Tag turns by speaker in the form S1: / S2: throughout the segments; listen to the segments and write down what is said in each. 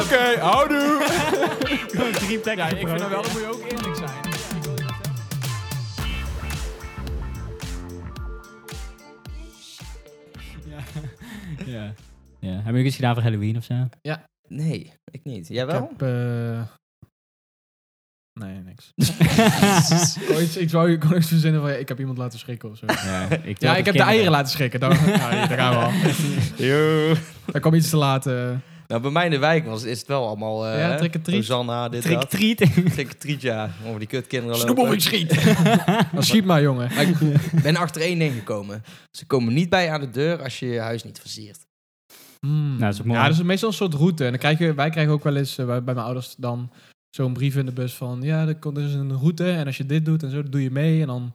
S1: Oké, houdoe!
S2: Drie plekken
S3: Ja, ik vind
S2: gebroken.
S3: dat wel, dan moet je ook eerlijk zijn.
S2: Ja. ja. ja. Hebben jullie iets gedaan voor Halloween of zo?
S1: Nee, ik niet. Jij wel?
S3: Ik heb, eh, Nee, niks. ik wou iets, ik wou, ik kon iets verzinnen van, ja, ik heb iemand laten schrikken of zo.
S2: Ja, ik,
S3: Ja, ik heb de eieren laten schrikken. Daar, ja, hier, daar gaan we al.
S1: Yo.
S3: Daar kwam iets te laat. eh.
S1: Nou, bij mij in de wijk was, is het wel allemaal... eh,
S3: Ja, trick or treat.
S1: Rosanna, dit,
S2: Trick
S1: dat.
S2: treat.
S1: Trick or treat, ja. Over die kutkinderen
S3: Snoep of
S1: lopen.
S3: ik schiet. Dan schiet maar, jongen.
S1: Maar ik ben achter één ding gekomen. Ze komen niet bij aan de deur als je je huis niet versiert.
S3: Mm.
S2: dat Nou, is ook mooi.
S3: Ja, dat is meestal een soort route. En dan krijg je, wij krijgen ook wel eens eh, bij bij mijn ouders dan zo'n brief in de bus van... Ja, er komt- er is een route en als je dit doet en zo, dan doe je mee. En dan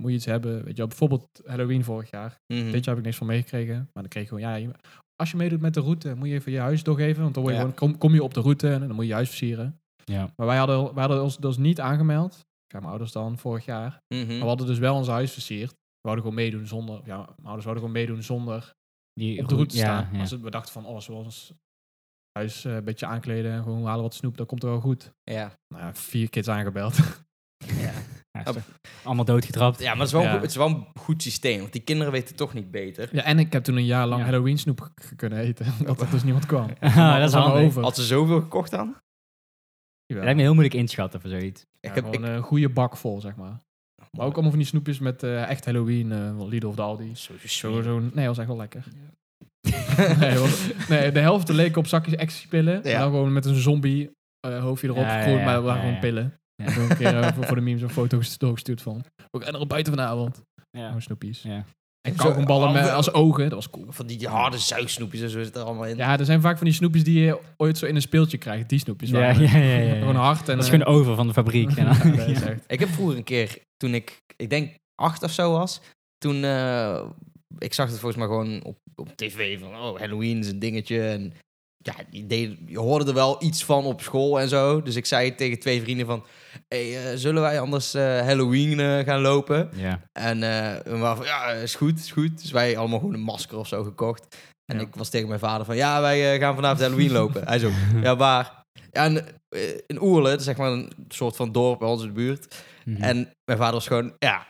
S3: moet je iets hebben. Weet je wel, bijvoorbeeld Halloween vorig jaar.
S1: Mhm.
S2: Hm.
S3: Dit jaar heb ik niks van meegekregen. Maar dan kreeg je gewoon, ja, je- als je meedoet met de route, moet je even je huis doorgeven. Want dan word je
S1: Ja.
S3: gewoon, kom, kom je op de route en dan moet je je huis versieren.
S2: Ja.
S3: Maar wij hadden, wij hadden ons dus niet aangemeld. Ja, mijn ouders dan, vorig jaar. Maar
S2: Hm.
S1: Mhm.
S3: we hadden dus wel ons huis versierd. We wouden gewoon meedoen zonder, ja, mijn ouders wouden gewoon meedoen zonder
S2: Die
S3: op de route te
S2: ja,
S3: staan.
S2: ja.
S3: Als het, we dachten van, oh, als we ons huis eh, een beetje aankleden en gewoon halen wat snoep, dan komt er wel goed.
S1: Ja.
S3: Nou ja, vier kids aangebeld.
S2: Ja, is Allemaal doodgetrapt.
S1: Ja, maar het is, wel
S3: Ja.
S1: Een, goed- het is wel een goed systeem. Want die kinderen weten toch niet beter.
S3: ja, en ik heb toen een jaar lang
S2: Ja.
S3: Halloween snoep ge- kunnen eten. Omdat er dus niemand kwam.
S2: Ah, dat is
S3: allemaal
S2: handig.
S3: over.
S1: Had ze zoveel gekocht dan?
S3: Jawel.
S2: Dat lijkt me heel moeilijk inschatten voor zoiets.
S3: Ja,
S1: ik heb, ik,
S3: gewoon een goede bak vol, zeg maar. Maar ook allemaal van die snoepjes met eh, echt Halloween, eh, van Lidl of de Aldi.
S1: Zo
S3: Zo,
S1: smerig.
S3: zo, nee, was echt wel lekker. nee, want- nee, de helft leek op zakjes extra pillen.
S1: Ja.
S3: En dan gewoon met een zombie eh, hoofdje erop
S2: Ja, ja,
S3: gegroeid,
S2: ja,
S3: maar we waren
S2: ja,
S3: gewoon
S2: ja.
S3: pillen.
S2: Ja.
S3: Ik heb ook een keer eh, voor, voor de memes een foto gest- doorgestuurd van. We gaan erop buiten vanavond.
S2: Ja.
S3: Gewoon snoepjes.
S2: Ja.
S3: En
S1: Zo,
S3: kauwgomballen
S1: oh,
S3: met
S1: we-
S3: als ogen, dat was cool.
S1: Van die harde zuigsnoepjes en zo zit er allemaal in.
S3: Ja, er zijn vaak van die snoepjes die je ooit zo in een speeltje krijgt. Die snoepjes
S2: Ja,
S3: waren.
S2: ja, ja, ja, ja.
S3: Gewoon hard. En,
S2: Dat is
S3: eh,
S2: gewoon over van de fabriek. Ja.
S3: dat is echt-
S1: Ik heb vroeger een keer, toen ik, ik denk acht of zo was, toen, eh, ik zag het volgens mij gewoon op, op tv van, oh, Halloween is een dingetje. En ja, je, deed, je hoorde er wel iets van op school en zo. Dus ik zei tegen twee vrienden van, hey, eh, zullen wij anders eh, Halloween eh, gaan lopen?
S2: Ja.
S1: En eh, we waren van, ja, is goed, is goed. Dus wij allemaal gewoon een masker of zo gekocht. En
S3: Ja.
S1: ik was tegen mijn vader van, ja, wij eh, gaan vanavond Halloween lopen. Hij zo, ja, waar? Ja, en, eh, in Oerle, dat is zeg maar een soort van dorp bij ons in de buurt.
S2: Mhm.
S1: En mijn vader was gewoon, ja,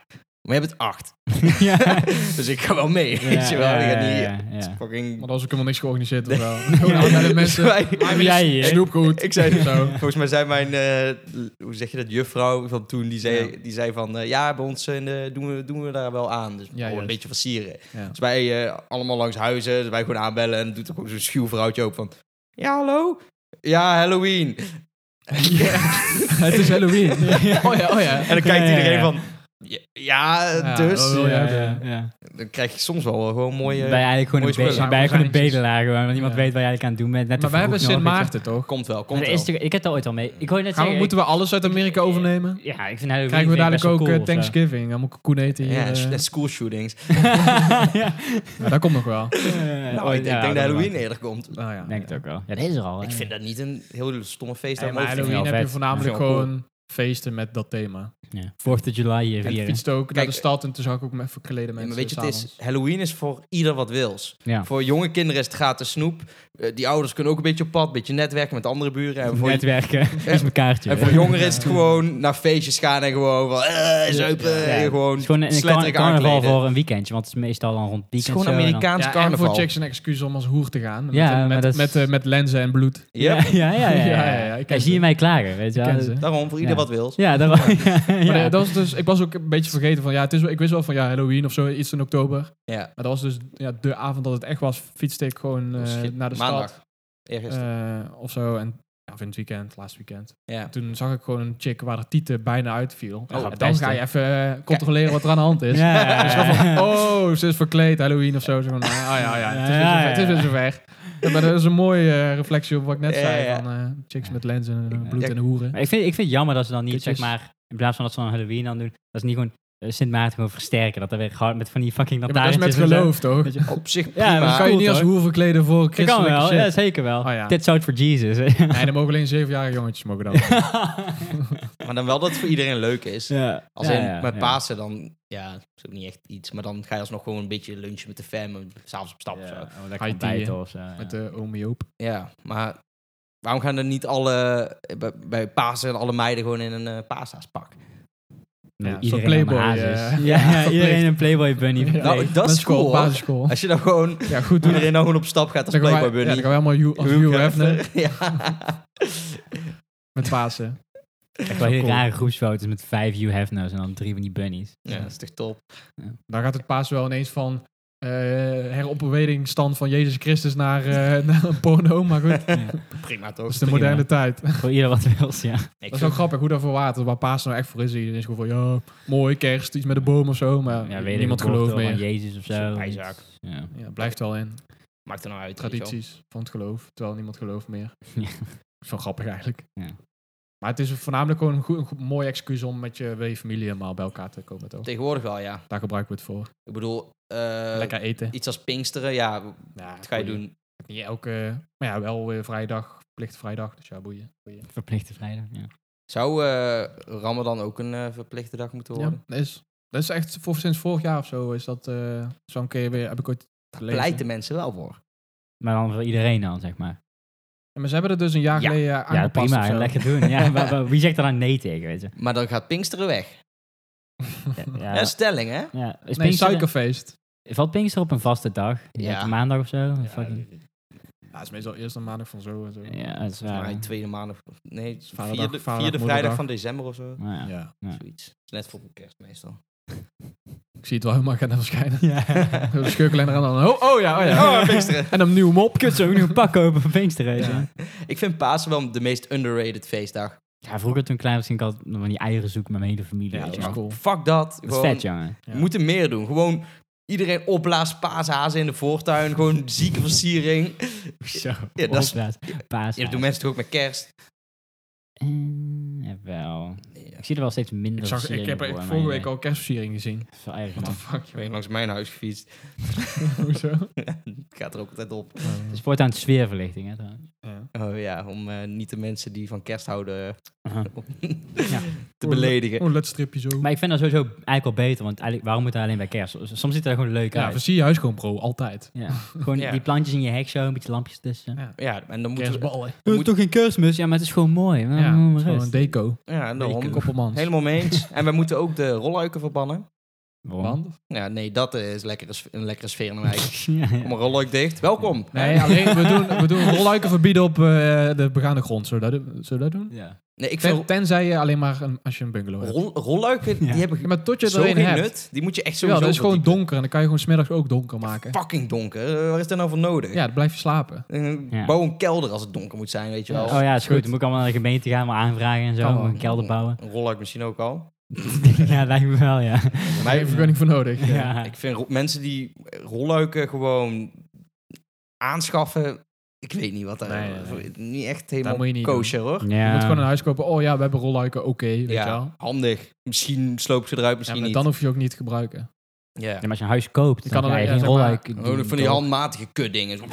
S1: maar je bent acht.
S2: ja.
S1: dus ik ga wel mee,
S2: Ja,
S1: weet je wel.
S2: ja,
S1: ik ga
S2: ja,
S1: niet
S2: ja, ja.
S3: Want
S1: fucking...
S3: als ik helemaal niks georganiseerd of wel. Gewoon aan bij de
S1: Dus
S3: mensen.
S1: wij-
S2: Maar jij hier?
S3: Snoep goed.
S1: Ik zei het
S3: zo.
S1: Volgens mij zei mijn, eh, l- hoe zeg je dat, juffrouw van toen, die zei,
S3: Ja.
S1: die zei van, eh, ja, bij ons in de- doen, we, doen we daar wel aan. Dus gewoon een
S3: juist.
S1: beetje versieren.
S3: Ja.
S1: Dus wij eh, allemaal langs huizen, dus wij gewoon aanbellen en doet er gewoon zo'n schuw vrouwtje ook van, ja, hallo? Ja, Halloween.
S3: Het is Halloween. Oh ja, oh ja.
S1: En dan kijkt
S2: Ja, ja,
S1: iedereen
S2: ja.
S1: van, ja, ja,
S3: Ja,
S1: dus.
S3: dat wil je
S2: Ja,
S3: hebben.
S2: ja, ja.
S1: Dan krijg je soms wel gewoon mooie...
S2: Ben je eigenlijk gewoon
S1: mooie
S2: een, be
S1: spullen.
S2: ben je gewoon een
S3: Magazijntjes.
S2: bedelaar gewoon, want niemand
S3: Ja.
S2: weet wat je eigenlijk aan het doen bent. Net te
S3: Maar wij
S2: vroeg
S3: hebben
S2: nog,
S3: Sint
S2: weet je.
S3: Maarten toch?
S1: Komt wel, komt wel.
S2: Maar dat is toch- ik heb dat ooit al mee. Ik hoor net
S3: Gaan we,
S2: zeggen,
S3: moeten we alles uit Amerika overnemen?
S2: ik- ja, ik vind Halloween
S3: Krijgen we
S2: vind ik
S3: dadelijk ook eh,
S2: best wel cool
S3: Thanksgiving? Allemaal kokoen eten hier.
S1: Ja,
S3: eh.
S1: en school shootings.
S2: of zo. ja.
S3: Ja, dat komt nog wel.
S2: Eh,
S1: Nou,
S2: ooit,
S1: ik denk,
S2: ja, Oh,
S1: denk dat
S2: wel.
S1: Halloween eerder komt.
S3: Nou ja.
S2: Ik denk het ook wel. Ja, dat is er al.
S1: Ik vind dat niet een heel stomme feest.
S3: Hey,
S1: om
S3: maar
S1: over te
S3: Halloween
S2: wel
S3: heb
S2: vet.
S3: je voornamelijk
S1: Dat is wel
S3: gewoon feesten met dat thema.
S2: Ja. 4 juli hier
S3: En ik
S2: vieren.
S3: fietste ook naar
S1: Kijk,
S3: de stad en toen zag ik ook met verkleden
S1: gaan. Ja,
S3: mensen.
S1: maar weet je, het is,
S3: s'avonds.
S1: Halloween is voor ieder wat wils.
S2: Ja.
S1: Voor jonge kinderen is het gratis snoep. Eh, die ouders kunnen ook een beetje op pad, een beetje netwerken met andere buren. En voor,
S2: Netwerken. is mijn kaartje.
S1: en voor jongeren is het gewoon naar feestjes gaan en gewoon van, eh, zuipen.
S2: Ja.
S1: en
S2: Het
S1: Gewoon,
S2: is gewoon een
S1: sletterig
S2: carna- carnaval
S1: aankleden.
S2: voor een weekendje, want het is meestal dan rond het
S1: Het is
S2: weekend.
S1: gewoon
S2: zo en dan-
S1: Amerikaans
S3: Ja, en
S1: carnaval.
S3: voor chicks een excuus om als hoer te gaan. Met,
S2: Ja,
S3: met,
S2: maar dat is-
S3: met, eh, met lenzen en bloed.
S1: Ja,
S2: Ja, ja, ja. ja,
S3: Ja,
S2: ja,
S3: ja, ja, ik ken
S2: Ja, zie je
S3: ze.
S2: mij klagen, weet je
S3: Ik
S2: wel.
S3: ken ze.
S1: daarom voor ieder
S2: Ja.
S1: wat wils.
S2: Ja, dat was... Ja,
S3: Maar
S2: ja.
S3: eh, dat was dus, ik was ook een beetje vergeten van, ja, het is, wel- ik wist wel van, ja, Halloween of zo, iets in oktober.
S1: Ja,
S3: Maar dat was dus ja, de avond dat het echt was, fietste ik gewoon eh,
S1: Misschien
S3: naar de
S1: maandag.
S3: stad
S1: eergisteren.
S3: eh, of zo. En, ja, of in het weekend, laatste weekend.
S1: ja.
S3: Toen zag ik gewoon een chick waar de tieten bijna uitviel.
S1: Oh,
S3: en dan
S2: pesten.
S3: ga je even eh, controleren wat er aan de hand is.
S2: Ja, ja,
S3: Dus
S2: ja.
S3: dan van, oh, ze is verkleed, Halloween of zo. Zo van, ah ja, ja, het is weer
S2: Ja,
S3: zover.
S2: ja.
S3: Het is weer zover. Ja, maar dat is een mooie eh, reflectie op wat ik net
S1: Ja,
S3: zei.
S1: ja.
S3: Van eh, chicks met lenzen en eh,
S2: Ja.
S3: bloed
S1: Ja.
S3: en hoeren.
S2: Maar ik vind, ik vind het jammer dat ze dan niet,
S3: Kutjes.
S2: zeg maar, in plaats van dat ze dan Halloween dan doen, dat ze niet gewoon eh, Sint Maarten gewoon versterken. Dat er weer gewoon met van die fucking
S3: Ja, maar dat is
S2: lantaarntjes
S3: met
S2: en zo.
S3: geloof, toch?
S2: Weet je,
S1: Op zich prima.
S2: Ja,
S3: Dan
S2: maar
S3: kan je
S2: cool,
S3: niet als
S2: toch?
S3: hoer verkleden voor
S2: Dat kan
S3: christelijke
S2: wel,
S3: shit.
S2: ja, zeker wel.
S3: Oh, ja.
S2: Tits out for Jesus. hè.
S3: Nee, dan mogen alleen zevenjarige jongetjes mogen dat.
S1: Maar dan wel dat het voor iedereen leuk is.
S2: ja.
S1: Als
S2: Ja,
S1: in,
S2: ja,
S1: met
S2: ja.
S1: Pasen dan, ja, dat is ook niet echt iets. Maar dan ga je alsnog gewoon een beetje lunchen met de fam. en S'avonds op stap of
S2: Ja,
S1: zo.
S2: oh, lekker
S3: High tea,
S2: ontbijten of zo. ja.
S3: Met eh, de oom Joop.
S1: Ja, maar waarom gaan er niet alle, bij, bij Pasen alle meiden gewoon in een eh paasdaaspak?
S3: Oh.
S2: Nee,
S3: Ja,
S2: iedereen aan
S3: zo'n
S2: de
S3: Playboy,
S2: hazes. ja,
S3: eh,
S2: ja,
S3: verplicht.
S2: iedereen een Playboy bunny.
S3: Ja.
S1: Nou, dat is
S3: Basisschool,
S1: cool.
S3: Basisschool.
S1: Als je dan gewoon,
S3: Ja, goed doen.
S1: iedereen dan gewoon op stap gaat als
S3: Dan gaan
S1: Playboy
S3: wij- ja,
S1: Bunny.
S3: dan gaan we allemaal Hugh- als Hugh Hefner
S1: Ja.
S3: met Pasen.
S2: Echt wel hele rare groepsfoto's met vijf You Have No's en dan drie van die bunnies.
S1: ja, dat is toch top.
S3: Dan gaat het Pasen wel ineens van eh heropwedingstand van Jezus Christus naar, eh, naar een porno. Maar goed,
S1: Prima
S3: dat
S1: toch?
S3: is de
S2: Prima.
S3: moderne tijd.
S2: Voor ieder wat wils, ja.
S1: Ik
S3: Dat is
S1: vind-
S3: ook grappig hoe daarvoor waard waar Pasen nou echt voor is. Iedereen is gewoon van, ja, mooi, kerst, iets met een boom of zo. Maar
S2: ja weet
S3: niemand
S2: ik, geboorte
S3: gelooft
S2: van
S3: meer.
S2: Jezus of zo.
S1: Isaac.
S2: Ja.
S3: Ja, blijft wel in.
S1: Maakt er nou uit. weet je wel.
S3: Tradities van het geloof, terwijl niemand gelooft meer.
S2: Ja.
S3: Is wel grappig eigenlijk.
S2: Ja.
S3: Maar het is voornamelijk gewoon een, goed, een goed- mooi excuus om met je, met je familie helemaal bij elkaar te komen. Toch?
S1: Tegenwoordig wel, ja.
S3: Daar gebruiken we het voor.
S1: Ik bedoel, eh,
S3: Lekker eten.
S1: iets als Pinksteren, ja, wat
S3: Ja,
S1: ga je
S3: boeien.
S1: doen?
S3: Niet elke, maar ja, wel weer vrijdag, verplichte vrijdag. Dus ja, boeien. boeien.
S2: Verplichte vrijdag, ja.
S1: Zou eh Ramadan ook een eh, verplichte dag moeten
S3: Ja,
S1: worden?
S3: dat is, dat is echt voor, sinds vorig jaar of zo is dat eh, zo'n keer weer, heb ik ooit
S1: Daar
S3: gelezen.
S1: pleiten mensen wel voor.
S2: Maar dan voor iedereen dan, zeg maar.
S3: Ja, maar ze hebben het dus een jaar
S1: Ja.
S3: geleden eh,
S2: Ja,
S3: aangepast of
S2: prima.
S3: zo.
S2: Lekker doen. Ja, maar- maar wie zegt er dan nee tegen, weet je?
S1: Maar dan gaat Pinksteren weg.
S2: Ja,
S1: Dat is stelling, hè?
S2: ja. Is
S3: Nee,
S2: Pinkster-
S3: suikerfeest.
S2: Valt Pinkster op een vaste dag?
S1: Ja.
S2: Ja. Maandag of zo? Ja, fucking...
S3: Ja, dat is meestal eerst een maandag van zo en zo.
S2: ja dat is
S1: Ja,
S2: waar.
S1: tweede maandag. Nee,
S3: Vaderdag,
S1: vierde,
S3: vaderdag,
S1: vierde vrijdag
S3: moederdag.
S1: van december of zo.
S2: Maar Nou ja.
S3: Ja.
S1: Zoiets. Net voor de kerst meestal.
S3: Ik zie het wel helemaal gaan verschijnen.
S2: Ja.
S3: We scheukelen er aan dan. Oh, oh ja, oh ja.
S1: Oh, Pinksteren.
S3: En een nieuwe mop.
S2: Kut, zo nieuw pak kopen van Pinkster, weet je.
S3: Ja.
S2: Ja.
S1: Ik vind Pasen wel de meest underrated feestdag.
S2: vroeger toen ik klein was, ging ik altijd nog van die eieren zoeken met mijn hele familie.
S3: Ja,
S2: weet
S3: dat
S2: je
S3: is
S2: wel.
S3: cool.
S1: Fuck dat.
S2: Dat is
S1: Gewoon-
S2: vet, jongen.
S1: We moeten meer doen. Gewoon iedereen opblaast paashazen in de voortuin. Gewoon zieke versiering.
S2: Zo.
S1: Ja, dat is-
S2: Opblaas, paas.
S1: Ja, dat doen mensen toch ook met kerst?
S2: Eh, wel.
S1: Nee,
S2: Ik zie er wel steeds minder
S3: Ik, zag, ik
S2: versiering
S3: heb
S2: voor,
S3: echt
S2: maar
S3: vorige
S2: ja,
S3: week al kerstversiering gezien.
S2: dat is wel erg,
S3: What the
S2: man.
S3: fuck,
S1: Ik ben langs mijn huis gefietst.
S3: Hoezo?
S1: Gaat er ook altijd op.
S2: Het is voortaan de sfeerverlichting, hè. trouwens.
S3: Ja.
S1: Oh ja, om eh, niet de mensen die van kerst houden
S3: Uh-huh.
S2: Aha. Ja.
S1: te beledigen.
S3: Oh, let's stripje zo.
S2: Maar ik vind dat sowieso eigenlijk al beter, want eigenlijk, waarom moet dat alleen bij kerst? Soms ziet het er gewoon leuk
S3: Ja,
S2: uit.
S3: versier je huis gewoon pro, altijd.
S2: Ja. Gewoon
S1: Ja.
S2: die plantjes in je hek zo, een beetje lampjes tussen.
S1: Ja, en dan moeten we...
S3: Kerstballen.
S1: Het is
S2: toch geen kerstmis? Ja, maar het is gewoon mooi.
S3: Ja, het is gewoon een deco.
S1: Ja, en
S3: Deco.
S1: daarom.
S3: Koppelmans.
S1: Helemaal mee eens. en we moeten ook de rolluiken verbannen.
S3: Band?
S1: Ja, nee, dat is lekkere sf- een lekkere sfeer in mijn eigen.
S2: Ja, ja.
S1: Kom een rolluik dicht. Welkom.
S3: Nee, alleen, we doen, we doen rolluiken verbieden op eh, de begaande grond. Zullen we dat, doen? Zullen we dat doen?
S2: Ja.
S1: Nee, ik
S3: Ten-
S1: vind
S3: tenzij je alleen maar een, als je een bungalow hebt.
S1: rol- rolluiken, die
S2: Ja.
S1: hebben
S3: Ja, maar tot je
S1: zo
S3: er
S1: geen
S3: een hebt.
S1: nut. Die moet je echt
S3: Ja,
S1: sowieso...
S3: dat is gewoon
S1: verdiepen.
S3: donker en dan kan je gewoon smiddags ook donker maken.
S1: Fucking donker. Eh, Waar is daar nou voor nodig?
S3: Ja, dan blijf je slapen.
S1: Eh,
S2: Ja.
S1: Bouw een kelder als het donker moet zijn, weet je wel.
S2: Oh ja, is goed.
S3: Goed.
S2: Dan moet ik allemaal naar de gemeente gaan, maar aanvragen en zo.
S3: Kan wel.
S2: Een kelder bouwen.
S1: Een rolluik misschien ook al.
S2: ja, lijkt me wel, ja.
S3: Daar heb je vergunning voor nodig.
S2: ja.
S1: Ik vind ro- mensen die rolluiken gewoon aanschaffen... Ik weet niet wat daar...
S3: Nee, nee,
S1: Niet echt helemaal
S3: moet je niet
S1: kosher, hoor.
S2: Ja.
S3: Je moet gewoon een huis kopen. Oh ja, we hebben rolluiken, oké, weet je wel.
S1: Ja, handig. Misschien slopen ze eruit,
S3: Ja,
S1: misschien
S3: maar
S1: niet.
S3: dan hoef je ook niet te gebruiken.
S1: Ja.
S2: Ja, maar als je een huis koopt,
S3: Je
S2: dan
S3: kan
S2: kan
S3: er-
S2: je
S3: ja,
S2: geen
S3: zeg maar-
S2: rolluik
S1: Gewoon
S2: doen,
S1: Oh, van die
S2: toch?
S1: handmatige kutdingen. Zo-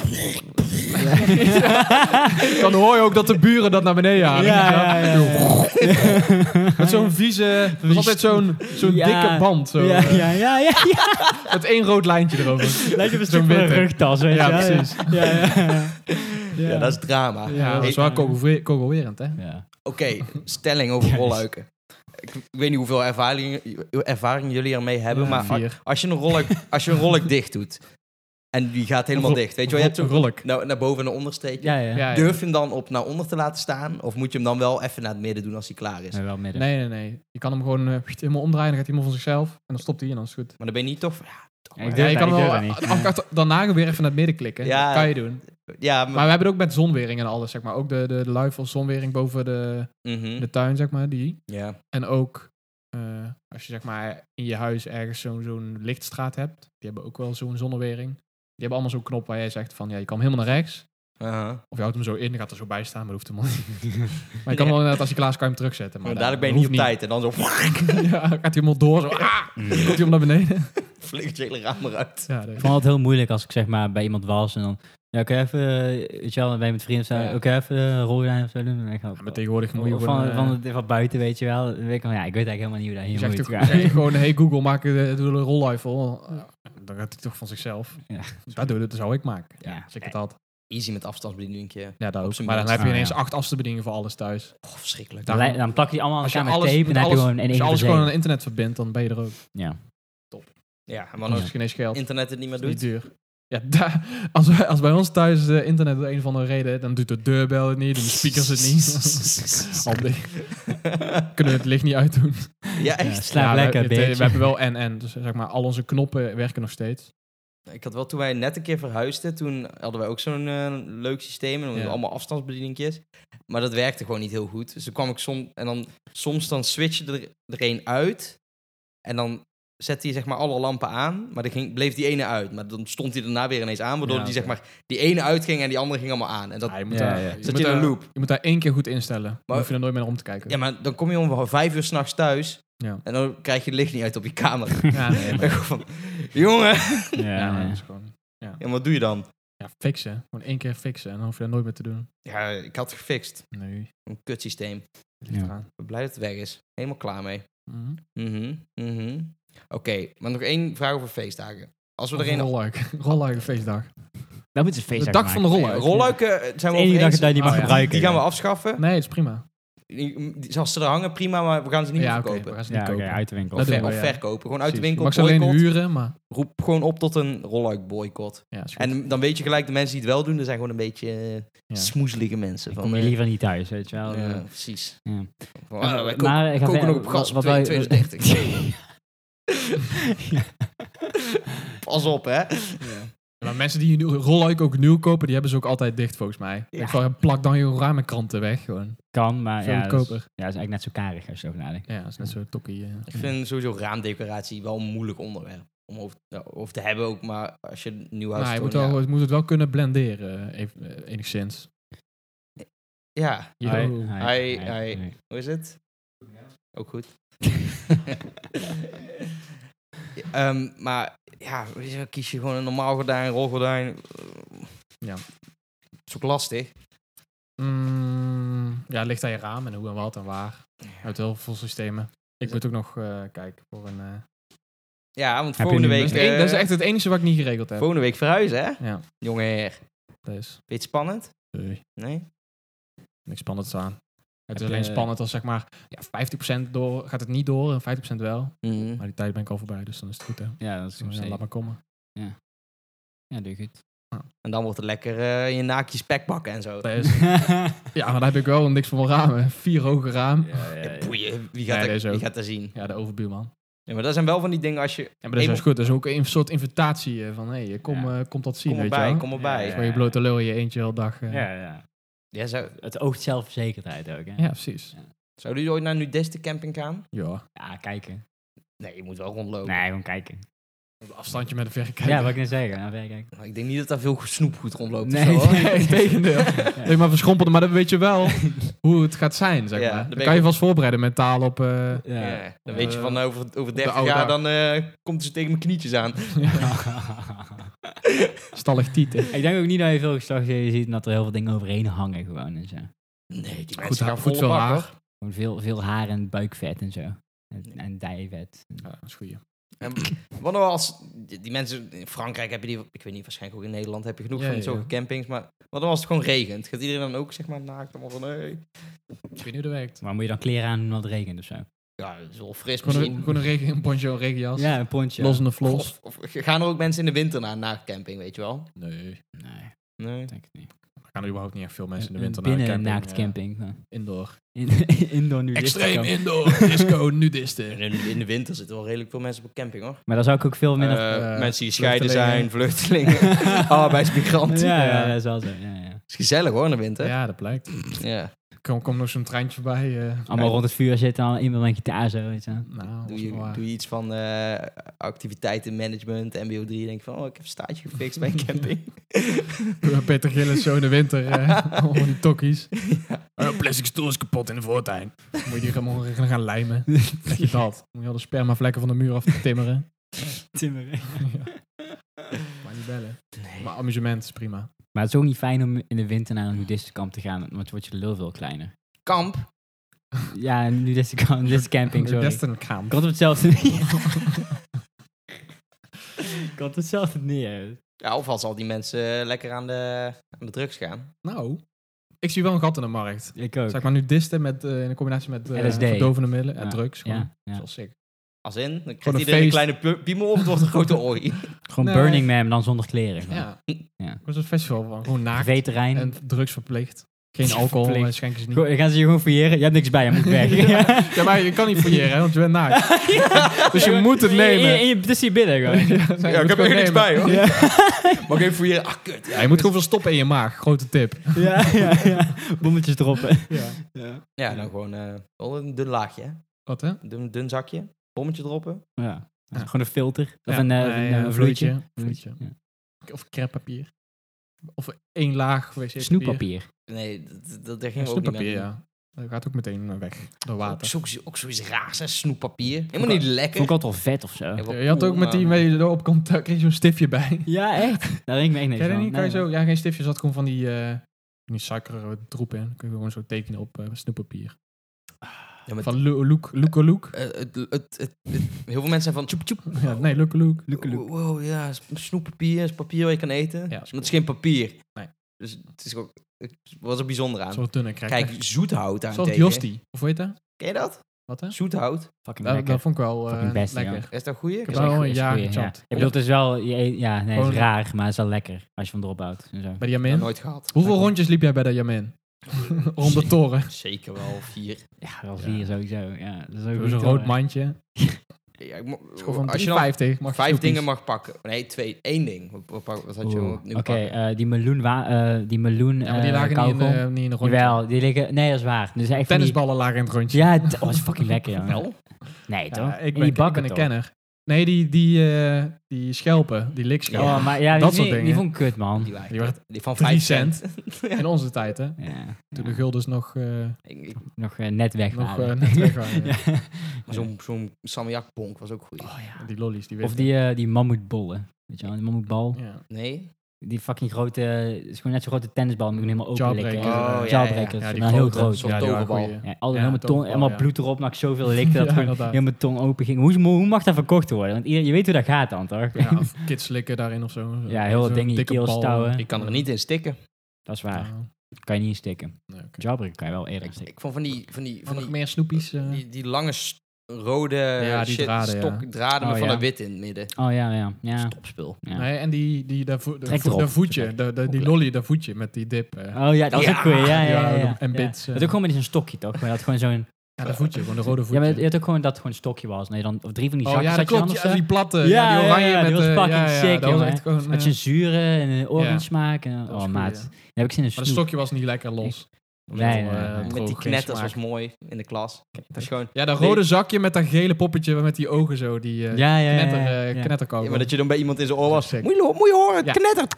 S3: Dan hoor je ook dat de buren dat naar beneden
S2: Ja,
S3: halen.
S2: ja, ja.
S3: Met zo'n vieze, er was altijd zo'n zo'n
S2: Ja.
S3: dikke band. Zo,
S2: Ja,
S3: eh,
S2: ja, ja, ja.
S3: Met één rood lijntje erover.
S2: Lijkt op een
S3: Zo'n
S2: stuk van een
S3: witte.
S2: rugtas, weet je
S3: Ja,
S2: wel.
S3: precies.
S2: Ja, ja, ja.
S1: Ja, dat is drama.
S3: Ja, dat is
S1: Hey,
S3: wel kogelvre- kogelwerend, hè?
S2: Ja.
S1: Oké, stelling over rolluiken. Ik, ik weet niet hoeveel ervaring, ervaring jullie ermee hebben,
S3: Ja,
S1: maar a-
S3: vier.
S1: als je, een rolluik, als je een rolluik dicht doet en die gaat helemaal
S3: Ro-
S1: dicht, weet je wel, je hebt
S3: Een
S1: zo'n
S3: rolk.
S1: nou, naar boven en naar onder streepje.
S2: Ja, ja.
S3: Ja, ja.
S1: Durf je hem dan op naar onder te laten staan of moet je hem dan wel even naar het midden doen als hij klaar is?
S2: Ja, wel midden.
S3: Nee, nee, nee. Je kan hem gewoon eh, helemaal omdraaien, dan gaat hij helemaal van zichzelf. En dan stopt hij en dan is het goed.
S1: Maar dan ben je niet toch... Ja, toch
S2: Ja,
S1: maar.
S2: ik
S3: Ja,
S2: durf
S3: je
S2: dat
S3: kan
S2: niet,
S3: hem wel
S2: durf dat niet.
S3: af- afkant- daarna weer even naar het midden klikken.
S1: Ja.
S3: Dat kan je doen.
S1: ja, maar...
S3: Maar we hebben het ook met zonwering en alles, zeg maar. Ook de, de, de luifel zonwering boven de,
S2: Hm.
S1: Mhm.
S3: de tuin, zeg maar, die.
S1: ja.
S3: En ook eh, als je zeg maar in je huis ergens zo'n zo'n lichtstraat hebt, die hebben ook wel zo'n zonnewering. Die hebben allemaal zo'n knop waar jij zegt van ja, je kan helemaal naar rechts.
S1: Aha.
S3: Of je houdt hem zo in, dan gaat er zo bij staan, maar dat hoeft hem niet. maar je kan wel inderdaad als je klaar is, kan je hem terugzetten. Maar
S1: Maar
S3: daar-
S1: dadelijk ben je
S3: dat
S1: niet op
S3: hoeft
S1: tijd. En dan zo
S3: ja, gaat hij helemaal door. Zo, ah, komt hij om naar beneden.
S1: vliegt je hele raam eruit.
S3: ja, dat-
S2: Ik vond het heel moeilijk als ik zeg maar bij iemand was en dan... Ja, oké, even... eh, Weet je wel, wij met vrienden staan.
S3: Ja.
S2: Oké, even eh, rolwijn of zo doen. En ik ga
S3: Ja, maar tegenwoordig moet je
S2: Of
S3: gewoon...
S2: van,
S3: eh,
S2: van, het- van buiten, weet je wel. Dan weet ik van, ja, ik weet eigenlijk helemaal niet hoe dat
S3: je
S2: hier
S3: zegt
S2: moet
S3: toch
S2: gaan.
S3: zeg je gewoon, hey Google, maak eh, doe een rolluifel. Eh, Dan gaat hij toch van zichzelf.
S2: Ja.
S3: Dus dat, doe, dat zou ik maken.
S2: Ja.
S3: Als ik het had.
S1: Easy met afstandsbediening. Ja,
S3: Ja, dat
S1: Op
S3: ook.
S1: zijn
S3: Maar dan
S1: minst.
S3: heb je
S2: Ah, ja.
S3: ineens acht afstandsbedieningen voor alles thuis.
S1: oh, verschrikkelijk.
S3: Daar-
S2: Dan, le- dan plak je allemaal aan
S3: Als je
S2: elkaar met
S3: alles,
S2: tape en
S3: met
S2: dan heb je
S3: alles,
S2: gewoon in
S3: als
S2: één
S3: je alles gewoon
S2: verzegel.
S3: aan internet verbindt, dan ben je er ook.
S2: Ja.
S1: Ja, maar
S3: Dan
S1: als
S3: is het geen eens geld.
S1: internet het niet meer
S3: Dat is
S1: doet.
S3: niet duur. Ja, da- als, wij- als bij ons thuis eh, internet door een of andere reden, dan doet de deurbel het niet, doen de speakers het niet. Handig. Kunnen we het licht niet uitdoen.
S1: ja,
S2: Ja,
S1: echt.
S2: slaap
S3: Ja,
S2: lekker,
S3: we, het, eh,
S2: bitch.
S3: we hebben wel en-en. Dus zeg maar, al onze knoppen werken nog steeds.
S1: Ik had wel, toen wij net een keer verhuisden, toen hadden wij ook zo'n eh, leuk systeem. En we hadden
S3: Ja.
S1: allemaal afstandsbedieningjes. Maar dat werkte gewoon niet heel goed. Dus dan kwam ik soms, en dan soms dan switchte er, er een uit. En dan zette hij zeg maar alle lampen aan. Maar dan ging, bleef die ene uit. Maar dan stond die daarna weer ineens aan. Waardoor
S3: Ja,
S1: die zeg
S3: oké.
S1: maar, die ene uitging en die andere ging allemaal aan. En dat,
S3: Ja, je moet
S2: Ja,
S3: daar,
S2: ja.
S3: Je
S1: Zet
S3: moet
S1: je in een
S3: daar-
S1: loop.
S3: Je moet daar één keer goed instellen.
S1: Maar-
S3: Maar hoef je er nooit meer om te kijken.
S1: ja, maar dan kom je om vijf uur s'nachts thuis.
S3: Ja.
S1: En dan krijg je het licht niet uit op je kamer.
S3: Ja, nee, maar-
S1: En gewoon van, jongen.
S2: Ja,
S3: ja, maar
S2: ja.
S3: dat is gewoon...
S1: En wat doe je dan?
S3: Ja, fixen. Gewoon één keer fixen en dan hoef je dat nooit meer te doen.
S1: Ja, ik had het gefixt.
S3: Nee,
S1: Een kutsysteem. Ik
S3: dat ligt
S2: Ja.
S3: eraan.
S1: ben blij dat het weg is. Helemaal klaar mee.
S3: Mhm.
S1: Mhm, mhm. Oké, maar nog één vraag over feestdagen. Als we er
S3: Of
S1: een...
S3: rolluik. Rolluik feestdag.
S2: Dan moeten ze feest
S3: De dag van de rolluik.
S1: Rolluiken eh, zijn we
S2: Eén
S1: over
S2: dag
S1: eens.
S2: dat je die
S3: Oh,
S2: mag
S3: ja.
S2: gebruiken.
S1: Die gaan we
S2: ja.
S1: afschaffen.
S3: Nee, het is prima.
S1: Die- mm, die- Als ze er hangen, prima, maar we gaan ze niet
S3: ja,
S1: meer
S3: oké.
S1: verkopen.
S3: we gaan ze
S2: Ja,
S3: niet
S2: oké,
S3: kopen.
S2: uit de winkel.
S3: Dat
S1: Of,
S3: doen
S1: ver-
S3: we,
S1: of
S3: ja.
S1: verkopen. Gewoon uit de
S3: Precies. Je
S1: winkel.
S3: mag ze alleen
S1: boycott.
S3: huren, maar...
S1: Roep gewoon op tot een rolluikboycott.
S3: Ja, is goed.
S1: En dan weet je gelijk, de mensen die het wel doen, dat zijn gewoon een beetje eh,
S3: Ja.
S1: smoezelige mensen.
S2: Dan
S1: Van,
S2: kom je
S1: eh,
S2: liever niet thuis, weet je wel.
S3: eh,
S1: ja, precies.
S2: Ja.
S1: Van, ah, wij koken,
S2: Maar ik had
S1: koken
S2: wel-
S1: nog op gas
S2: wat
S1: op
S2: wij-
S1: 2030.
S2: Ja.
S1: Pas op, hè.
S3: Maar mensen die een rolluik ook nieuw kopen, die hebben ze ook altijd dicht volgens mij.
S1: Ja.
S3: Ik van, plak dan je ramenkranten weg gewoon.
S2: Kan, maar
S3: Veel
S2: ja, dat is, ja,
S3: goedkoper.
S2: dat is eigenlijk net zo karig als je erover nadenkt.
S3: Ja, dat is net zo tokkie. eh.
S1: Ik vind sowieso raamdecoratie wel een moeilijk onderwerp. Om over, ja, over te hebben ook, maar als je een nieuw huis
S3: Nou, je moet,
S1: hebt, dan
S3: wel, het moet het wel kunnen blenderen, eh, even, eh, enigszins.
S1: ja. Ja,
S3: Yo.
S2: Hoi,
S1: Hoi,
S2: hoi,
S1: hoi.
S2: hoi.
S1: hoe is het? Ook goed. Ehm, maar ja, weet je wel, kies je gewoon een normaal gordijn, een rolgordijn.
S3: Ja.
S1: is ook lastig.
S3: Mm, ja, het ligt aan je raam en hoe en wat en waar. Uit heel veel systemen. Ik moet ook nog eh, kijken voor een... eh,
S1: Ja, want
S2: Heb je
S1: volgende week...
S2: nu-
S3: dat, is het en-
S1: eh,
S3: dat is echt het enige wat ik niet geregeld heb.
S1: Volgende week verhuizen, hè?
S3: Ja,
S1: Jongen, heer. Vind
S3: dat is...
S1: je het spannend?
S3: Nee,
S1: Nee?
S3: niks spannends aan. Het eh, is
S2: Heb
S3: alleen
S2: je-
S3: spannend als zeg maar ja, 50% door, gaat het niet door en 50% wel.
S1: Mhm.
S3: Maar die tijd ben ik al voorbij, dus dan is het goed hè.
S2: Ja, dat is
S3: Dus, ja, laat maar komen.
S2: Ja, doe je goed.
S1: En dan wordt het lekker eh, in je naakjes pek pakken en zo.
S3: Dat is- ja, maar daar heb ik wel niks voor mijn ramen. Vier hoge raam.
S1: Ja, Eh, boeien, wie
S3: Nee,
S1: gaat,
S3: dat
S1: er,
S3: is ook-
S1: wie gaat er zien?
S3: Ja, de overbuurman.
S1: Ja, maar dat zijn wel van die dingen als je...
S3: Ja, maar dat is
S1: Hey,
S3: juist goed. Dat is ook een soort invitatie eh, van, hé, hey, kom,
S2: Ja.
S3: eh, kom dat zien,
S1: Kom
S3: weet
S1: erbij,
S3: je
S1: kom erbij.
S2: Ja,
S3: Voor je blote lul in je eentje heel dag. eh.
S2: Ja, ja.
S1: Ja, zou,
S2: Het oogt zelfverzekerdheid ook, hè?
S3: ja, precies.
S1: zouden jullie ooit naar een nudiste camping gaan?
S3: Ja.
S2: Ja, kijken.
S1: Nee, je moet wel rondlopen.
S2: Nee, gewoon kijken.
S3: Op een afstandje met een verrekijker.
S2: Ja, wat ik net zeggen. Ja, verder kijken.
S1: Maar Ik denk niet dat daar veel snoepgoed rondloopt. of
S2: Nee,
S1: zo, hoor.
S2: nee.
S3: Tegendeel.
S2: Ja.
S3: Nee, maar verschrompeld, maar dan weet je wel hoe het gaat zijn, zeg
S1: Ja, dan
S3: maar.
S1: ben
S3: Dan
S1: ik
S3: kan je
S1: ook-
S3: vast voorbereiden mentaal op... eh,
S1: Ja,
S2: Ja.
S1: dan weet je van eh, over, over 30
S3: oude
S1: jaar,
S3: dag.
S1: dan eh, komt ze tegen mijn knietjes aan.
S3: stalactieten.
S2: ik denk ook niet dat je veel geslachtsdelen ziet en dat er heel veel dingen overheen hangen gewoon en zo.
S1: Nee, die
S3: Goed,
S1: mensen gaan
S3: haar,
S1: vol
S3: goed veel haar.
S2: Gewoon veel, veel haar en buikvet en zo. En, en dijvet.
S3: Ja, dat is goeie.
S1: Wat nou als die die mensen in Frankrijk heb je die, ik weet niet, waarschijnlijk ook in Nederland heb je genoeg
S3: Ja,
S1: van
S3: ja,
S1: zo'n
S3: ja.
S1: campings, maar wat nou als het gewoon regent? Gaat iedereen dan ook zeg maar naakt allemaal van nee?
S3: Ik weet niet hoe dat werkt.
S2: Maar moet je dan kleren aan doen als het regent of zo?
S1: Ja, dat is wel fris
S3: Gewoon een,
S1: misschien.
S3: gewoon een regen, een poncho, een regenjas.
S2: Ja, een pontje.
S3: Los in de
S1: Of,
S3: flos.
S1: of gaan er ook mensen in de winter naar een naaktcamping, weet je wel?
S3: Nee.
S2: Nee, ik
S1: Nee.
S2: denk het niet.
S3: Er gaan er überhaupt niet echt veel mensen in de winter naar
S2: Binnen
S3: een
S2: een naakt
S3: camping.
S2: camping. ja.
S3: eh, indoor.
S2: In, indoor nu.
S3: Extreem indoor, disco,
S1: En
S3: nudisten.
S1: In, in de winter zitten wel redelijk veel mensen op een camping hoor.
S2: Maar daar zou ik ook veel minder...
S1: Eh,
S3: eh,
S1: mensen die scheiden
S3: vluchtelingen.
S1: zijn, vluchtelingen, arbeidsmigranten.
S2: ja, ja,
S3: Eh. ja.
S2: dat is wel zo. Ja, ja.
S1: is gezellig hoor, in de winter. Ja.
S3: Ja, dat blijkt. Er komt kom nog zo'n treintje voorbij. eh,
S2: Allemaal rond het vuur zitten, allemaal in met mijn gitaar zo, weet je. wel.
S3: nou,
S1: Doe, je, doe je iets van eh activiteitenmanagement, MBO 3, denk je van, oh, ik heb een staartje gefixt bij een camping.
S3: Peter Gillis zo in de winter. eh, Allemaal die tokkies.
S1: Ja.
S3: Oh, Een plastic stoel is kapot in de voortuin. Moet je die gaan, morgen gaan lijmen. Leg je dat. Moet je al de spermavlekken van de muur af timmeren.
S2: Timmeren.
S3: ja. Maar niet bellen. Maar amusement is prima.
S2: Maar het is ook niet fijn om in de winter naar een nudistenkamp te gaan, want dan wordt je lul veel kleiner.
S1: Kamp.
S2: Ja, een nudistenkamp, nudistencamping, sorry. Ik
S3: Destin Kamp.
S2: had op hetzelfde neer. Ik had op hetzelfde neer.
S1: Ja, of als al die mensen eh, lekker aan de, aan de drugs gaan.
S3: Nou, ik zie wel een gat in de markt.
S2: Ik ook.
S3: Zeg maar nu disten met, eh, in combinatie met eh,
S2: LSD.
S3: verdovende middelen en
S2: Ja.
S3: drugs. Gewoon.
S2: Ja, ja.
S3: Dat is wel sick.
S1: Als in, dan krijgt
S3: een
S1: iedereen een
S3: feest.
S1: kleine pu- piemel of het wordt een grote ooi.
S2: Gewoon
S3: Nee.
S2: Burning Man, maar dan zonder kleren. gewoon.
S3: Ja.
S2: Ja.
S3: Dat is een festival van gewoon naakt
S2: Privéterrein.
S3: en drugs verplicht. Geen alcohol,
S2: Verplicht.
S3: eh, schenken ze niet.
S2: Go- Dan gaan ze je gewoon fouilleren. Je hebt niks bij, je moet weg.
S3: Ja, maar je kan niet fouilleren, hè, want je bent naakt. Dus je moet het nemen.
S2: En je, het is hier binnen gewoon.
S3: Ja, nee, je moet gewoon nemen.
S1: hoor. Maar ik even voor je... Ah, kut.
S3: Ja, je moet gewoon veel stoppen in je maag. Grote tip.
S2: Ja, ja, ja. Bommetjes droppen. Ja.
S1: Ja, dan gewoon eh, wel een dun laagje, hè.
S3: Wat hè?
S1: Dun, dun zakje. Bommetje droppen.
S2: Dat is Gewoon een filter. Of
S3: Ja.
S2: een, eh,
S3: Nee,
S2: een, eh,
S3: ja,
S2: een vloeitje.
S3: vloeitje.
S2: Vloeitje, ja.
S3: Of kreppapier. Of één laag wc
S2: Snoeppapier.
S1: Nee, dat, dat, daar
S3: Ja,
S1: gingen we ook niet
S3: snoeppapier,
S1: mee.
S3: ja. Dat gaat ook meteen eh, weg door
S1: Ook,
S3: water.
S1: zo, ook zoiets raars, hè. Snoeppapier. Helemaal niet lekker.
S2: Vond ik altijd wel vet of zo.
S1: Ja, wat
S3: Je had
S1: cool,
S3: ook met die
S1: maar-
S3: mee je op komt, daar kreeg je zo'n stiftje bij.
S2: Ja, echt. Daar denk ik me echt niks
S3: Ken je
S2: van.
S3: dat niet? Kan je
S2: Nee,
S3: zo, ja, geen stiftje, zat gewoon van die, eh van die suiker troep in. Dan kun je gewoon zo tekenen op eh, snoeppapier.
S1: Ja, maar
S3: Van Lu- Loek, Loek, Loek.
S1: eh, het, het, het, het- heel veel mensen zijn van... Tjoep, tjoep.
S3: Ja, nee, Loek, Loek.
S2: Loeke, loeke.
S1: Wow, ja, is snoeppapier is papier wat je kan eten.
S3: is
S1: maar
S3: cool.
S1: het is geen papier.
S3: Nee.
S1: Dus het is ook... Het was er bijzonder aan.
S3: Zo'n dunne krijg je.
S1: Kijk, zoethout daar
S3: Zoals Josti. Of hoe heet dat?
S1: Ken je dat?
S3: Wat hè?
S1: Zoethout.
S2: Fucking
S3: Dat,
S2: lekker.
S3: dat vond ik wel eh,
S2: Fucking best,
S3: lekker.
S2: ja.
S1: Is dat goeie?
S2: Is
S3: Ik heb wel
S2: echt-
S3: een
S2: is
S3: jaar
S2: goeie,
S3: gechant.
S2: Ik bedoel, het is wel... je- Ja, nee, het
S3: Gewoon-
S2: is raar, maar het is wel lekker als je hem erop houdt. En zo.
S3: Bij de
S1: Nog
S3: Jamin?
S1: nooit gehad.
S3: Hoeveel rondjes liep jij bij de Jamin? Rond de toren.
S1: Zeker wel vier.
S2: Ja, wel
S3: Ja.
S2: vier sowieso. Ja, dat is ook
S3: Zo'n
S2: goed,
S3: rood
S2: hoor.
S3: mandje.
S1: Ja, ik mo-
S3: Gewoon van
S1: als je dan
S3: 3,50. Mag je
S1: vijf
S3: snoepjes.
S1: dingen mag pakken. Nee, twee. één ding. Wat, wat, pak- wat had je
S2: Oeh.
S1: nu
S2: Oké,
S1: pakken?
S2: eh, die meloen... wa- eh, die meloen
S3: Ja, maar die
S2: eh,
S3: lagen niet in,
S2: kauwgom.
S3: eh, niet in een rondje.
S2: Jawel, die liggen... Nee, dat is waar. Dus echt van die-
S3: Tennisballen lagen in het rondje.
S2: Ja, het- oh, dat is fucking lekker, jongen.
S1: Wel?
S2: Nee,
S3: Ja,
S2: toch?
S3: ik
S2: In
S3: ben, ik
S2: die bakken
S3: ben een
S2: toch?
S3: kenner. Nee, die, die, eh, die schelpen. Die likschelpen.
S1: Ja.
S2: Oh, maar ja, die,
S3: Dat soort
S2: die, die
S3: dingen.
S2: vond ik kut, man.
S1: Die, waren-
S3: Die werd
S1: die van
S3: 3
S1: vijf
S3: cent.
S1: cent.
S3: In onze tijd, hè.
S2: Ja,
S3: Toen
S2: ja.
S3: de guldens nog, eh
S1: Ik- ik-
S2: nog eh, net weg
S3: nog
S2: waren.
S3: eh, net weg waren. ja. Ah,
S2: Ja.
S1: maar Zo'n zo'n salmiakbonk was ook goed.
S2: Oh, ja.
S3: Die lollies, die
S2: Of
S3: witte.
S2: die, eh die mammoetbollen. Weet je wel, die mammoetbal.
S3: Ja.
S1: Nee?
S2: Die fucking grote, het is gewoon net zo'n grote tennisbal, moet je helemaal openlikken.
S3: Jawbreaker.
S2: Eh,
S1: Oh, ja,
S2: Jawbreaker,
S3: Ja,
S2: maar
S3: die
S2: heel
S3: grote.
S2: groot.
S1: Zo'n
S2: Ja,
S3: Ja, die waren
S1: toverbal.
S3: goeie.
S2: ja, al,
S3: Ja,
S2: helemaal, tong,
S3: toverbal,
S2: helemaal
S3: ja.
S2: bloed erop, maar ik zoveel likte dat
S3: Ja,
S2: gewoon
S3: inderdaad.
S2: helemaal tong open ging. Hoe, hoe mag dat verkocht worden? Want ieder- je weet hoe dat gaat dan, toch?
S3: Ja, of kids slikken daarin of zo.
S2: Ja, heel
S3: Zo'n
S2: ding in je
S3: dikke
S2: keel
S3: bal. eh.
S2: stouwen.
S1: Ik kan er niet in stikken.
S2: Dat is waar.
S3: Ja.
S2: Kan je niet insteken.
S3: Nee, oké.
S2: Jawbreaker kan je wel eerder
S1: Ik,
S2: insteken.
S1: ik vond van die, van die,
S3: Van
S1: van
S3: nog
S1: die,
S3: meer snoepies. eh,
S1: die, die lange s- rode
S3: Ja, die
S1: shit,
S3: draden, ja.
S1: stok, draden
S2: Oh,
S1: met van
S2: ja.
S1: een wit in het midden.
S2: Oh ja, ja. ja,
S1: Topspul.
S2: ja.
S3: Nee, en die, die, dat vo- dat
S2: Trek
S3: vo- dat
S2: erop.
S3: voetje, dat- dat- die
S1: Oké.
S3: lolly, dat voetje met die dip. eh.
S2: Oh ja, dat is
S1: Ja.
S2: ook goed. Ja, ja, ja,
S3: Ja,
S2: ja.
S3: en
S2: Ja.
S3: bits, eh.
S2: Dat ook gewoon met zo'n stokje, toch? Maar dat gewoon zo'n...
S3: Ja, dat voetje, gewoon de rode
S2: Ja,
S3: voetje.
S2: maar je had ook gewoon dat het gewoon een stokje was. Nee, dan, of drie van die
S3: oh
S2: zakjes
S3: ja, dat
S2: had je
S3: klopt.
S2: anders,
S3: Ja,
S2: hè?
S3: die platte, ja,
S2: Ja,
S3: die oranje
S2: ja, ja,
S3: met
S2: die was
S3: eh,
S2: fucking
S3: ja, ja,
S2: sick,
S3: dat was
S2: jongen.
S3: echt gewoon...
S2: Met
S3: eh,
S2: zo'n zure en een orange
S3: Ja.
S2: smaak. En,
S3: was
S2: oh,
S3: goed,
S2: maat.
S3: ja.
S2: Dan heb ik zin in
S3: maar
S2: snoep.
S3: het stokje was niet lekker los. Dat was
S2: Nee,
S3: wel,
S2: nee,
S3: eh,
S2: nee.
S3: droog,
S1: Met die
S3: geen
S1: knetters
S3: smaak.
S1: was mooi in de klas. Dat is gewoon...
S3: Ja, dat
S1: Nee.
S3: rode zakje met dat gele poppetje met die ogen zo, die eh
S2: Ja, ja, ja.
S3: knetter,
S2: ja,
S3: eh,
S2: ja.
S3: knetterkauwgom.
S1: Ja, maar dat je dan bij iemand in zijn oor
S3: Dat
S1: was.
S3: is
S1: Moet
S3: sick.
S1: je, ho- moet je horen, het
S3: Ja.
S1: knettert.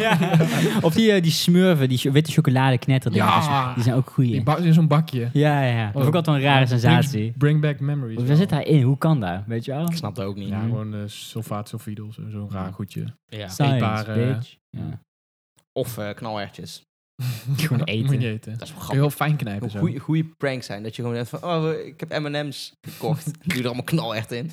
S2: Ja. Of die, eh, die smurven, die cho- witte chocolade knetter.
S3: Ja.
S2: Die zijn ook goeie.
S3: Die Oh. bak- in zo'n bakje.
S2: Ja, ja, ja. Dat vond ik altijd wel een rare sensatie.
S3: Bring, bring back memories.
S2: Waar
S3: wel.
S2: zit hij in? Hoe kan dat? Weet je wel?
S1: Ik snap dat ook niet.
S3: Ja,
S2: Mhm.
S3: gewoon eh sulfaat, sulfidels, zo- zo'n raar goedje.
S1: Ja.
S2: Science,
S3: Eetbaar, eh,
S2: bitch. Ja.
S1: Of eh knalertjes.
S2: Gewoon
S3: Dat
S2: eten.
S3: Moet je eten.
S1: Dat is wel
S3: Kun je
S1: grappig.
S3: heel fijn knijpen zo.
S1: Goeie, goeie prank zijn. Dat je gewoon denkt van, oh, ik heb M&M's gekocht. Doe er allemaal knalert in.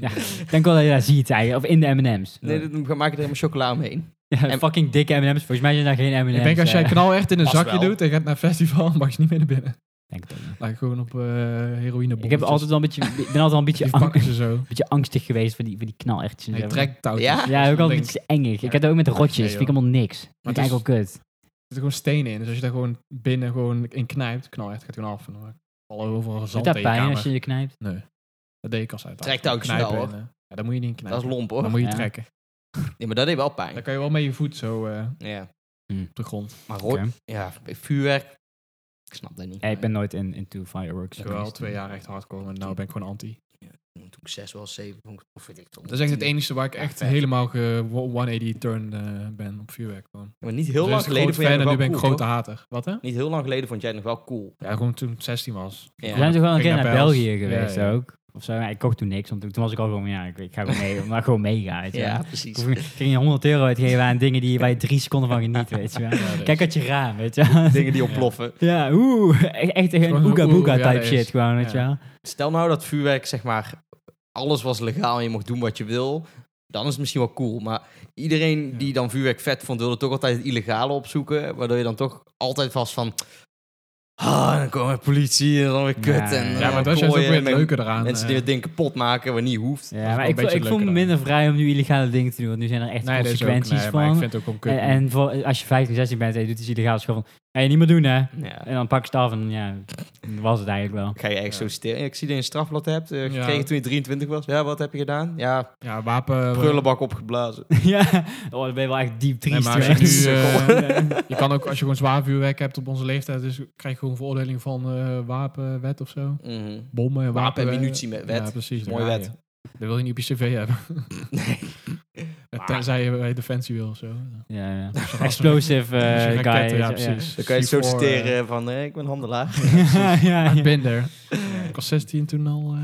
S2: Ja. Ik denk wel dat je dat ziet eigenlijk. Of in de M&M's.
S1: Nee, dan maak je er helemaal chocola omheen.
S2: Ja,
S1: En-
S2: fucking dikke M&M's. Volgens mij zijn daar geen M&M's.
S3: Ik denk als jij
S2: eh.
S3: knal echt in een
S1: Pas
S3: zakje
S1: wel.
S3: doet en gaat naar een festival, mag je niet meer naar binnen.
S2: Denk het ook niet.
S3: Lijkt gewoon op eh heroïne
S2: Ik heb altijd wel een beetje, ik ben altijd wel een beetje,
S3: Die
S2: ang-
S3: pakken ze zo.
S2: beetje angstig geweest voor die, voor die knalertjes. en
S3: Hij
S2: zo.
S3: trekt touwtjes.
S1: Ja?
S3: Er
S2: Ja, ook
S3: Denk-
S2: altijd een beetje engig.
S3: Ja.
S2: Ik heb dat ook met de rotjes.
S3: Nee,
S2: vind ik helemaal niks. Vind ik
S3: het is-
S2: eigenlijk wel kut.
S3: zitten gewoon stenen in. Dus als je daar gewoon binnen gewoon in knijpt, knal echt, gaat gewoon af. En dan vallen overal
S2: Doet
S3: zand in
S2: dat
S3: je
S2: pijn
S3: kamer.
S2: als je je knijpt?
S3: Nee. Dat deed ik als uit.
S1: Trekt touwtjes
S3: Knijpen
S1: wel,
S3: en, eh, Ja, dan moet je niet in
S1: Dat
S3: knijpen.
S1: is lomp
S3: Dan
S1: hoor.
S3: moet je
S2: Ja.
S3: trekken.
S1: Nee, maar dat deed wel
S3: Dan
S1: pijn.
S3: kan je wel met je voet zo... eh,
S1: Ja.
S2: Hm.
S3: op de grond.
S1: Maar rook,
S2: Oké.
S1: ja, vuurwerk, ik snap dat niet.
S2: Ja, ik ben nooit in, into fireworks.
S3: Ik heb wel
S2: geweest.
S3: twee jaar echt hardcore, maar nou ben ik gewoon anti.
S1: Toen ik zes was, zeven, vond ik- of weet ik toch.
S3: Dat is echt het enige waar ik echt
S1: vet.
S3: helemaal ge 180 turn eh, ben op vuurwerk. Gewoon.
S1: Maar niet heel
S3: Dus
S1: lang
S3: ik ben
S1: geleden
S3: groot
S1: vond jij het
S3: fan
S1: nog
S3: en nu
S1: wel
S3: ben ik
S1: cool,
S3: grote
S1: toch?
S3: hater. Wat hè?
S1: Niet heel lang geleden vond jij het nog wel cool.
S3: Ja, gewoon toen ik 16 was.
S2: We
S1: Ja.
S2: zijn toch wel een keer
S3: Ging
S2: naar
S3: naar België.
S2: België geweest
S3: Ja, ja.
S2: ook? Of zo. Ja, ik kocht toen niks, want toen toen was ik al gewoon, ja, ik, ik ga gewoon mee, maar gewoon meegaan. weet je wel.
S1: Ja,
S2: Ik
S1: precies.
S2: hoef- ik ging je 100 euro uitgeven aan dingen die, waar je drie seconden van geniet, weet je wel.
S3: Ja, dus.
S2: Kijk uit je raam, weet je wel.
S1: Dingen die ontploffen.
S2: Ja, oeh, echt, echt een
S3: Gewoon
S2: ooga
S3: oeh,
S2: booga
S3: ja,
S2: type
S3: dat
S2: shit
S3: is-
S2: gewoon, weet je
S3: ja.
S2: wel.
S1: Stel nou dat vuurwerk, zeg maar, alles was legaal en je mocht doen wat je wil. Dan is het misschien wel cool. Maar iedereen
S3: Ja.
S1: die dan vuurwerk vet vond, wilde toch altijd het illegale opzoeken. Waardoor je dan toch altijd was van... Ah, dan komen de politie en dan weer kut.
S2: Ja,
S1: en,
S2: ja,
S1: eh,
S3: Ja, maar dat is juist ook
S1: kooien
S3: weer het
S1: en
S3: leuke eraan.
S1: Mensen
S3: eh.
S1: die het ding kapot maken waar niet hoeft.
S2: Ja,
S3: is wel
S2: maar
S3: een
S2: ik, vo-
S3: beetje
S2: ik voel me
S3: leuker
S2: minder vrij om nu illegale dingen te doen, want nu zijn er echt
S3: nee, dat is ook-
S2: consequenties
S3: nee,
S2: van.
S3: Maar ik vind het ook wel kut.
S2: en en voor, als je 15, 16 bent en je doet iets illegaals, gewoon van, ga je niet meer doen hè.
S1: Ja.
S2: En dan pak je het af en ja, dat was het eigenlijk wel.
S1: Ga je echt
S3: Ja.
S1: solliciteren? Ja, Ik zie dat je een strafblad hebt. eh,
S3: Ja.
S1: gekregen toen je 23 was. Ja, wat heb je gedaan? Ja,
S3: ja, wapen.
S1: prullenbak opgeblazen.
S2: ja, oh, dan ben je wel echt diep
S3: Nee,
S2: triest.
S3: maar als je,
S2: geweest.
S3: nu,
S1: Sukkel.
S3: eh, je kan ook, als je gewoon zwaar vuurwerk hebt op onze leeftijd, dus krijg je gewoon veroordeling van eh, wapenwet of zo.
S1: Mhm.
S3: Bommen, en
S1: Wapen- en
S3: wapen-
S1: munitiewet.
S3: Ja, precies.
S1: Mooie
S3: daar ga
S1: wet.
S3: je. Dat wil je niet op je cv hebben. Ja, Tenzij je bij Defensie wil of zo.
S2: ja, ja.
S3: Zo'n
S2: Explosive eh,
S3: raketten,
S2: guy. weet je-
S3: ja, precies.
S1: Dan kan je
S3: C4, eh,
S1: solliciteren van, eh, ik ben handelaar.
S2: ja, ja,
S3: I've
S2: ja.
S3: been there. Ik was 16 toen al eh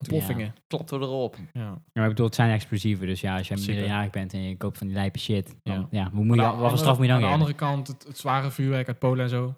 S3: ontploffingen.
S1: Klappen we erop.
S3: Ja.
S2: Ja, maar ik bedoel, het zijn explosieven. Dus ja, als je
S3: Zeker.
S2: minderjarig bent en je koopt van die lijpe shit, dan,
S3: Ja.
S2: ja. hoe moet je,
S3: Aan de
S2: wat voor straf moet je dan
S3: Aan de
S2: geven?
S3: andere kant, het, het zware vuurwerk uit Polen en zo.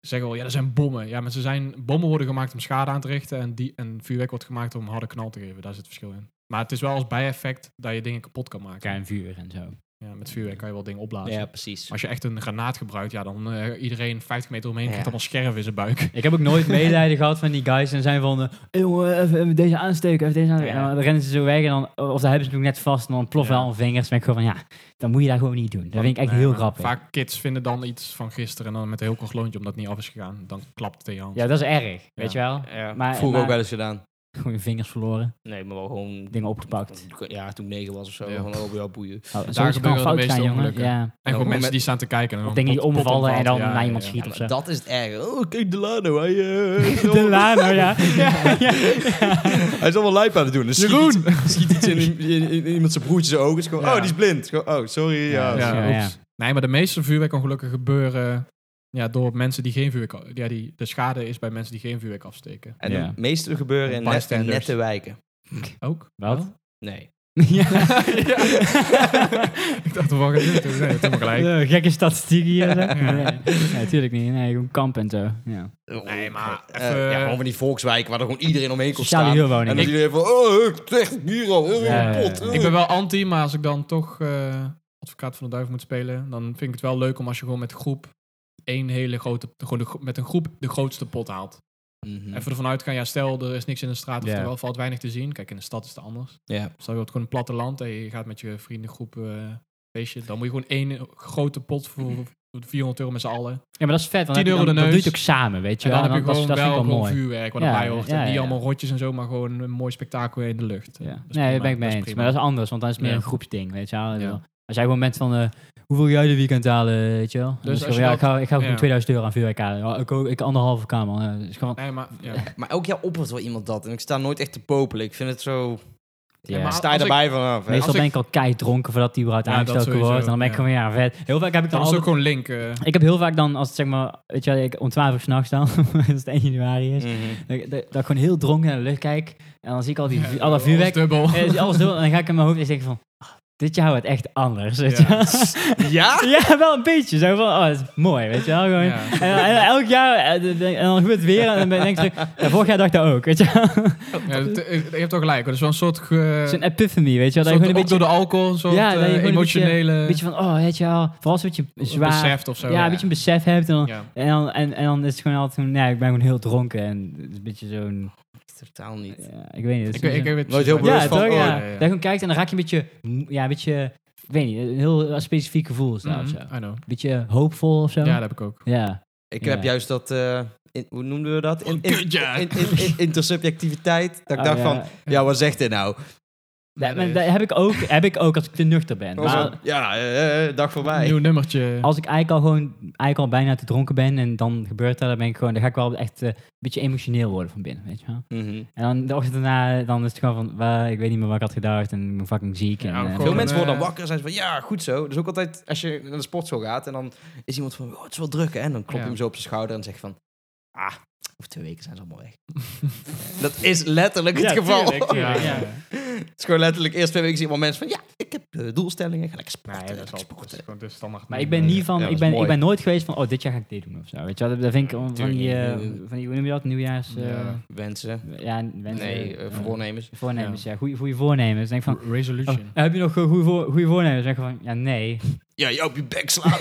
S3: Zeggen wel, ja, dat zijn bommen. Ja, maar ze zijn, bommen worden gemaakt om schade aan te richten en, die, en vuurwerk wordt gemaakt om harde knal te geven. Daar zit het verschil in. Maar het is wel als bijeffect dat je dingen kapot kan maken.
S2: Elkaar en vuur en zo.
S3: Ja, met vuurwerk kan je wel dingen opblazen.
S1: Ja, precies.
S3: Als je echt een granaat gebruikt, ja, dan eh, iedereen 50 meter omheen
S1: Ja.
S3: krijgt allemaal scherven in zijn buik.
S2: Ik heb ook nooit medelijden gehad van die guys en zijn van, eh, "Eh, jongen, even, even deze aansteken, even deze aansteken.
S1: Ja.
S2: En dan rennen ze zo weg en dan, of dan hebben ze natuurlijk net vast en dan ploffen
S3: Ja.
S2: al vingers. Maar ik gewoon van, ja, dan moet je dat gewoon niet doen. Dat vind ik echt
S3: Nee,
S2: heel
S3: maar
S2: grappig.
S3: Vaak kids vinden dan iets van gisteren en dan met een heel kort loontje, omdat het niet af is gegaan, dan klapt het tegen je hand.
S2: Ja, dat is erg, weet je
S3: Ja.
S2: wel.
S1: Ja,
S2: Maar-
S1: vroeger
S2: maar-
S1: ook wel eens gedaan.
S2: Gewoon je vingers verloren,
S1: Nee, maar wel gewoon...
S2: dingen opgepakt.
S1: Ja, toen ik negen was of zo.
S3: Ja.
S1: Gewoon over jouw boeien.
S2: Oh, soms
S3: gebeuren
S2: kan
S3: de
S2: fout
S3: meeste
S2: gaan, jongen.
S3: ongelukken.
S2: Ja.
S3: En gewoon
S1: Ja,
S3: mensen
S1: met-
S3: die staan te kijken. En
S2: Of
S3: dan
S2: dingen die
S3: pot- pot
S2: omvallen en
S3: omvalt.
S2: dan naar iemand schieten.
S1: Ja,
S2: of zo.
S1: maar dat is het erg. Oh, kijk, Delano. Hij, eh,
S2: De Lano, ja. ja, ja.
S1: hij is allemaal lijp aan het doen. Dus
S3: Jeroen!
S1: Schiet, iets- schiet iets in, in- in- in iemand zijn broertje zijn ogen. Is gewoon,
S3: Ja.
S1: Oh, die is blind. Gewoon, Oh, sorry. Ja,
S2: Ja,
S1: ja.
S3: Ja,
S2: ja.
S3: oeps. Nee, maar de meeste vuurwerkongelukken gebeuren ja, door mensen die geen vuurwerk... Ja, die, de schade is bij mensen die geen vuurwerk afsteken.
S1: En
S2: Ja.
S1: de meeste gebeuren in net, in
S3: Bystanders.
S1: nette wijken.
S3: Ook?
S2: Wat?
S1: Nee.
S2: Ja.
S3: ik dacht, wat ga je doen? Nee, toen gelijk.
S2: Eh, gekke statistieken hier. hè?
S3: Ja.
S2: Nee, nee, tuurlijk niet. Nee, gewoon kamp en zo. Ja.
S1: Nee,
S3: maar
S1: Eh,
S3: even-
S1: ja, gewoon van die volkswijken waar er gewoon iedereen omheen kon
S2: Sociale
S1: staan. En dan
S2: huurwoning.
S1: iedereen van, oh, ik zeg hier al, oh,
S2: Ja, ja, ja.
S1: pot. oh.
S3: Ik ben wel anti, maar als ik dan toch eh, advocaat van de duivel moet spelen, dan vind ik het wel leuk om als je gewoon met groep één hele grote... Gewoon de gro- met een groep de grootste pot haalt.
S1: Mhm.
S3: Even ervan uitgaan, ja, stel er is niks in de straat of
S2: Ja.
S3: er wel valt weinig te zien. Kijk, in de stad is het anders.
S1: Ja.
S3: Stel je wordt gewoon een platteland en je gaat met je vriendengroep eh feestje. Dan moet je gewoon één grote pot voor 400 euro met z'n allen.
S2: Ja, maar dat is vet. Want
S3: 10
S2: dan,
S3: euro
S2: dan,
S3: de
S2: dan doe je het ook
S3: neus.
S2: samen, weet je
S3: en
S2: wel.
S3: dan heb je
S2: dat, is-
S3: gewoon
S2: dat
S3: wel
S2: vind ik wel
S3: gewoon
S2: mooi.
S3: vuurwerk wat
S2: Ja,
S3: erbij hoort.
S2: ja,
S3: en
S2: ja,
S3: niet
S2: ja.
S3: allemaal rotjes en zo, maar gewoon een mooi spektakel in de lucht.
S2: Ja.
S3: Dat
S2: Nee,
S3: is prima,
S2: daar ben ik mee
S3: is
S2: eens.
S3: prima.
S2: Maar dat is anders, want dan is het meer
S3: Ja.
S2: een groepsding, weet je wel. Ik
S3: Ja.
S2: bedoel, Als jij gewoon bent van, eh, hoeveel wil jij de weekend halen, weet je wel. Dus
S3: als
S2: dan
S3: je
S2: ja,
S3: dat-
S2: ik ga, ik ga gewoon
S3: ja.
S2: 2000 euro aan vuurwerk halen. Ja, ik, ook- ik anderhalve kamer. Ja, dus gewoon,
S3: Nee, maar, ja.
S1: Maar elk jaar oppert wel iemand dat. En ik sta nooit echt te popelen. Ik vind het zo...
S2: ja.
S3: maar
S1: sta je
S3: als ik-
S1: erbij vanaf. hè?
S2: Meestal
S3: als
S2: ben
S3: ik-
S2: ik al keihard dronken voordat die überhaupt
S3: Ja, dat
S2: aangestoken
S3: sowieso,
S2: wordt. En dan ben ik
S3: ja.
S2: gewoon, ja, vet. Heel vaak heb ik dan
S3: Dat is
S2: altijd-
S3: ook gewoon link. eh.
S2: Ik heb heel vaak dan, als het zeg maar, weet je wel, ik om 12 uur s'nachts dan, als het 1 januari is,
S1: Mhm.
S2: dat, ik- dat, dat ik gewoon heel dronken naar de lucht kijk en dan zie ik al, die,
S3: Ja,
S2: al dat
S3: alles
S2: vuurwerk,
S3: Dubbel.
S2: eh, zie alles door en dan ga ik in mijn hoofd en denk van, ah, dit jaar wordt echt anders. weet je
S3: Ja.
S2: wel.
S1: Ja?
S2: ja, wel een beetje. Zo van, oh, dat is mooi, weet je wel. Gewoon.
S3: Ja.
S2: En, dan- en dan elk jaar, eh, de- de- en dan gebeurt het weer en dan ben ik terug, ja, vorig jaar dacht ik dat ook, weet je wel.
S3: Ja, het- het- je hebt toch gelijk. hoor. Dat is wel een soort... ge-
S2: Zo'n epiphany, weet je wel. Dat je
S3: soort
S2: gewoon een
S3: ook
S2: beetje,
S3: door de alcohol, een soort
S2: Ja,
S3: ja,
S2: dat je gewoon een
S3: emotionele...
S2: een beetje van, oh, weet je wel, vooral als je zwaar...
S3: beseft of zo.
S2: ja, een beetje een besef hebt en dan...
S3: Ja.
S2: En dan, en, en dan is het gewoon altijd van, nee, ik ben gewoon heel dronken en het is een beetje zo'n,
S1: Totaal niet.
S2: ja, ik weet niet. het is
S3: Ik, weet- ik
S2: zo'n-
S3: weet het Mm,
S1: Nooit heel
S3: precies.
S2: ja,
S1: bewust
S2: toch?
S1: van,
S2: Ja.
S1: oh,
S2: ja.
S3: ja, ja.
S2: Dat je gewoon kijkt en dan raak je een beetje, mm, ja, een beetje, ik weet niet, een heel specifiek gevoel is dat
S3: Mhm,
S2: of zo. Een
S3: I know.
S2: beetje hoopvol of zo.
S3: Ja, dat heb ik ook.
S2: Ja.
S1: Ik
S2: Ja.
S1: heb juist dat... eh, in- hoe noemden we dat? In, in,
S3: Kutjaar.
S1: in- in- in- intersubjectiviteit. Dat ik
S2: Oh,
S1: dacht
S2: ja.
S1: van, ja, wat zegt dit nou?
S2: Dat,
S3: nee,
S2: dat heb, ik ook, heb ik ook als ik te nuchter ben.
S1: Oh, zo.
S2: Maar
S1: ja, eh, eh, dag voorbij.
S3: Nieuw nummertje.
S2: als ik eigenlijk al, gewoon, eigenlijk al bijna te dronken ben en dan gebeurt dat, dan, ben ik gewoon, dan ga ik wel echt eh, een beetje emotioneel worden van binnen, weet je wel.
S1: Mhm.
S2: En dan de ochtend daarna, dan is het gewoon van, "Wa, ik weet niet meer wat ik had gedacht en ik ben fucking ziek. En,
S3: Ja,
S2: eh,
S3: gewoon-
S1: Veel mensen
S3: eh,
S1: worden dan wakker en zijn ze van, ja, goed zo. Dus ook altijd als je naar de sportschool gaat en dan is iemand van, oh, het is wel druk hè. En dan klop je
S3: Ja.
S1: hem zo op zijn schouder en zegt van, ah, over twee weken zijn ze allemaal weg. dat is letterlijk het
S2: Ja,
S1: geval.
S2: tuurlijk, tuurlijk.
S3: ja, ja.
S2: Ja.
S1: het is gewoon letterelijk eerst twee weken zien allemaal mensen van, ja, ik heb eh, doelstellingen, ga lekker sporten,
S3: Nee,
S1: ga
S3: dat is
S1: lekker
S3: wel dat is
S1: sporten.
S3: gewoon de standaard.
S2: Maar ik ben niet van,
S1: Ja, dat
S2: ik,
S1: is
S2: ben,
S1: mooi.
S2: ik ben nooit geweest van, oh, dit jaar ga ik dit doen of zo. Weet je wel, dat vind ik om- van
S1: Tuurlijk
S2: die,
S1: niet.
S2: eh, van die, hoe noem je dat, nieuwjaars... eh,
S3: Ja.
S1: Wensen.
S2: ja, mensen-
S1: Nee, eh,
S2: eh,
S1: voornemens.
S2: Voornemens, ja. goede Goede voornemens. Dan denk ik van, oh,
S3: Resolution.
S2: heb je nog goede voor, goeie voornemens? Dan denk ik van, ja, nee.
S1: Ja, jou op je bek slaan.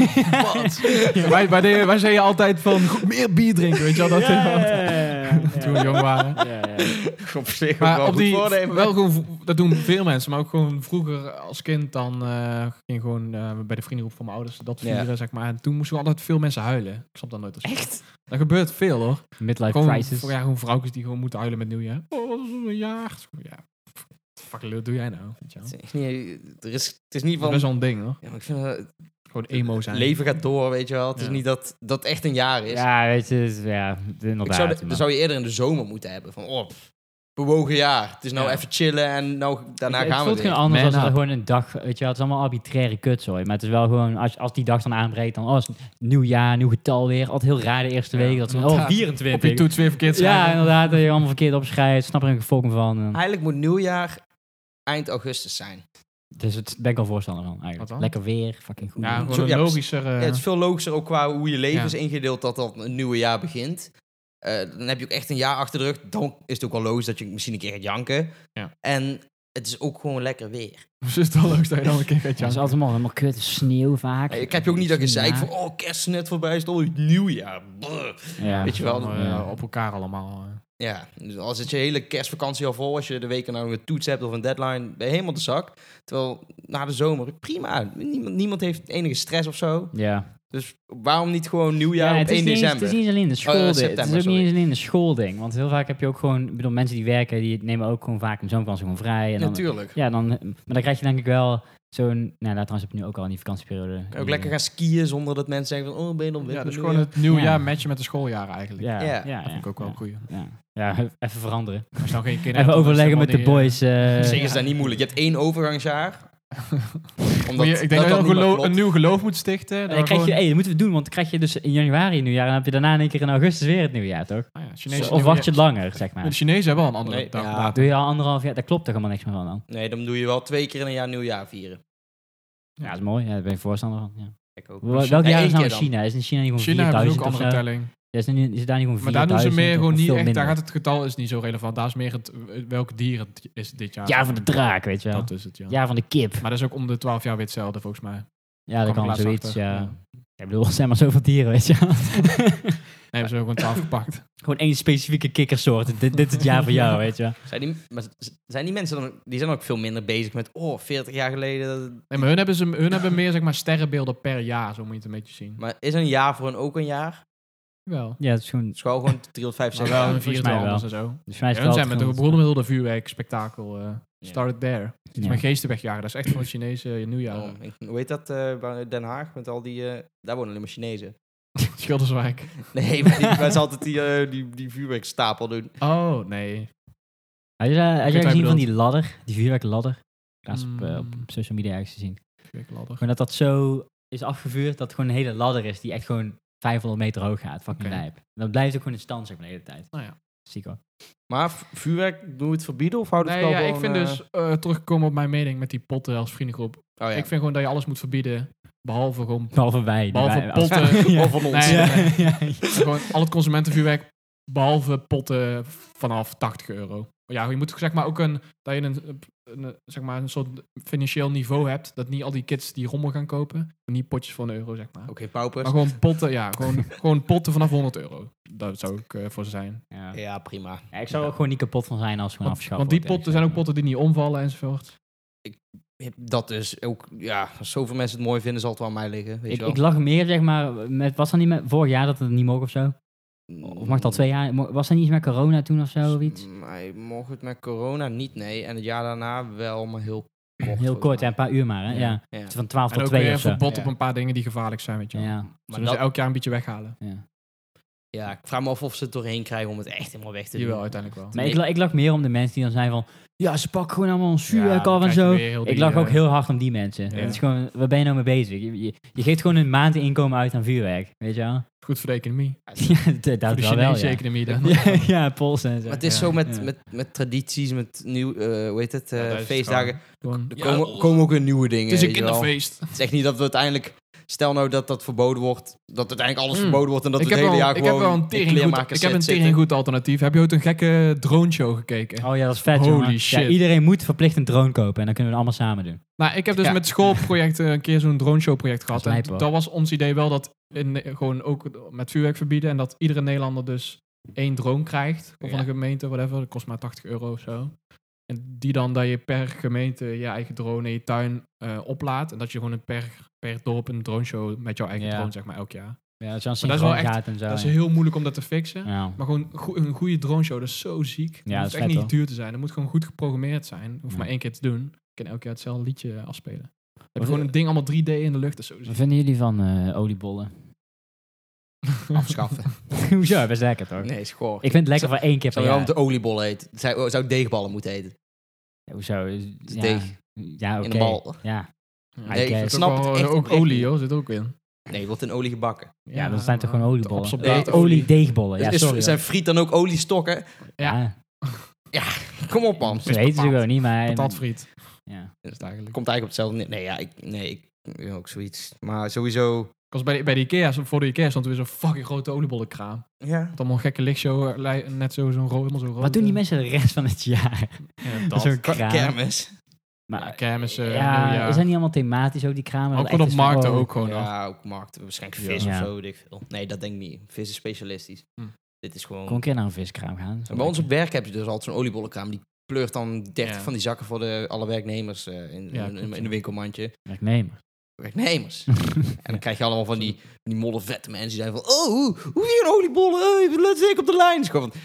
S1: Wat?
S3: Wij, wij, deden- wij zeiden altijd van "Goed, meer bier drinken, weet je wel. Dat
S2: ja, ja, ja, ja, ja.
S3: Toen we jong waren.
S2: Ja, ja.
S1: Op zich ook wel
S3: Maar op
S1: goed
S3: die,
S1: voornemen.
S3: wel gewoon, v- dat doen veel mensen, maar ook gewoon vroeger als kind dan eh, ging gewoon eh, bij de vriendengroep van mijn ouders dat
S1: Ja.
S3: vieren, zeg maar. En toen moesten we altijd veel mensen huilen. Ik snap dat nooit. Echt? Dat gebeurt veel hoor.
S2: Midlife
S3: Gewoon,
S2: crisis.
S3: ja, gewoon vrouwtjes die gewoon moeten huilen met nieuwjaar. Oh, dat is een jaar. Ja, fuck, wat doe jij nou? Weet je wel.
S1: Het is niet- er is, het is niet
S3: Dat is
S1: van...
S3: best wel een ding hoor.
S1: Ja, maar ik vind dat-
S3: Gewoon emo zijn.
S1: leven gaat door, weet je wel. Het is
S3: Ja.
S1: niet dat dat echt een jaar is.
S2: Ja, weet je, dus, ja, inderdaad.
S1: Ik zou, de-
S2: maar-
S1: dan zou je eerder in de zomer moeten hebben. Van, oh, pff, bewogen jaar. Het is nou
S3: Ja.
S1: even chillen en nou, daarna
S2: Ik-
S1: gaan we
S2: Het voelt
S1: weer.
S2: gewoon anders
S3: Man
S2: als er
S3: up.
S2: gewoon een dag, weet je wel, het is allemaal arbitraire kutzooi. Maar het is wel gewoon, als, als die dag dan aanbreekt, dan oh, is het nieuw jaar, nieuw getal weer. Altijd heel raar de eerste
S3: Ja,
S2: week. Dat ze, oh,
S3: inderdaad. Op je
S2: 24.
S3: toets weer verkeerd
S2: Ja,
S3: schrijven.
S2: inderdaad, dat je allemaal verkeerd opschrijft. Snap er een volk van. En-
S1: Eigenlijk moet nieuwjaar eind augustus zijn.
S2: Dus het ben ik al voorstander van, eigenlijk.
S3: Wat dan?
S2: Lekker weer, fucking goed.
S3: Ja,
S2: weer.
S3: gewoon
S1: Zo-
S3: een
S1: ja, precies.
S3: logischer... eh,
S1: Ja, het is veel logischer ook qua hoe je leven
S3: Ja.
S1: is ingedeeld dat dan een nieuwe jaar begint. Eh, dan heb je ook echt een jaar achter de rug. Dan is het ook wel logisch dat je misschien een keer gaat janken.
S3: Ja.
S1: En het is ook gewoon lekker weer.
S3: Dus is het wel leuk dat je dan een keer gaat
S2: Ja, het is
S3: janken.
S2: altijd allemaal, helemaal kut, sneeuw vaak.
S1: Ik heb je ook niet dat je zei
S2: Ja.
S1: van, oh, kerst is net voorbij, is het al het nieuwjaar. Brr.
S2: Ja.
S1: Weet je wel,
S3: Allemaal, eh,
S2: Ja.
S3: Op elkaar allemaal. eh.
S1: Ja, dus al zit je hele kerstvakantie al vol. Als je de weken nou een toets hebt of een deadline, ben je helemaal de zak. Terwijl na de zomer, prima. Niemand, niemand heeft enige stress of zo.
S2: Ja.
S1: Dus waarom niet gewoon nieuwjaar
S2: het
S1: op
S2: is
S1: 1
S2: niet eens-
S1: december?
S2: Het is niet alleen de
S1: Oh,
S2: schoolding.
S1: eh,
S2: het is ook
S1: september,
S2: niet
S1: sorry.
S2: eens alleen de schoolding. Want heel vaak heb je ook gewoon, ik bedoel, mensen die werken, die nemen ook gewoon vaak een zomervakantie gewoon vrij. En dan,
S1: Natuurlijk.
S2: ja, dan, maar dan krijg je denk ik wel zo'n, nou daar trouwens heb je nu ook al in die vakantieperiode.
S1: Kan je ook lekker gaan skiën zonder dat mensen zeggen van, oh, ben je dan weer?
S3: Ja, dus
S1: met
S3: gewoon
S1: nieuwjaar?
S3: het
S2: Ja.
S3: nieuwjaar matchen met de schooljaar eigenlijk.
S2: Ja,
S1: Ja,
S2: ja, ja.
S3: Dat vind ik ook wel
S2: ja,
S3: een goeie.
S2: Ja, ja, even veranderen.
S3: Als je nou geen kinderen
S2: even
S3: hebt, dan is
S2: overleggen
S3: het
S2: met de
S3: helemaal niet,
S2: boys. eh,
S1: Zeker is dat niet moeilijk. Je hebt één overgangsjaar.
S3: eh,
S1: Omdat
S3: moet je- ik denk dat,
S1: dat
S3: je
S1: niet meer
S3: een,
S1: klopt.
S3: een nieuw geloof moet stichten.
S2: en
S3: dat
S2: dan krijg je,
S3: gewoon-
S2: hey, dat moeten we doen, want dan krijg je dus in januari een nieuwjaar en dan heb je daarna in één keer in augustus weer het nieuwjaar, toch?
S3: Ah ja, Chinese
S2: of wacht je het langer, zeg
S3: De
S2: maar.
S3: Chinezen hebben al een andere
S1: Nee,
S3: dag.
S1: ja.
S3: datum.
S2: Doe je al anderhalf jaar, daar klopt toch helemaal niks meer van dan?
S1: Nee, dan doe je wel twee keer in een jaar nieuwjaar vieren.
S2: Ja, dat is mooi, ja, daar ben ik voorstander van. Ja.
S1: Ik ook.
S2: Wel-
S1: Nee,
S2: Welk jaar
S1: één
S2: is nou in
S1: keer dan.
S2: China? Is in China niet gewoon
S3: China hebben ze
S2: 4000
S3: ook
S2: of zo?
S3: andere telling.
S2: Ja, Is, er niet, is daar niet gewoon
S3: Maar daar doen ze
S2: 4000
S3: meer
S2: of
S3: gewoon niet
S2: veel
S3: echt.
S2: minder?
S3: Daar gaat het getal is niet zo relevant. Daar is meer het, eh, welk dier het is dit jaar.
S2: Jaar van de draak, weet je wel.
S3: Dat is het, ja.
S2: Jaar van de kip.
S3: Maar dat is ook om de 12 jaar weer hetzelfde volgens mij.
S2: Ja, dat
S3: Kwam
S2: kan
S3: laatst
S2: zoiets,
S3: achter,
S2: ja.
S3: ja.
S2: Ik bedoel, er zijn maar zoveel dieren, weet je wel.
S3: Nee, hebben ze ook een 12 gepakt.
S2: Gewoon één specifieke kikkersoort. Dit, dit is het jaar voor jou, weet je wel.
S1: Zijn die, maar z- zijn die mensen dan, die zijn ook veel minder bezig met, oh, 40 jaar geleden.
S3: Nee, maar hun hebben, ze, hun hebben meer zeg maar, sterrenbeelden per jaar. Zo moet je het een beetje zien.
S1: Maar is een jaar voor hen ook een jaar?
S3: Wel.
S2: Ja, het is gewoon...
S1: Dus gewoon gewoon
S3: Maar
S1: 365
S3: wel
S1: jaar.
S3: een
S2: volgens
S3: viertal
S2: mij wel.
S3: anders en zo.
S2: Dus mij is het
S3: Ja, hun
S2: wel
S3: zijn met de
S2: gewoon-
S3: begonnen met heel dat vuurwerk, spektakel. eh, started there. Het is
S2: Ja.
S3: mijn geestenwegjaar. Dat is echt gewoon Chinese eh, nieuwjaar.
S1: Oh, ik- hoe heet dat eh, bij Den Haag? Met al die, eh, daar wonen alleen maar Chinezen.
S3: Schilderswijk.
S1: Nee, maar die, wij zijn altijd die, eh, die, die vuurwerkstapel doen.
S3: Oh, nee.
S2: Had je, had
S3: weet
S2: jij
S3: wat je
S2: gezien van
S3: bedoelt.
S2: die ladder? Die vuurwerkladder? Laatst op, eh, op
S3: Mm.
S2: social media ergens gezien.
S3: Vuurwerkladder.
S2: Gewoon dat dat zo is afgevuurd dat het gewoon een hele ladder is die echt gewoon 500 meter hoog gaat. Fucking
S3: Oké.
S2: lijp. En dat blijft ook gewoon in stand zeg maar de hele tijd.
S3: Nou ja.
S2: Ziek hoor.
S1: Maar v- vuurwerk, doen we het verbieden of houden we
S3: Nee,
S1: het
S3: ja,
S1: wel
S3: ik vind
S1: gewoon, eh,
S3: dus, eh, terugkomen op mijn mening met die potten als vriendengroep.
S1: Oh ja.
S3: Ik vind gewoon dat je alles moet verbieden, behalve gewoon,
S2: Behalve wij.
S3: behalve
S2: wij, als-
S3: potten.
S1: Of van ons.
S3: Nee,
S2: Ja,
S3: nee, nee.
S2: ja, ja.
S3: gewoon al het consumentenvuurwerk, behalve potten vanaf 80 euro. Ja, je moet zeg maar ook een, dat je een, een, zeg maar een soort financieel niveau hebt, dat niet al die kids die rommel gaan kopen, niet potjes van een euro zeg maar.
S1: Ook geen paupers.
S3: Maar gewoon potten, ja, gewoon, gewoon potten vanaf 100 euro. Daar zou ik eh, voor zijn.
S2: Ja.
S1: Ja, prima.
S2: Ja, ik zou er ook gewoon niet kapot van zijn als het gewoon
S3: Want,
S2: afgeschaft
S3: want die
S2: wordt, eh,
S3: potten zijn ook
S2: eerlijk
S3: potten die niet omvallen enzovoort.
S1: Dat is ook, ja, als zoveel mensen het mooi vinden, zal het wel aan mij liggen. Weet je
S2: gezegd.
S1: wel.
S2: Ik, ik lag meer, zeg maar, met, was dat niet met, vorig jaar dat het niet mocht of zo? Of mag dat twee jaar? mo- Was er niet iets met corona toen of zo? Of iets?
S1: Hij Mm, mocht het met corona niet, nee. En het jaar daarna wel, maar heel kort.
S2: Heel kort,
S1: volgens mij.
S2: hè, een paar uur maar. Hè? Ja.
S1: Ja.
S2: Van 12
S3: En
S2: tot
S3: ook
S2: 2
S3: weer
S2: of
S3: een
S2: zo.
S3: verbod
S1: Ja.
S3: op een paar dingen die gevaarlijk zijn, weet je wel.
S2: Ja.
S1: Maar
S3: Zullen ze
S1: dat-
S3: elk jaar een beetje weghalen?
S2: ja.
S1: Ja, ik vraag me af of ze het doorheen krijgen om het echt helemaal weg te doen.
S3: Jawel, uiteindelijk wel.
S2: Maar ik, la- ik lag meer om de mensen die dan zijn van... Ja, ze pakken gewoon allemaal een
S3: Ja,
S2: zuurwerk
S3: dan
S2: af en
S3: krijg je
S2: zo.
S3: weer heel
S2: Ik
S3: die,
S2: lag ook
S3: eh,
S2: heel hard om die mensen.
S3: Ja.
S2: Het is gewoon, waar ben je nou mee bezig? Je, je, je geeft gewoon een maand inkomen uit aan vuurwerk, weet je wel?
S3: Goed voor de economie.
S2: Ja, dat,
S3: Voor
S2: dat
S3: de
S2: wel wel,
S3: Chinese
S2: ja.
S3: economie dan.
S2: Ja, ja, polsen en zo.
S1: Maar het is
S3: Ja,
S1: zo met,
S2: ja.
S1: met, met tradities, met nieuw, eh hoe heet het, eh,
S3: Ja, daar is het
S1: feestdagen.
S3: Gewoon-
S1: Er
S3: Ja, oh.
S1: komen, komen ook weer nieuwe dingen.
S3: Het is Dus een
S1: weet je wel.
S3: kinderfeest.
S1: Het is echt niet dat we uiteindelijk... Stel nou dat dat verboden wordt. Dat uiteindelijk alles
S3: Mm.
S1: verboden wordt en dat
S3: ik,
S1: we
S3: heb
S1: het hele
S3: wel,
S1: jaar
S3: ik heb
S1: gewoon
S3: wel
S1: in
S3: een tering goed,
S1: kleermakers
S3: ik heb een
S1: zitten.
S3: tering goed alternatief. Heb je ooit een gekke drone show gekeken?
S2: Oh ja, dat is vet,
S3: Holy
S2: jongen. Ja,
S3: shit.
S2: iedereen moet verplicht een drone kopen en dan kunnen we het allemaal samen doen.
S3: Nou, ik heb dus
S1: Ja.
S3: met schoolprojecten een keer zo'n drone show project gehad.
S2: Dat is
S3: En
S2: lijp, hoor.
S3: dat was ons idee wel dat in, gewoon ook met vuurwerk verbieden. En dat iedere Nederlander dus één drone krijgt. Of van
S1: Ja.
S3: een gemeente, whatever. Dat kost maar 80 euro of zo. En die dan dat je per gemeente je eigen drone in je tuin eh oplaadt. En dat je gewoon een per, per dorp een drone show met jouw eigen
S2: Ja.
S3: drone, zeg maar, elk jaar.
S2: Ja, als je aan
S3: Maar dat is wel
S2: synchroon
S3: echt-
S2: gaat en zo.
S3: dat is
S2: ja.
S3: heel moeilijk om dat te fixen.
S2: Ja.
S3: Maar gewoon goe- een goede drone show, dat is zo ziek.
S2: Ja,
S3: dat
S2: dat
S3: hoeft
S2: is
S3: echt
S2: vet,
S3: niet
S2: hoor.
S3: duur te zijn. Dat moet gewoon goed geprogrammeerd zijn. Hoef
S2: Ja.
S3: maar één keer te doen. Ik kan elke keer hetzelfde liedje afspelen. Dan heb je
S2: Wat-
S3: gewoon een ding allemaal 3D in de lucht. Dat is zo
S2: Wat
S3: ziek.
S2: vinden jullie van eh, oliebollen?
S1: Afschaffen.
S2: Hoezo? Best lekker, toch?
S1: Nee, is goor.
S2: Ik vind het lekker
S1: Zou-
S2: voor één keer per
S1: Zou je wel
S2: jaar.
S1: om de oliebol heet? Zou, zou deegballen moeten eten?
S2: Hoezo? Ja,
S1: deeg.
S2: Ja, oké.
S1: In de bal.
S2: Ja.
S3: Ja,
S2: Nee,
S3: er
S2: ik
S3: zit
S1: snap
S3: ook
S1: het
S3: wel-
S1: echt
S3: Ook
S1: oprecht
S3: olie,
S1: niet.
S3: joh. Zit ook in.
S1: Nee, wordt in olie gebakken.
S2: Ja, dat zijn toch
S3: maar-
S2: gewoon oliebollen?
S3: Absorbeert
S1: Nee,
S2: Olie
S3: olie.
S2: deegbollen. Ja,
S1: is,
S2: sorry.
S1: zijn
S2: hoor.
S1: friet dan ook oliestokken?
S3: ja.
S1: Kom op, man.
S2: Dat weten ze
S3: patat.
S2: gewoon niet, maar...
S3: Patatfriet.
S2: Ja.
S3: Is het eigenlijk.
S1: Komt eigenlijk op hetzelfde neer. Nee, ja, ik, nee, ik ja, ook zoiets. Maar sowieso...
S3: Ik was bij de, bij de Ikea, zo- voor de Ikea stond er weer zo'n fucking grote oliebollenkraam.
S1: Ja.
S3: Met allemaal gekke lichtshow, eh, lij- net zo, zo'n rood, helemaal zo rood.
S2: Wat doen die
S3: eh.
S2: mensen de rest van het jaar?
S3: Ja, dat.
S2: Zo'n
S1: K-
S2: kraam.
S1: Kermis.
S3: Ja,
S2: Maar,
S3: kermis, eh,
S2: ja,
S3: nieuwjaar.
S2: zijn die allemaal thematisch ook, die kramen? Dat
S3: Ook wel
S2: echt
S3: op
S2: is
S3: markten
S2: van, oh,
S3: ook gewoon. hoor.
S1: Ja, ook markt. Waarschijnlijk vis
S2: Ja.
S1: of zo, weet ik veel. Nee, dat denk ik niet. Vis is specialistisch.
S3: Hm.
S1: Dit is
S2: Kon een
S1: gewoon...
S2: keer naar een viskraam gaan.
S1: Bij ons op werk heb je dus altijd zo'n oliebollenkraam. Die pleurt dan 30
S3: Ja.
S1: van die zakken voor de, alle werknemers eh, in,
S3: Ja,
S1: in, in,
S3: klopt,
S1: in een winkelmandje.
S2: Werknemer.
S1: Werknemers. En dan krijg je allemaal van die, die moddervette mensen die zijn van... Oh, hoe hoe hier een oliebol? eh, let zeker op de lijn. Het is gewoon van...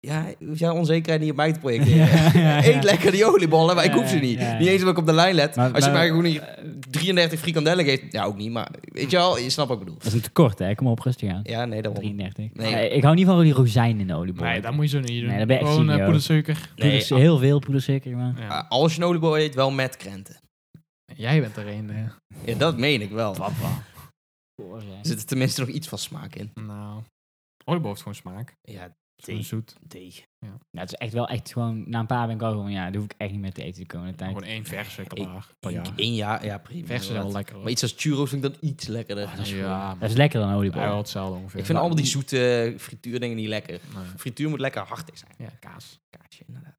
S1: Ja, hoef jij onzekerheid niet op mij te projecteren.
S2: Ja, ja, ja.
S1: Eet lekker die oliebollen, maar ik hoef ze
S2: Ja, ja,
S1: niet.
S2: ja, ja.
S1: Niet eens omdat ik op de lijn let.
S2: Maar-
S1: Als je
S2: maar-
S1: mij gewoon hier 33 frikandellen geeft... Ja, ook niet, maar weet je wel, je snapt wat ik bedoel.
S2: Dat is een tekort, hè? Kom op, rustig aan.
S1: Ja, nee, daarom.
S2: 33.
S1: Nee.
S2: Eh, ik hou niet van die rozijnen in de oliebol.
S3: Nee, dat moet je zo niet doen.
S2: Nee, dat ben ik echt
S3: gewoon
S2: ziek,
S3: eh,
S2: joh.
S3: poedersuiker.
S1: Nee,
S2: Poeders- heel veel poedersuiker, maar...
S3: Ja.
S1: a- als je een oliebol eet, wel met krenten.
S3: Jij bent er een. eh.
S1: Ja, dat meen ik wel. Er
S2: Papa.
S1: zit er tenminste nog iets van smaak in.
S3: Nou, oliebol heeft gewoon smaak.
S1: Ja,
S3: Gewoon
S1: deeg.
S3: zoet.
S1: deeg.
S2: Ja, het is echt wel echt gewoon... Na een paar ben ik al gewoon... Ja, dat hoef ik echt niet meer te eten de komende tijd.
S3: Gewoon één verse klaar. Per
S1: Eén
S3: jaar.
S1: Oh, één jaar, ja prima.
S3: Verse is
S1: inderdaad.
S3: wel lekker. hoor.
S1: Maar iets als churros vind ik dan iets lekkerder.
S2: Oh, dat is
S3: Ja,
S2: goed.
S3: maar-
S2: Dat is lekkerder dan
S3: Ja, wel
S2: oliebol.
S3: hetzelfde ongeveer.
S1: Ik vind allemaal die zoete frituurdingen niet lekker.
S3: Nee.
S1: Frituur moet lekker hartig zijn.
S3: Ja, kaas.
S1: Kaasje, inderdaad.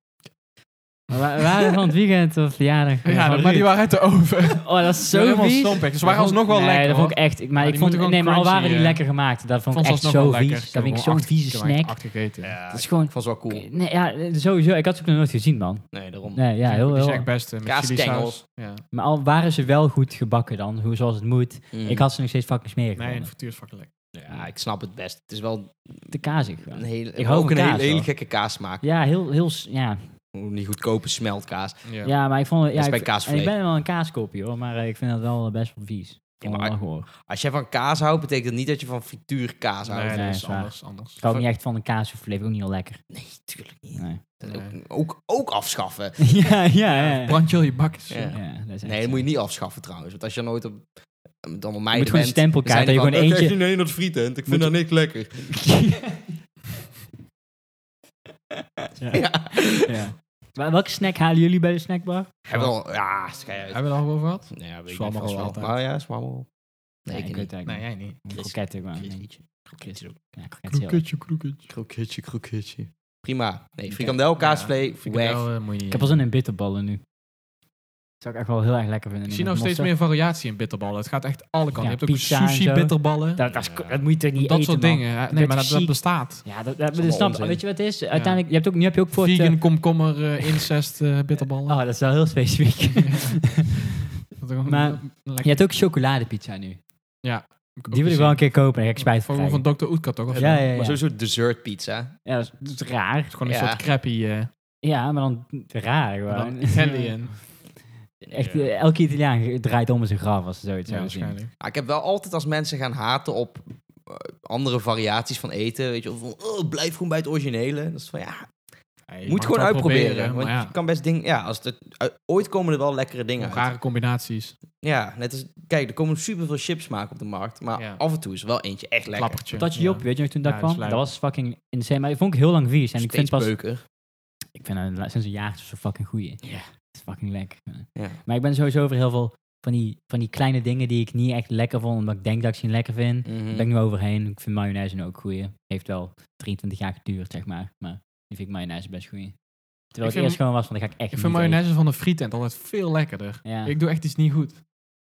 S2: We waren van het weekend of verjaardag.
S3: Ja,
S2: van
S3: maar die
S2: Ruud.
S3: waren uit de oven.
S2: Oh, dat is zo
S3: helemaal
S2: vies.
S3: stompig. Ze
S2: Dat
S3: waren
S2: vond-
S3: alsnog wel
S2: nee,
S3: lekker.
S2: dat vond ik
S3: hoor.
S2: echt... Ik, maar
S3: die
S2: ik vond,
S3: moeten gewoon
S2: nee, maar al
S3: crunchy,
S2: waren die
S3: eh,
S2: lekker gemaakt. Dat vond ik echt
S3: alsnog wel
S2: zo
S3: lekker.
S2: vies. Dat
S3: heb
S2: vind ik
S3: gewoon
S2: zo'n
S3: acht-
S2: vieze
S3: ik heb eigenlijk
S2: snack.
S3: acht gegeten.
S1: Ja,
S2: Dat is gewoon...
S1: ik vond ze wel cool.
S2: Nee, ja, sowieso. Ik had ze ook nog nooit gezien, man.
S1: Nee, daarom.
S2: Nee, ja, heel,
S3: Die is
S2: heel...
S3: echt best. eh, Met
S1: Kaasstengels.
S3: chilisaus. Ja.
S2: Maar al waren ze wel goed gebakken dan, hoe, zoals het moet.
S1: Mm.
S2: Ik had ze nog steeds fucking smerig
S3: Nee, een
S2: gevonden.
S3: frituur is fucking lekker.
S1: Ja, ik snap het best. Het is wel
S2: Te kazig.
S1: een hele,
S2: Ik hou
S1: ook
S2: van
S1: een hele,
S2: kaas,
S1: hele
S2: hoor.
S1: gekke kaassmaak.
S2: Ja, heel, heel, s- ja.
S1: Hoe Die goedkope smeltkaas.
S3: Ja.
S2: ja. maar ik vond het... Ja,
S1: Dat is bij
S2: ik, en
S1: kaasvlees.
S2: ik ben wel een kaaskopje hoor, maar eh, ik vind dat wel eh, best wel vies.
S1: Ja,
S2: Ja,
S1: maar-
S2: maar, hoor.
S1: Als jij van kaas houdt, betekent dat niet dat je van frituur kaas
S3: Nee,
S1: houdt.
S3: dat
S2: Nee,
S3: is
S2: is waar.
S3: anders. anders.
S2: Ik hou ook niet echt van een kaassoufflé, vind ik ook niet heel lekker.
S1: Nee, tuurlijk niet.
S2: Nee.
S1: Dat
S3: Nee.
S1: Ook, ook, ook afschaffen.
S2: ja, ja, ja.
S3: Brand je al je bakjes.
S1: Ja.
S3: joh.
S2: Ja, dat is echt
S1: Nee,
S2: zo.
S1: dat moet je niet afschaffen trouwens. Want als je nooit op... Dan allemaal
S2: Je
S1: meiden
S2: moet gewoon een
S1: bent,
S2: stempelkaart dat je gewoon eentje...
S1: Nee, dat frietent. Ik
S2: Moet-
S1: vind dat niks lekker.
S2: ja.
S1: Ja.
S2: ja. Maar welke snack halen jullie bij de snackbar?
S1: Heb wel, ja, schei uit.
S3: Hebben we het al over gehad?
S1: Nee, ja, weet ik
S3: Zwammeren
S1: vast wel.
S3: altijd.
S1: Maar ja, zwammeren. Nee, ik
S2: ik
S1: niet.
S2: weet het eigenlijk
S3: Nee,
S2: niet.
S3: jij niet.
S1: Chris.
S2: Kroketten gewoon. nee.
S1: Kroketje. Kroketje.
S2: Ja, kroketten. heel erg.
S3: Kroeketje, kroeketje.
S1: Kroketje, kroketje. Prima. Nee, frikandel, kaasvlee, weg.
S3: Frikandel, eh, moet je niet
S2: Ik heb al
S3: eten.
S2: zin in bitterballen nu. zou ik echt wel heel erg lekker vinden.
S3: Ik
S2: in
S3: zie
S2: met
S3: nou steeds
S2: mosterd.
S3: meer variatie in bitterballen. Het gaat echt alle kanten.
S2: Ja,
S3: je hebt ook
S2: pizza en
S3: sushi
S2: zo.
S3: bitterballen. Dat,
S2: Dat, dat, is ko- dat moet je toch niet eten,
S3: soort
S2: man.
S3: dingen. hè. Nee,
S2: Beetje
S3: maar dat, dat
S2: chic.
S3: bestaat.
S2: Ja, dat, dat,
S1: allemaal
S2: dat snap
S1: onzin.
S2: Weet je wat het is? Uiteindelijk, je hebt ook, nu heb je ook voor het,
S3: Vegan,
S2: eh,
S3: komkommer, eh, incest, eh, bitterballen.
S2: Oh, dat is wel heel specifiek.
S3: Dat is gewoon
S2: maar
S3: lekker.
S2: je hebt ook chocoladepizza nu.
S3: Ja,
S2: Die wil ik wel een keer kopen en dan ga ik spijt van
S3: Van, van
S2: krijgen.
S3: Dr. Oetker toch? Of
S2: Ja,
S3: zo?
S2: ja,
S1: Maar
S2: ja.
S1: sowieso dessert pizza.
S2: Ja, dat is, dat is raar.
S3: Het is gewoon een
S1: Ja.
S3: soort crappy eh,
S2: Ja, maar dan raar
S3: maar
S2: gewoon.
S3: dan Italian.
S2: Echt, eh, elke Italiaan ge- draait om in zijn graf als ze zoiets
S3: Ja,
S2: zouden zien.
S3: waarschijnlijk.
S1: Ah, ik heb wel altijd als mensen gaan haten op eh, andere variaties van eten. Weet je, of van, oh, blijf gewoon bij het originele. Dat is van ja,
S3: Nee, je mag
S1: moet
S3: het
S1: gewoon
S3: wel
S1: uitproberen.
S3: maar
S1: want
S3: ja,
S1: je kan best dingen. Ja, als het, uit- ooit komen er wel lekkere dingen
S3: gewoon
S1: uit.
S3: rare combinaties.
S1: Ja, net als. Kijk, er komen super veel chips maken op de markt. Maar
S3: Ja.
S1: af en toe is er wel eentje echt lekker.
S3: Klappertje.
S2: Dat je
S3: ja.
S2: Job, weet je nog toen dat
S3: Ja, dat is
S2: kwam? Dat
S3: lijp.
S2: was fucking insane. Maar ik vond ik heel lang vies. En ik vind
S1: Steeds
S2: pas,
S1: beuker.
S2: ik vind het la- sinds een jaar zo fucking goeie.
S1: Ja.
S2: Het is fucking lekker.
S1: Ja.
S2: Maar ik ben sowieso over heel veel van die, van die kleine dingen die ik niet echt lekker vond, omdat ik denk dat ik ze niet lekker vind.
S1: Mhm.
S2: Daar ben ik nu overheen. Ik vind mayonaise nu ook goeie. Heeft wel 23 jaar geduurd, zeg maar. Maar nu vind ik mayonaise best goeie. Terwijl
S3: Ik
S2: ik,
S3: vind-
S2: eerst gewoon was van, dat ga ik echt
S3: Ik
S2: niet
S3: vind mayonaise van de frietent altijd veel lekkerder.
S2: eten. Ja. Ik,
S3: Ik doe echt iets niet goed.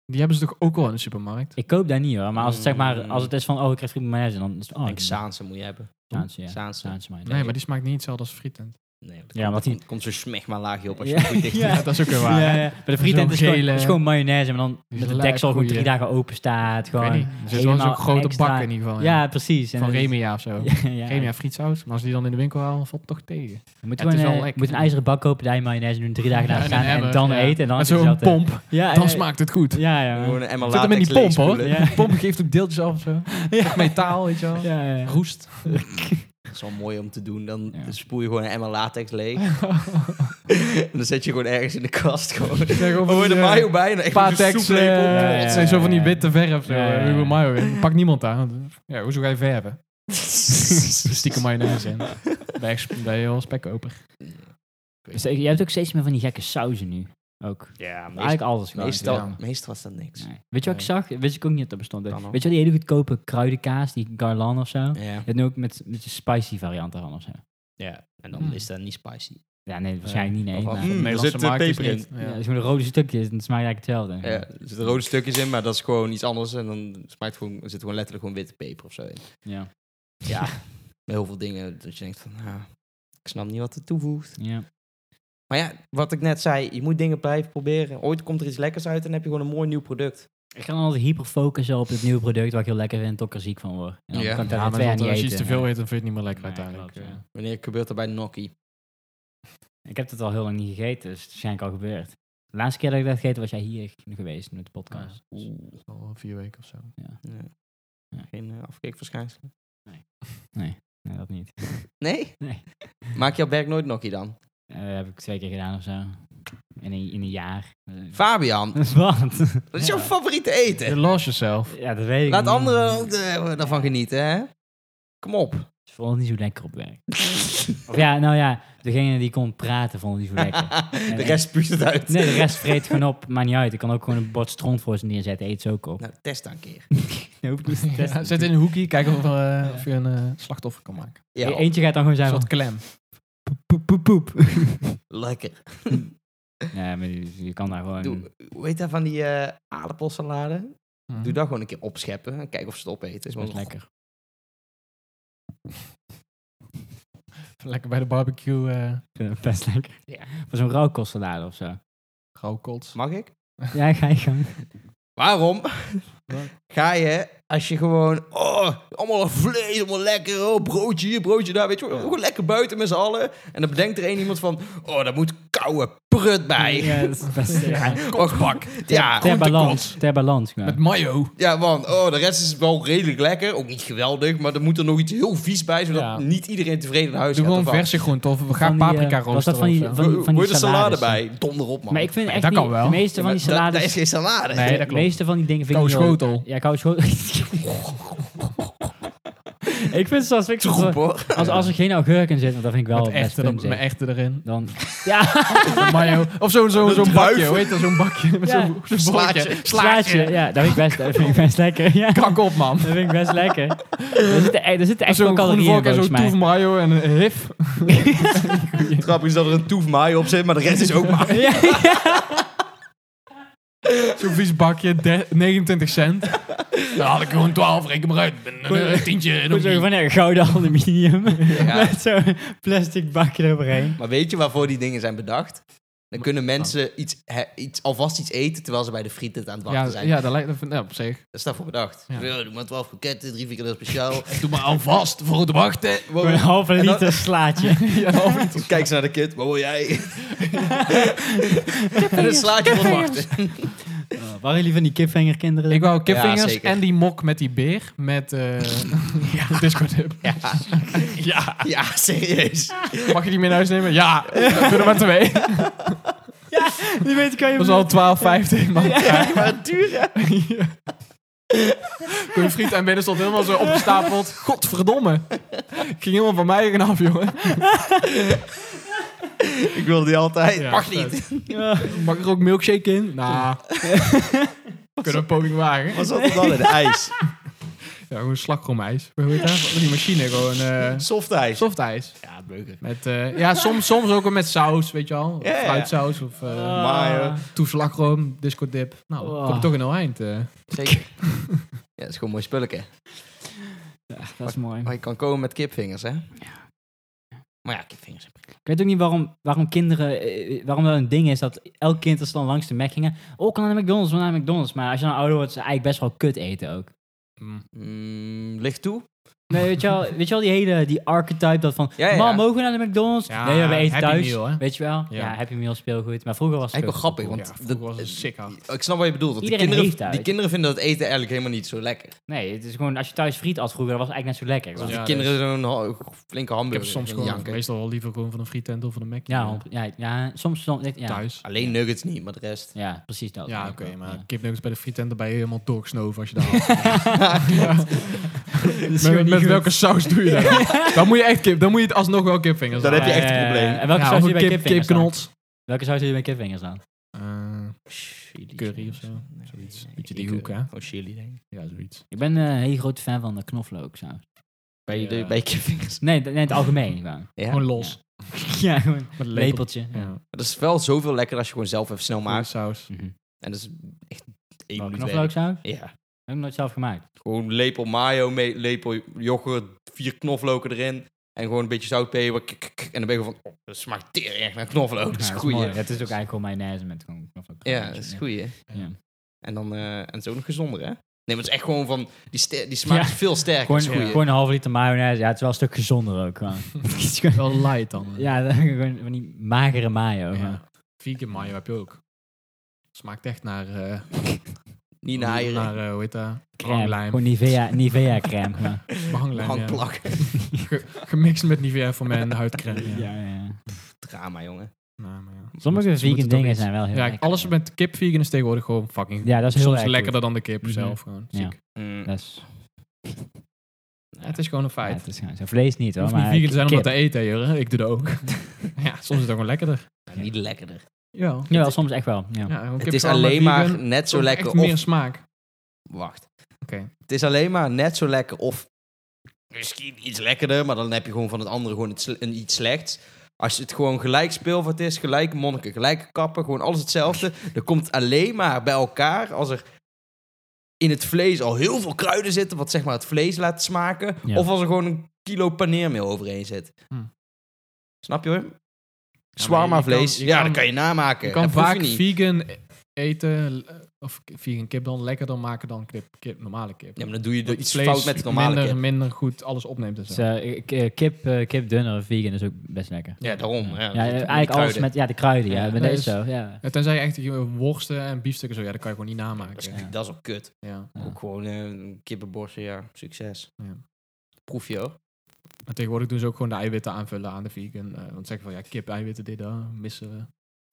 S3: Die hebben ze toch ook wel in de supermarkt?
S2: koop daar niet hoor. Maar als het, zeg maar,
S1: Mm.
S2: als het is van, oh, ik krijg friet met mayonaise, dan is het,
S1: Ik
S2: oh,
S1: denk Saanse moet je hebben.
S2: Saanse, ja.
S1: Saanse.
S2: Saanse mayonaise.
S3: Nee, maar die smaakt niet hetzelfde als frietent.
S1: Nee, dat
S2: Ja,
S1: komt,
S2: want die-
S1: komt- komt zo'n smegma laagje op als je
S2: Ja,
S1: het goed dicht
S2: ja.
S1: doet.
S3: Ja, dat is ook weer waar.
S2: Ja, ja. Bij de frietent
S3: Zo'n
S2: is, gewoon,
S3: gele-
S2: is gewoon mayonaise, maar dan
S3: Die
S2: met de
S3: lijp
S2: deksel gewoon
S3: goeie.
S2: drie dagen open staat.
S3: Ik weet
S2: Gewoon.
S3: niet. Er zit wel zo'n
S2: helemaal
S3: grote
S2: extra-
S3: bak in ieder geval.
S2: Ja, precies. En
S3: Van
S2: dan is-
S3: Remia of zo.
S2: Ja, ja.
S3: Remia frietsaus. Maar als die dan in de winkel halen, valt het toch tegen.
S2: Je moet,
S3: Ja, het
S2: gewoon,
S3: is wel
S2: eh,
S3: lekker.
S2: je moet een ijzeren bak kopen, daar je mayonaise doen, drie dagen
S3: Ja,
S2: laten
S3: en
S2: staan
S3: een
S2: en
S3: emmer,
S2: dan
S3: ja.
S2: eten. En dan
S3: Met
S2: heb je
S3: zo'n
S2: dat, eh,
S3: pomp.
S2: Ja,
S3: Dan
S2: ja,
S3: smaakt het goed.
S2: Ja, ja.
S1: Gewoon een emmer
S3: Zit hem in die pomp,
S1: latex
S3: hoor.
S1: leegspoelen.
S2: Ja.
S3: Die pomp geeft ook deeltjes af of zo.
S2: Ja.
S3: Metaal, weet je wel.
S2: Ja, ja, ja.
S3: Roest.
S1: Dat is wel mooi om te doen. Dan
S2: Ja.
S1: spoel je gewoon een emmer latex leeg. en dan zet je gewoon ergens in de kast. Gewoon.
S3: gewoon van
S1: Oh,
S3: die,
S1: de
S3: eh,
S1: mayo bij. En dan echt zo'n
S3: Patex.
S1: soeplepel.
S2: eh, Ja, ja,
S3: Het zijn zo van die witte verf. Zo.
S2: Ja, ja, ja.
S3: Hugo Mayo in. Pak niemand aan. want, Ja, hoezo ga je verven? Stiekem mayonaise in. Bij, bij heel spekkoper.
S2: Dus je hebt ook steeds meer van die gekke sauzen nu. Ook.
S1: Ja, meest-
S2: Eigenlijk alles gewoon.
S1: meestal,
S3: ja.
S1: meestal was dat niks.
S2: Nee. Weet je wat ik zag? Wist ik ook niet dat dat bestond.
S1: Kan ook.
S2: Weet je wel die hele goedkope kruidenkaas, die garlan of zo? Je
S1: Ja.
S2: hebt nu ook met, met de spicy variant ervan of zo.
S1: ja, en
S3: Hmm.
S1: dan is dat niet spicy.
S2: Ja, nee, waarschijnlijk niet. Nee,
S3: Of-
S2: maar-
S3: of-
S1: Hmm, er
S3: Nederlandse
S1: zit, eh,
S3: markt is
S1: peper
S3: niet-
S2: Ja, dus
S3: ja.
S2: het is gewoon de rode stukjes en het smaakt eigenlijk hetzelfde.
S1: Ja, er zitten rode stukjes in, maar dat is gewoon iets anders. En dan smaakt gewoon, er zit gewoon letterlijk gewoon witte peper of zo in.
S2: Ja.
S1: Ja, met heel veel dingen dat je denkt van, nou, ik snap niet wat het toevoegt.
S2: Ja.
S1: Maar ja, wat ik net zei, je moet dingen blijven proberen. Ooit komt er iets lekkers uit en dan heb je gewoon een mooi nieuw product.
S2: Ik ga dan altijd hyper focussen op het nieuwe product wat ik heel lekker vind en toch er ziek van word. En dan
S1: Ja.
S2: kan ik daar
S3: Ja,
S2: twee jaar
S3: maar
S2: niet
S3: als je
S2: eten.
S3: iets te veel eet, dan vind je het niet meer lekker
S2: Nee,
S3: uiteindelijk.
S2: klopt, ja.
S1: Wanneer gebeurt dat bij Noki?
S2: Ik heb het al heel lang niet gegeten, dus het is waarschijnlijk al gebeurd. De laatste keer dat ik dat gegeten was jij hier geweest met de podcast.
S1: Oeh,
S3: Al vier weken of zo.
S1: ja.
S2: Ja.
S1: Geen eh, afkeekverschijnselen.
S2: Nee, dat niet.
S1: Nee?
S2: Nee.
S1: Maak je op werk nooit Noki dan?
S2: Eh, dat heb ik twee keer gedaan of zo. In een, in een jaar. Eh,
S1: Fabian,
S2: Wat?
S1: wat is jouw
S3: Ja.
S1: favoriete
S3: You
S1: eten?
S3: lost yourself.
S2: ja, dat weet ik
S1: Laat
S2: niet.
S1: anderen ook eh, daarvan genieten, hè? Kom op.
S2: Ik vond het niet zo lekker op werk. Of ja, nou ja, degene die kon praten vond het niet zo lekker.
S1: de rest spuugt het uit.
S2: Nee, de rest vreet gewoon op. Maakt niet uit. Ik kan ook gewoon een bord stront voor ze neerzetten. Eet ze ook op.
S1: Nou, test dan een keer.
S2: Dat hoef ik niet te testen.
S3: Ja, zet in een hoekje, kijk of, eh, of je een eh, slachtoffer kan maken.
S1: Ja,
S2: E- Eentje gaat dan gewoon
S3: Een
S2: zijn
S3: soort
S2: van
S3: klem.
S2: poep, poep, poep.
S1: lekker.
S2: Nee, maar je, je kan daar gewoon...
S1: Doe, hoe heet dat van die eh, aardappelsalade?
S3: Mhm.
S1: Doe dat gewoon een keer opscheppen en kijk of ze het opeten. Is
S2: Dat is
S1: wel
S2: lekker.
S3: Lekker bij de barbecue eh
S2: Ik vind het best lekker.
S1: Ja.
S2: Voor zo'n rauwkostsalade of zo.
S3: rookkots.
S1: Mag ik?
S2: Ja, ga je gang.
S1: Waarom
S3: Wat?
S1: ga je als je gewoon, oh, allemaal vlees, allemaal lekker, oh, broodje hier, broodje daar, weet je wel. Gewoon lekker buiten met z'n allen. En dan bedenkt er één iemand van, oh, daar moet koude prut bij.
S2: Ja, dat is best ja.
S1: Och, bak. Ja,
S2: Ter
S1: groentekots.
S2: balans. Ter balans, gewoon.
S3: Met mayo.
S1: Ja, man. Oh, de rest is wel redelijk lekker. Ook niet geweldig, maar er moet er nog iets heel vies bij, zodat
S3: Ja.
S1: niet iedereen tevreden naar huis
S3: Doe
S1: gaat.
S3: gewoon
S1: of wat.
S3: verse groenten of we gaan
S2: die, eh,
S3: paprika
S2: was dat
S3: roosteren
S2: van die-
S3: of zo.
S2: van-
S1: Wil- Wil je er salade
S2: salades.
S1: bij? Donder op, man.
S2: Maar ik vind
S3: Nee,
S2: echt
S3: dat
S2: niet...
S3: kan wel.
S2: De meeste
S1: Ja,
S2: van
S1: maar
S2: die
S1: dat-
S2: salades...
S1: Dat is geen salade.
S3: Nee, dat
S2: de
S3: klopt.
S2: meeste van die dingen vind ik
S3: Koude
S2: niet heel-
S3: schotel.
S2: Ja, koude schotel. ik vind het zoals... Ik
S1: Te goed, hoor.
S2: als, als er geen augurk in zit, want dat vind ik wel
S3: Met
S2: best
S3: echte,
S2: puntig.
S3: met echte erin.
S2: Dan... Ja,
S3: Met mayo. Of zo'n zo,
S1: Met
S3: zo'n bakje,
S1: druiven.
S3: hoe heet dat? Zo'n bakje met
S2: Ja.
S3: zo'n zo'n
S1: Slaatje.
S3: broodje.
S2: slaatje. Ja, dat vind ik best, dat vind ik best lekker. Ja.
S3: Kak op, man.
S2: Dat vind ik best lekker. Er zitten, e- er zitten echt wel
S3: Zo'n groene
S2: calorieën in,
S3: vork en
S2: volgens
S3: zo'n
S2: mij.
S3: toef mayo en een hif.
S1: Grappig is dat er een toef mayo op zit, maar de rest is ook mayo.
S2: Ja,
S3: Zo'n vies bakje, de- 29 cent. Dan had ik gewoon 12, reken maar uit. Een, een, een tientje. nog
S2: Goed, zo
S3: niet.
S2: van ja, gouden aluminium.
S1: Ja.
S2: Met zo'n plastic bakje eroverheen.
S1: Maar weet je waarvoor die dingen zijn bedacht? Dan kunnen mensen iets, he- iets, alvast iets eten terwijl ze bij de friet het aan het wachten
S3: Ja,
S1: zijn.
S3: ja, dat lijkt me ja, op zich.
S1: Dat is daarvoor bedacht.
S3: Ja.
S1: Ja. doe maar 12 kroketten, drie frikandellen speciaal.
S3: Doe maar alvast voor het wachten.
S1: Wow.
S2: Een halve
S1: En dan-
S2: liter slaatje.
S3: Ja, alvast.
S1: Kijk ze naar de kid, wat wil jij? en een slaatje van wachten.
S2: Oh, waren jullie van die kipvingerkinderen?
S3: Ik wou
S1: Ja,
S3: kipvingers
S1: zeker.
S3: en die mok met die beer met eh Discord Hub.
S1: Ja,
S3: Ja.
S1: ja, serieus.
S3: Mag je die mee naar huis nemen? Ja. We kunnen maar twee.
S2: Die weet ik
S3: Dat is al 12,50 man.
S1: Ja, maar het duur, hè?
S3: Kun je friet en binnen stond helemaal zo opgestapeld. Godverdomme. Ging helemaal van mij eigen af, jongen.
S1: Ik wilde die altijd.
S3: Ja,
S1: Mag
S3: vet.
S1: niet.
S3: Mag er ook milkshake in? Nou. Kunnen we een poging wagen?
S1: Wat zat er dan in? Ijs.
S3: Ja, gewoon slagroomijs. Hoe heet dat? Die machine, gewoon eh
S1: Soft ijs.
S3: softijs.
S1: Ja, beuken.
S3: Met, eh, ja, soms, soms ook met saus, weet je al. Of
S1: Ja, ja.
S3: Fruitsaus of eh
S1: maar,
S3: toeslagroom, disco dip. Nou,
S2: Oh.
S3: kom je toch in een eind. eh.
S1: Zeker. Ja, dat is gewoon mooi spulletje.
S2: Ah, dat is mooi.
S1: Maar je kan komen met kipvingers, hè? Maar ja, kipvingers. zijn prima.
S2: Ik weet ook niet waarom, waarom kinderen, eh, waarom dat een ding is dat elk kind als ze dan langs de Mac gingen. Oh, kan naar de McDonald's, we gaan naar de McDonald's. Maar als je dan ouder wordt, is het eigenlijk best wel kut eten ook.
S3: Mm.
S1: Mm, licht toe.
S2: Nee, weet je wel, weet je wel die hele die archetype dat van,
S1: Ja, ja.
S2: mam, mogen we naar de McDonald's?
S3: Ja,
S2: nee, we eten
S3: Happy
S2: thuis.
S3: Meal, hè?
S2: weet je wel? Ja.
S3: Ja.
S2: Happy Meal speelgoed. Maar vroeger was het
S1: Eigenlijk wel
S2: kut.
S1: grappig, want
S3: ja,
S1: dat-
S3: vroeger was het oh, sick hard.
S1: ik snap wat je bedoelt. want die
S2: Iedereen
S1: kinderen,
S2: heeft dat,
S1: die
S2: weet je.
S1: kinderen vinden dat eten eigenlijk helemaal niet zo lekker.
S2: Nee, het is gewoon, als je thuis friet at vroeger, dat was eigenlijk net zo lekker.
S1: Die
S3: Ja,
S1: kinderen zo'n ha- flinke
S3: Ik
S1: hamburger.
S3: heb soms
S1: in
S3: gewoon,
S1: janken.
S3: meestal wel liever gewoon van een frietent of van een Mac.
S2: Ja, hond- ja, ja, soms... soms ja.
S3: Thuis.
S1: Alleen nuggets niet, maar de rest.
S2: Ja, precies dat.
S3: Ja, oké, maar
S2: Ja.
S3: kipnuggets bij de frietent, dan ben je helemaal doorgesnoven als je daar...
S2: Dat is gewoon
S3: met
S2: niet
S3: met
S2: goed.
S3: welke saus doe je dat? dan moet je echt kip, dan moet je het alsnog wel kipvingers
S1: Dan heb je
S3: halen.
S1: echt een
S2: Eh,
S1: probleem.
S2: En welke
S3: Ja,
S2: saus
S3: of
S2: doe je
S3: een
S2: bij
S3: kip-
S2: kipvingers dan?
S3: kipknots.
S2: Welke saus doe je bij kipvingers aan?
S3: Eh, Curry of zo. Zoiets. Beetje die hoek, hè?
S1: Oh, chili, denk ik.
S3: Ja, zoiets.
S2: Ik ben eh, een hele grote fan van de knoflooksaus.
S1: Bij,
S3: Ja.
S1: de, bij kipvingers.
S2: Nee, d- nee, in het algemeen gewoon.
S1: Ja.
S3: Gewoon los.
S2: Ja, gewoon
S3: Met een
S2: een
S3: lepel.
S2: lepeltje. Ja.
S3: Ja.
S1: Dat is wel zoveel lekker als je gewoon zelf even snel maakt.
S3: saus.
S2: Mhm.
S1: En dat is echt één
S2: Wel,
S1: minuut werk.
S2: Knoflooksaus?
S1: Ja.
S2: Heb ik nooit zelf gemaakt.
S1: Gewoon lepel mayo, mee, lepel yoghurt, vier knoflooken erin. En gewoon een beetje zout, peper. kik, kik, kik. En dan ben je gewoon van, oh, dat smaakt tering echt naar knoflook. Dat is
S2: Ja,
S1: goed.
S2: mooi. Dat is ook eigenlijk gewoon mayonaise met gewoon knoflook.
S1: Ja, dat is goed, hè?
S2: Ja.
S1: En dan, eh, en zo nog gezonder, hè? Nee, maar het is echt gewoon van, die, ster- die smaakt
S2: Ja.
S1: veel sterker.
S2: Gewoon,
S1: dat is
S3: goeie.
S2: gewoon een halve liter mayonaise. Ja, het is wel een stuk gezonder ook. gewoon. Het is gewoon-
S3: Wel light dan. hè?
S2: ja, gewoon van die magere mayo. gewoon.
S3: Ja. Vegan mayo heb je ook. Smaakt echt naar... eh,
S1: Niet naar eieren.
S3: Naar, eh, hoe heet dat?
S2: Crème.
S3: Behanglijm.
S2: Gewoon Nivea, Nivea crème. gewoon.
S3: Behanglijm, eh, ja.
S1: Handplak.
S3: Ge- gemixt met Nivea voor mijn huidcrème. Ja.
S2: ja, ja.
S1: Drama, jongen.
S3: Nou, maar ja. Ze
S2: Sommige
S3: moeten
S2: vegan
S3: toch
S2: dingen
S3: iets-
S2: zijn wel heel
S3: Ja,
S2: lekker.
S3: alles met kip vegan is tegenwoordig gewoon fucking...
S2: Ja, dat is heel
S3: soms
S2: erg goed.
S3: lekkerder dan de kip
S2: Mhm.
S3: zelf. Gewoon.
S2: Ja.
S3: Ziek.
S1: Mm.
S2: Dat is,
S3: Ja, Het is gewoon een
S2: ja,
S3: feit.
S2: het is gewoon zo. Vlees niet
S3: Je
S2: hoor,
S3: hoeft niet
S2: maar
S3: vegan te zijn om dat
S2: kip.
S3: te eten, joh. Ik doe dat ook. ja, soms is het ook gewoon lekkerder.
S1: Nou, Niet lekkerder.
S3: Ja.
S2: Jawel, soms echt wel. Ja.
S3: gewoon
S1: Het
S3: kip
S1: is
S3: vooral
S1: alleen maar
S3: vegan.
S1: net zo
S3: Ook
S1: lekker
S3: Echt
S1: of...
S3: meer smaak.
S1: Wacht.
S3: Oké.
S1: Het is alleen maar net zo lekker of misschien iets lekkerder, maar dan heb je gewoon van het andere gewoon het sle- een iets slechts. Als het gewoon gelijk speelvat is, gelijke monniken, gelijke kappen, gewoon alles hetzelfde. Dan komt het alleen maar bij elkaar als er in het vlees al heel veel kruiden zitten, wat zeg maar het vlees laat smaken.
S2: Ja.
S1: Of als er gewoon een kilo paneermeel overheen zit.
S3: Hm.
S1: Snap je hoor?
S3: je-
S1: Zwaar
S3: je
S1: vlees.
S3: kan- je
S1: ja,
S3: kan-
S1: dat kan je namaken.
S3: Je kan
S1: Dat proef
S3: vaak
S1: niet.
S3: vegan eten, eh, of vegan kip dan lekkerder maken dan kip, kip, normale kip.
S1: Ja, maar dan doe je er
S3: Dat
S1: iets
S3: vlees
S1: fout met het normale
S3: minder,
S1: kip.
S3: minder goed alles opneemt en zo.
S2: Dus, eh, k- eh, kip, eh, kip dunner of vegan is ook best lekker.
S1: Ja, daarom. Ja,
S2: Ja, eh,
S1: dat- die
S2: eigenlijk alles
S1: kruiden.
S2: met ja, de kruiden. Ja,
S3: Ja,
S2: met
S3: nee,
S2: deze
S3: dus-
S2: zo. Ja.
S3: Ja, tenzij je echt eh, worsten en biefstukken zo, ja, dat kan je gewoon niet namaken.
S1: Dat is,
S3: Ja.
S1: dat is ook kut.
S2: Ja.
S1: Ook gewoon eh, kippenborsten, ja, succes.
S3: Ja.
S1: Proef je hoor.
S3: Maar tegenwoordig doen ze ook gewoon de eiwitten aanvullen aan de vegan. eh, want zeggen van, ja, kip, eiwitten, dit, dat, missen we.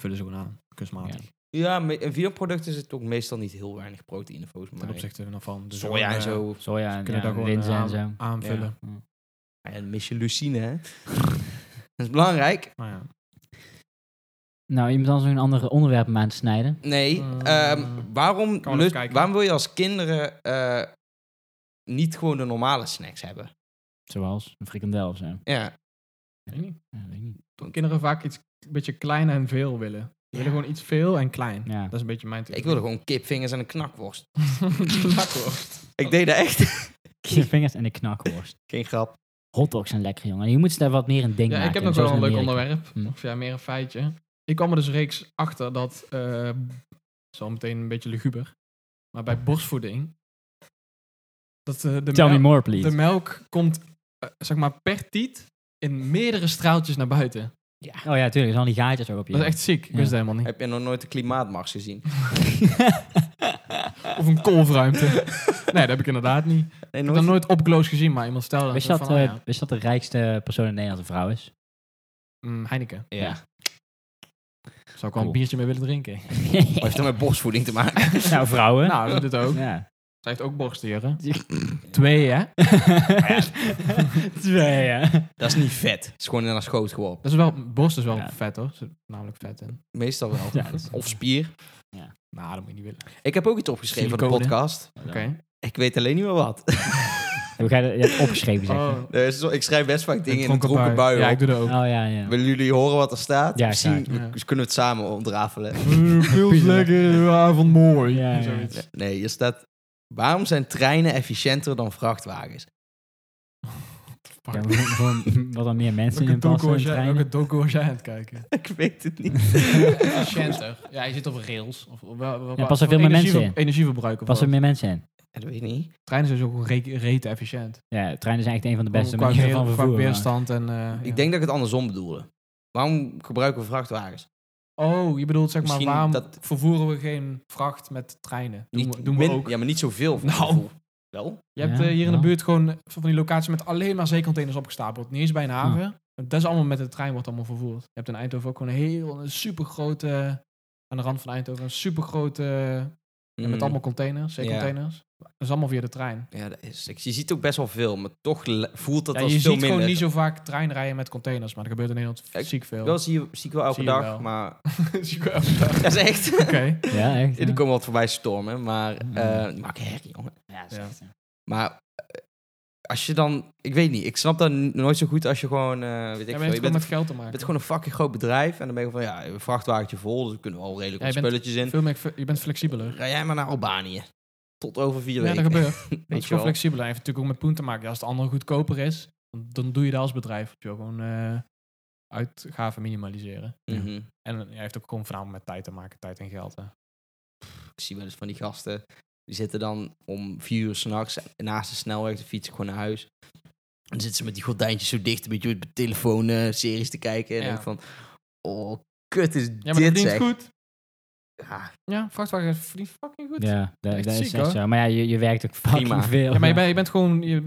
S3: Vullen ze gewoon aan, kunstmatig.
S1: Ja, me- in veganproducten zit ook meestal niet heel weinig proteïne volgens
S3: Ten
S1: mij.
S3: opzichte van. Dus
S1: Soja
S3: gewoon,
S1: en
S3: eh,
S1: zo.
S2: Soja en
S3: Kunnen
S2: ja,
S3: daar gewoon
S2: linzen
S3: eh,
S2: en zo.
S3: aan- aanvullen.
S2: Hmm.
S1: En dan mis je lucine, hè? dat is belangrijk.
S3: Maar ja.
S2: Nou, iemand anders nog een ander onderwerp om aan te snijden.
S1: Nee,
S3: Eh,
S1: ehm, waarom,
S3: even
S1: lust-
S3: kijken.
S1: waarom wil je als kinderen eh, niet gewoon de normale snacks hebben?
S2: Zoals een frikandel of zo.
S1: Ja,
S3: weet niet.
S2: Ja, weet ik niet.
S3: Toch kinderen vaak iets een beetje klein en veel willen. Ze willen gewoon iets veel en klein.
S2: Ja.
S3: Dat is een beetje mijn theorie.
S1: ik wilde gewoon kipvingers en een knakworst.
S3: Knakworst.
S1: Ik deed dat echt.
S2: Je vingers en de knakworst.
S1: Geen grap.
S2: Hotdogs zijn lekker, jongen. Je moet ze daar wat meer een ding
S3: Ja,
S2: maken.
S3: ik heb nog wel
S2: zoals
S3: een
S2: in
S3: leuk
S2: Amerika.
S3: onderwerp.
S2: Hm.
S3: Of ja, meer een feitje. Ik kwam er dus reeks achter dat, eh zo meteen een beetje luguber, maar bij borstvoeding, dat eh, de,
S2: Tell me
S3: melk,
S2: more,
S3: de
S2: please.
S3: melk komt, eh, zeg maar, per tiet in meerdere straaltjes naar buiten.
S2: Oh ja, tuurlijk. Er zijn al die gaatjes ook op je.
S3: Dat is echt ziek, ik
S2: Ja.
S3: wist dat helemaal niet.
S1: Heb je nog nooit de klimaatmars gezien?
S3: Of een kolfruimte. nee, dat heb ik inderdaad niet. Ik
S1: Nee,
S3: heb dat nooit opgloos gezien, maar iemand stelde
S2: Wist je
S3: dat
S2: dat,
S3: van, ah
S2: eh,
S3: ja,
S2: wist je dat de rijkste persoon in Nederland een vrouw is?
S3: mm, Heineken.
S1: Ja.
S3: Zou ik wel
S2: Cool.
S3: een biertje mee willen drinken?
S1: Wat heeft dat met borstvoeding te maken?
S2: nou, vrouwen.
S3: nou, dat doet het ook.
S2: Ja.
S3: Zij heeft ook borstdieren. Twee, hè?
S2: Twee, ja.
S1: dat is niet vet. Het is gewoon naar schoot geworpen.
S3: Dat is wel, borst is wel
S2: Ja.
S3: vet hoor. Er zit namelijk vet in.
S1: Meestal wel.
S2: Ja, dat is-
S1: Of spier.
S3: Nou, dat moet je niet willen.
S1: Ik heb ook iets opgeschreven voor de
S3: Silicone.
S1: podcast.
S3: Oké.
S1: Ik weet alleen niet meer wat.
S2: Heb jij dat- je hebt opgeschreven, zeg je? Oh,
S1: Nee, zo- ik schrijf best vaak dingen in een dronken bui.
S3: Ja,
S1: op.
S3: ik doe dat ook.
S2: ja, ja.
S1: Willen jullie horen wat er staat?
S2: Ja,
S1: Misschien
S2: graag.
S3: Ja.
S1: we- kunnen we het samen ontrafelen.
S3: Veel Mm, lekker, de avond mooi.
S2: Ja, ja.
S3: Zoiets.
S1: Nee, hier staat... Waarom zijn treinen efficiënter dan vrachtwagens?
S2: Ja, maar gewoon- gewoon wat dan meer mensen
S3: Welke
S2: in
S3: docu
S2: passen in
S3: was jij-
S2: treinen.
S3: welke docu was jij aan het kijken?
S1: Ik weet het niet.
S3: Efficiënter. Ja, je zit op rails. Of, of, wel- wel-
S2: Ja, passen
S3: wel
S2: veel meer
S3: energie-
S2: mensen in.
S3: Energieverbruik. of
S2: Was er
S3: wat?
S2: meer mensen in?
S1: Dat weet ik niet.
S3: Treinen zijn zo ook re rete efficiënt.
S2: Ja, treinen zijn echt een van de beste
S3: Oh, Qua
S2: manieren
S3: weer-
S2: van
S3: qua
S2: vervoer. maar-
S3: weerstand en... eh, ja.
S1: Ik denk dat ik het andersom bedoelde. Waarom gebruiken we vrachtwagens?
S3: Oh, je bedoelt zeg maar,
S1: Misschien
S3: waarom
S1: dat-
S3: vervoeren we geen vracht met treinen? Doen, we, doen we
S1: min-
S3: ook.
S1: Ja, maar niet zoveel. voor
S3: Nou.
S1: mijn gevoel. Wel?
S3: Je hebt
S2: Ja,
S3: eh, hier in de
S2: ja.
S3: buurt gewoon van die locaties met alleen maar zeecontainers opgestapeld. Niet eens bij een haven. Dat is allemaal met de trein wordt allemaal vervoerd. Je hebt in Eindhoven ook gewoon een heel een supergrote... Aan de rand van Eindhoven een supergrote...
S1: Mm.
S3: Met allemaal containers, zeecontainers. Dat is allemaal via de trein.
S1: Ja, dat is, je ziet ook best wel veel, maar toch le- voelt dat
S3: Ja,
S1: als
S3: je
S1: veel
S3: ziet
S1: minder.
S3: gewoon niet zo vaak treinrijden met containers. Maar dat gebeurt in Nederland
S1: Ik-
S3: ziek veel.
S1: Wel zie, je- zie ik wel elke
S3: Zie je
S1: dag,
S3: wel.
S1: maar...
S3: Ziek wel.
S1: dat is echt...
S3: Oké.
S2: Ja, echt.
S1: Er komen wat voorbij stormen, maar...
S3: Hmm.
S2: Mm.
S1: eh maak herrie, jongen.
S2: Ja,
S3: is echt,
S1: Maar eh, als je dan... Ik weet niet, ik snap dat n- nooit zo goed als je gewoon... eh, weet ik veel,
S3: Ja, maar het heeft
S1: je
S3: gewoon
S1: bent,
S3: met geld te maken.
S1: je bent gewoon een fucking groot bedrijf. En dan ben je van, ja, een vrachtwagentje vol. Dus we kunnen wel redelijk
S3: Ja,
S1: wat
S3: je bent
S1: spulletjes in.
S3: Veel meer, je bent flexibeler.
S1: Ga jij maar naar Albanië. Tot over vier
S3: Ja,
S1: weken.
S3: dat gebeurt. Dat
S1: Weet
S3: is
S1: je
S3: gewoon
S1: wel.
S3: flexibel. En heeft natuurlijk ook met poen te maken. Ja, als het ander goedkoper is, dan, dan doe je dat als bedrijf. Dat je wil gewoon eh, uitgaven minimaliseren.
S1: Mhm.
S3: En eh, ja, heeft ook gewoon voornamelijk met tijd te maken, tijd en geld. Hè.
S1: Ik zie wel eens van die gasten. Die zitten dan om vier uur s'nachts naast de snelweg te fietsen gewoon naar huis. En dan zitten ze met die gordijntjes zo dicht, een beetje op de telefoon eh, series te kijken. En
S3: Ja.
S1: denk ik van, oh, kut is
S3: Ja, maar dat
S1: dit
S3: verdient
S1: zeg.
S3: goed.
S1: Ja,
S3: Ja, vrachtwagen verdient fucking goed. Ja,
S2: Ja, dat,
S3: Echt
S2: dat is
S3: ziek,
S2: echt
S3: hoor.
S2: zo. Maar ja, je, je werkt ook fucking
S1: Prima.
S2: veel.
S3: maar je bent, je bent gewoon, je,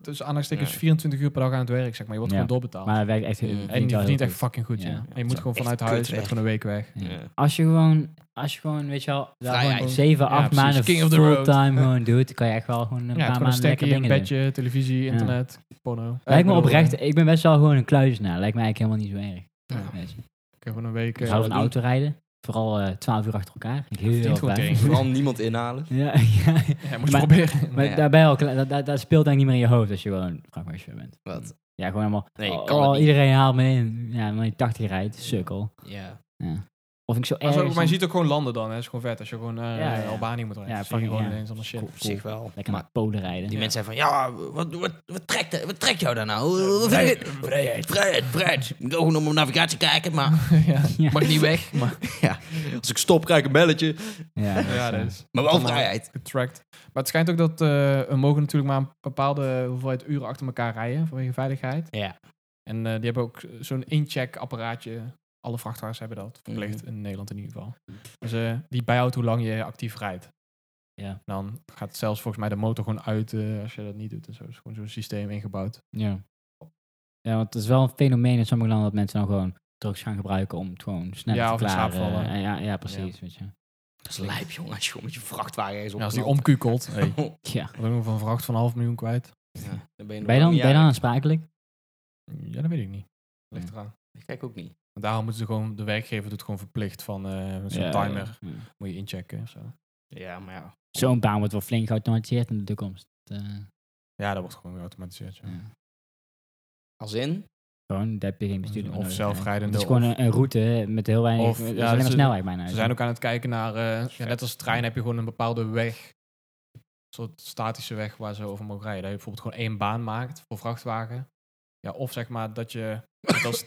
S3: dus aanhalingstekens
S1: Ja.
S3: 24 uur per dag aan het werk, zeg maar. Je wordt
S2: Ja.
S3: gewoon doorbetaald.
S2: Maar hij werkt echt...
S1: En die
S3: en je
S2: wel
S3: verdient
S2: heel
S3: echt fucking goed, ja.
S2: Ja.
S3: En je moet
S1: Ja.
S3: gewoon vanuit
S1: Echt
S3: huis, je
S1: kutwerk.
S3: bent gewoon een week weg.
S2: goed. Ja.
S1: Ja.
S2: Als je gewoon... Als je gewoon, weet je wel, daar
S1: Vrijheid.
S2: gewoon 7,
S3: Ja,
S2: 8
S3: precies.
S2: maanden
S3: King of the road.
S2: fulltime gewoon doet, dan kan je echt wel gewoon een
S3: Ja,
S2: paar
S3: gewoon een
S2: maanden lekker
S3: stekje, een
S2: dingen doen.
S3: bedje, televisie, internet, porno. Eh, ik
S2: Lijkt me
S3: bedoel,
S2: oprecht,
S3: eh,
S2: ik ben best wel gewoon een kluizenaar. Lijkt me eigenlijk helemaal niet zo erg.
S3: Ja.
S2: Weet je.
S3: Ik heb gewoon een week...
S2: Ik
S3: eh,
S2: hou van
S3: doen.
S2: auto rijden. Vooral eh 12 uur achter elkaar. Ik
S3: verdient
S2: heel
S3: goed
S2: fijn.
S3: tegen.
S1: vooral niemand inhalen.
S2: Ja, ja.
S3: eh, Ja, moet je
S2: Maar-
S3: proberen.
S2: Maar
S1: Ja.
S2: daarbij al, dat, dat, dat speelt denk ik niet meer in je hoofd als je gewoon vrachtwagenchauffeur bent.
S1: Wat?
S2: Ja, gewoon helemaal.
S1: Nee, ik
S2: oh,
S1: kan het niet.
S2: iedereen haalt me in. Ja, maar je 80 rijdt, sukkel.
S1: Ja.
S2: Of ik zo
S3: Maar,
S2: erg.
S3: zo, maar je ziet ook gewoon landen dan, hè. is gewoon vet. Als je gewoon naar
S2: Ja, ja.
S3: Albanië moet rijden,
S2: Ja,
S3: ja, zie je
S2: fucking
S3: gewoon
S2: ja.
S3: ineens allemaal shit.
S2: Cool.
S1: Op zich wel.
S2: lekker
S1: maar
S2: naar Polen rijden.
S1: die
S2: Ja.
S1: mensen zijn van, ja, wat, wat, wat, trekt, dat- wat trekt jou daar nou? Wat vind je-
S3: Vrijheid.
S1: Vrijheid, vrijheid. Ik wil gewoon om mijn navigatie kijken, maar
S3: ja.
S2: Ja.
S1: mag niet weg. Maar ja, als ik stop krijg ik een belletje,
S2: Ja, dat is,
S3: ja,
S2: eh,
S3: dat is
S1: maar wel vrijheid.
S3: getracked. Maar het schijnt ook dat eh, we mogen natuurlijk maar een bepaalde hoeveelheid uren achter elkaar rijden vanwege veiligheid.
S1: Ja.
S3: En eh, die hebben ook zo'n incheck apparaatje. Alle vrachtwagens hebben dat, verplicht in Nederland in ieder geval. Dus eh, die bijhoudt hoe lang je actief rijdt.
S2: Ja.
S3: Dan gaat zelfs volgens mij de motor gewoon uit eh, als je dat niet doet. En zo is gewoon zo'n systeem ingebouwd.
S2: ja. ja, want het is wel een fenomeen in sommige landen dat mensen dan gewoon drugs gaan gebruiken om het gewoon snel
S3: Ja,
S2: te
S3: of in
S2: klaren.
S3: slaap vallen.
S2: Eh, Ja, ja, precies. Weet je.
S1: Dat is lijp, jongen, als je gewoon met je vrachtwagen eens op.
S3: Ja, als die omkukelt. Hey.
S2: Ja.
S3: Wat ook van een vracht van een half miljoen kwijt.
S1: Ja, dan ben je, nog
S2: Ben je
S1: lang niet
S2: dan, ben je dan
S1: jarig.
S2: aansprakelijk?
S3: Ja, dat weet ik niet. Ligt
S2: Ja.
S3: eraan.
S1: Ik kijk ook niet.
S3: Want daarom moeten ze gewoon, de werkgever doet gewoon verplicht van eh, met zo'n
S2: Ja,
S3: timer.
S2: ja.
S3: Moet je inchecken of zo.
S1: Ja, maar ja.
S2: Zo'n baan wordt wel flink geautomatiseerd in de toekomst. Eh,
S3: Ja, dat wordt gewoon geautomatiseerd. Ja.
S2: ja.
S1: Als in?
S2: Gewoon, daar heb je geen bestuurder
S3: Of
S2: voor nodig, hè.
S3: zelfrijdende,
S2: Het is gewoon
S3: of-
S2: een, een route met heel weinig.
S3: Of-
S2: het is
S3: ja,
S2: alleen maar
S3: ze-
S2: snelheid bijna.
S3: Ze zijn ook aan het kijken naar, eh, ja, net als trein heb je gewoon een bepaalde weg. Een soort statische weg waar ze over mogen rijden. Dat je bijvoorbeeld gewoon één baan maakt voor vrachtwagen. Ja, of zeg maar dat je, net als,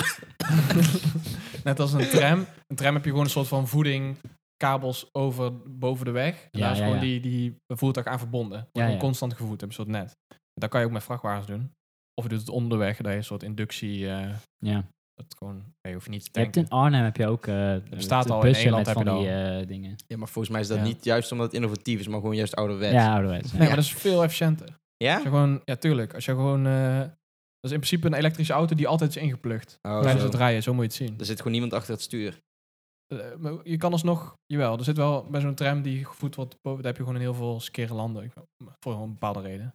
S3: Net als een tram. Een tram heb je gewoon een soort van voeding, kabels over, boven de weg.
S2: Ja,
S3: En daar is
S2: ja,
S3: gewoon
S2: ja.
S3: die, die voertuig aan verbonden. Wordt
S2: Ja,
S3: gewoon
S2: ja.
S3: constant gevoed, heb je een soort net. Dat kan je ook met vrachtwagens doen. Of je doet het onderweg, dat je een soort inductie... eh,
S2: Ja.
S3: dat gewoon, nee, je hoeft niet te
S2: Je hebt
S3: tanken.
S2: in Arnhem heb je ook eh
S3: bestaat
S2: de
S3: al, in
S2: bussen
S3: Engeland
S2: met
S3: heb je
S2: van die
S3: dat
S2: eh, dingen.
S1: Ja, maar volgens mij is dat
S3: Ja.
S1: niet juist omdat het innovatief is, maar gewoon juist ouderwets.
S2: Ja, ouderwets. ja.
S3: Nee, maar dat is veel efficiënter.
S1: Ja?
S3: Als je gewoon, ja, tuurlijk. Als je gewoon... eh, dat is in principe een elektrische auto die altijd is ingeplukt.
S1: Oh,
S3: tijdens
S1: zo.
S3: het rijden, zo moet je het zien.
S1: Er zit gewoon niemand achter het stuur.
S3: Eh, maar je kan alsnog, jawel, er zit wel bij zo'n tram die gevoed wordt, boven- daar heb je gewoon in heel veel skere landen, ik- voor een bepaalde reden.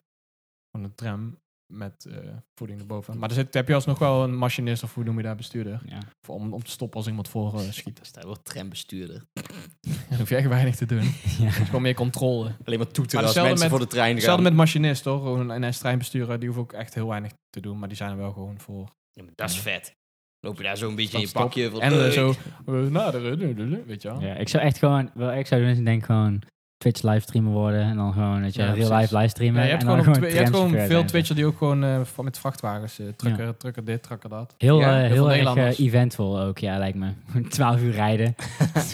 S3: Gewoon een tram met eh, voeding erboven. Maar er zit, heb je alsnog wel een machinist of hoe noem je daar bestuurder,
S2: Ja.
S3: voor- om, om te stoppen als iemand voor eh, schiet.
S1: Daar staat wel trambestuurder.
S3: Dan hoef je echt weinig te doen. Het is gewoon meer controle.
S1: Alleen maar toeteren
S3: Maar
S1: als
S3: hetzelfde
S1: mensen
S3: met-
S1: voor de trein gaan.
S3: Hetzelfde met machinist, hoor. Gewoon een NS-treinbestuurder, die hoeft ook echt heel weinig te doen, maar die zijn er wel gewoon voor.
S1: Ja, maar dat is vet. Loop je daar zo'n beetje
S3: Stop,
S1: in je
S3: stop.
S1: pakje. Van,
S3: En
S1: eh,
S3: dan zo, eh, naderen, weet je wel.
S2: Ja, ik zou echt gewoon, wel ik zou doen is ik denk gewoon Twitch livestreamen worden en dan gewoon dat je
S3: Ja,
S2: real
S3: precies.
S2: life livestreamen.
S3: Ja, je hebt
S2: en dan
S3: gewoon, op twi- je hebt gewoon
S2: tramchauffeur
S3: veel
S2: zijn.
S3: Twitcher die ook gewoon eh, van- met vrachtwagens, eh, trucker, trucker dit, trucker dat.
S2: Heel,
S1: Ja,
S2: eh,
S3: heel
S2: heel
S3: veel
S2: erg
S3: Nederlanders.
S2: eh, eventvol ook, ja, lijkt me. 12 uur rijden.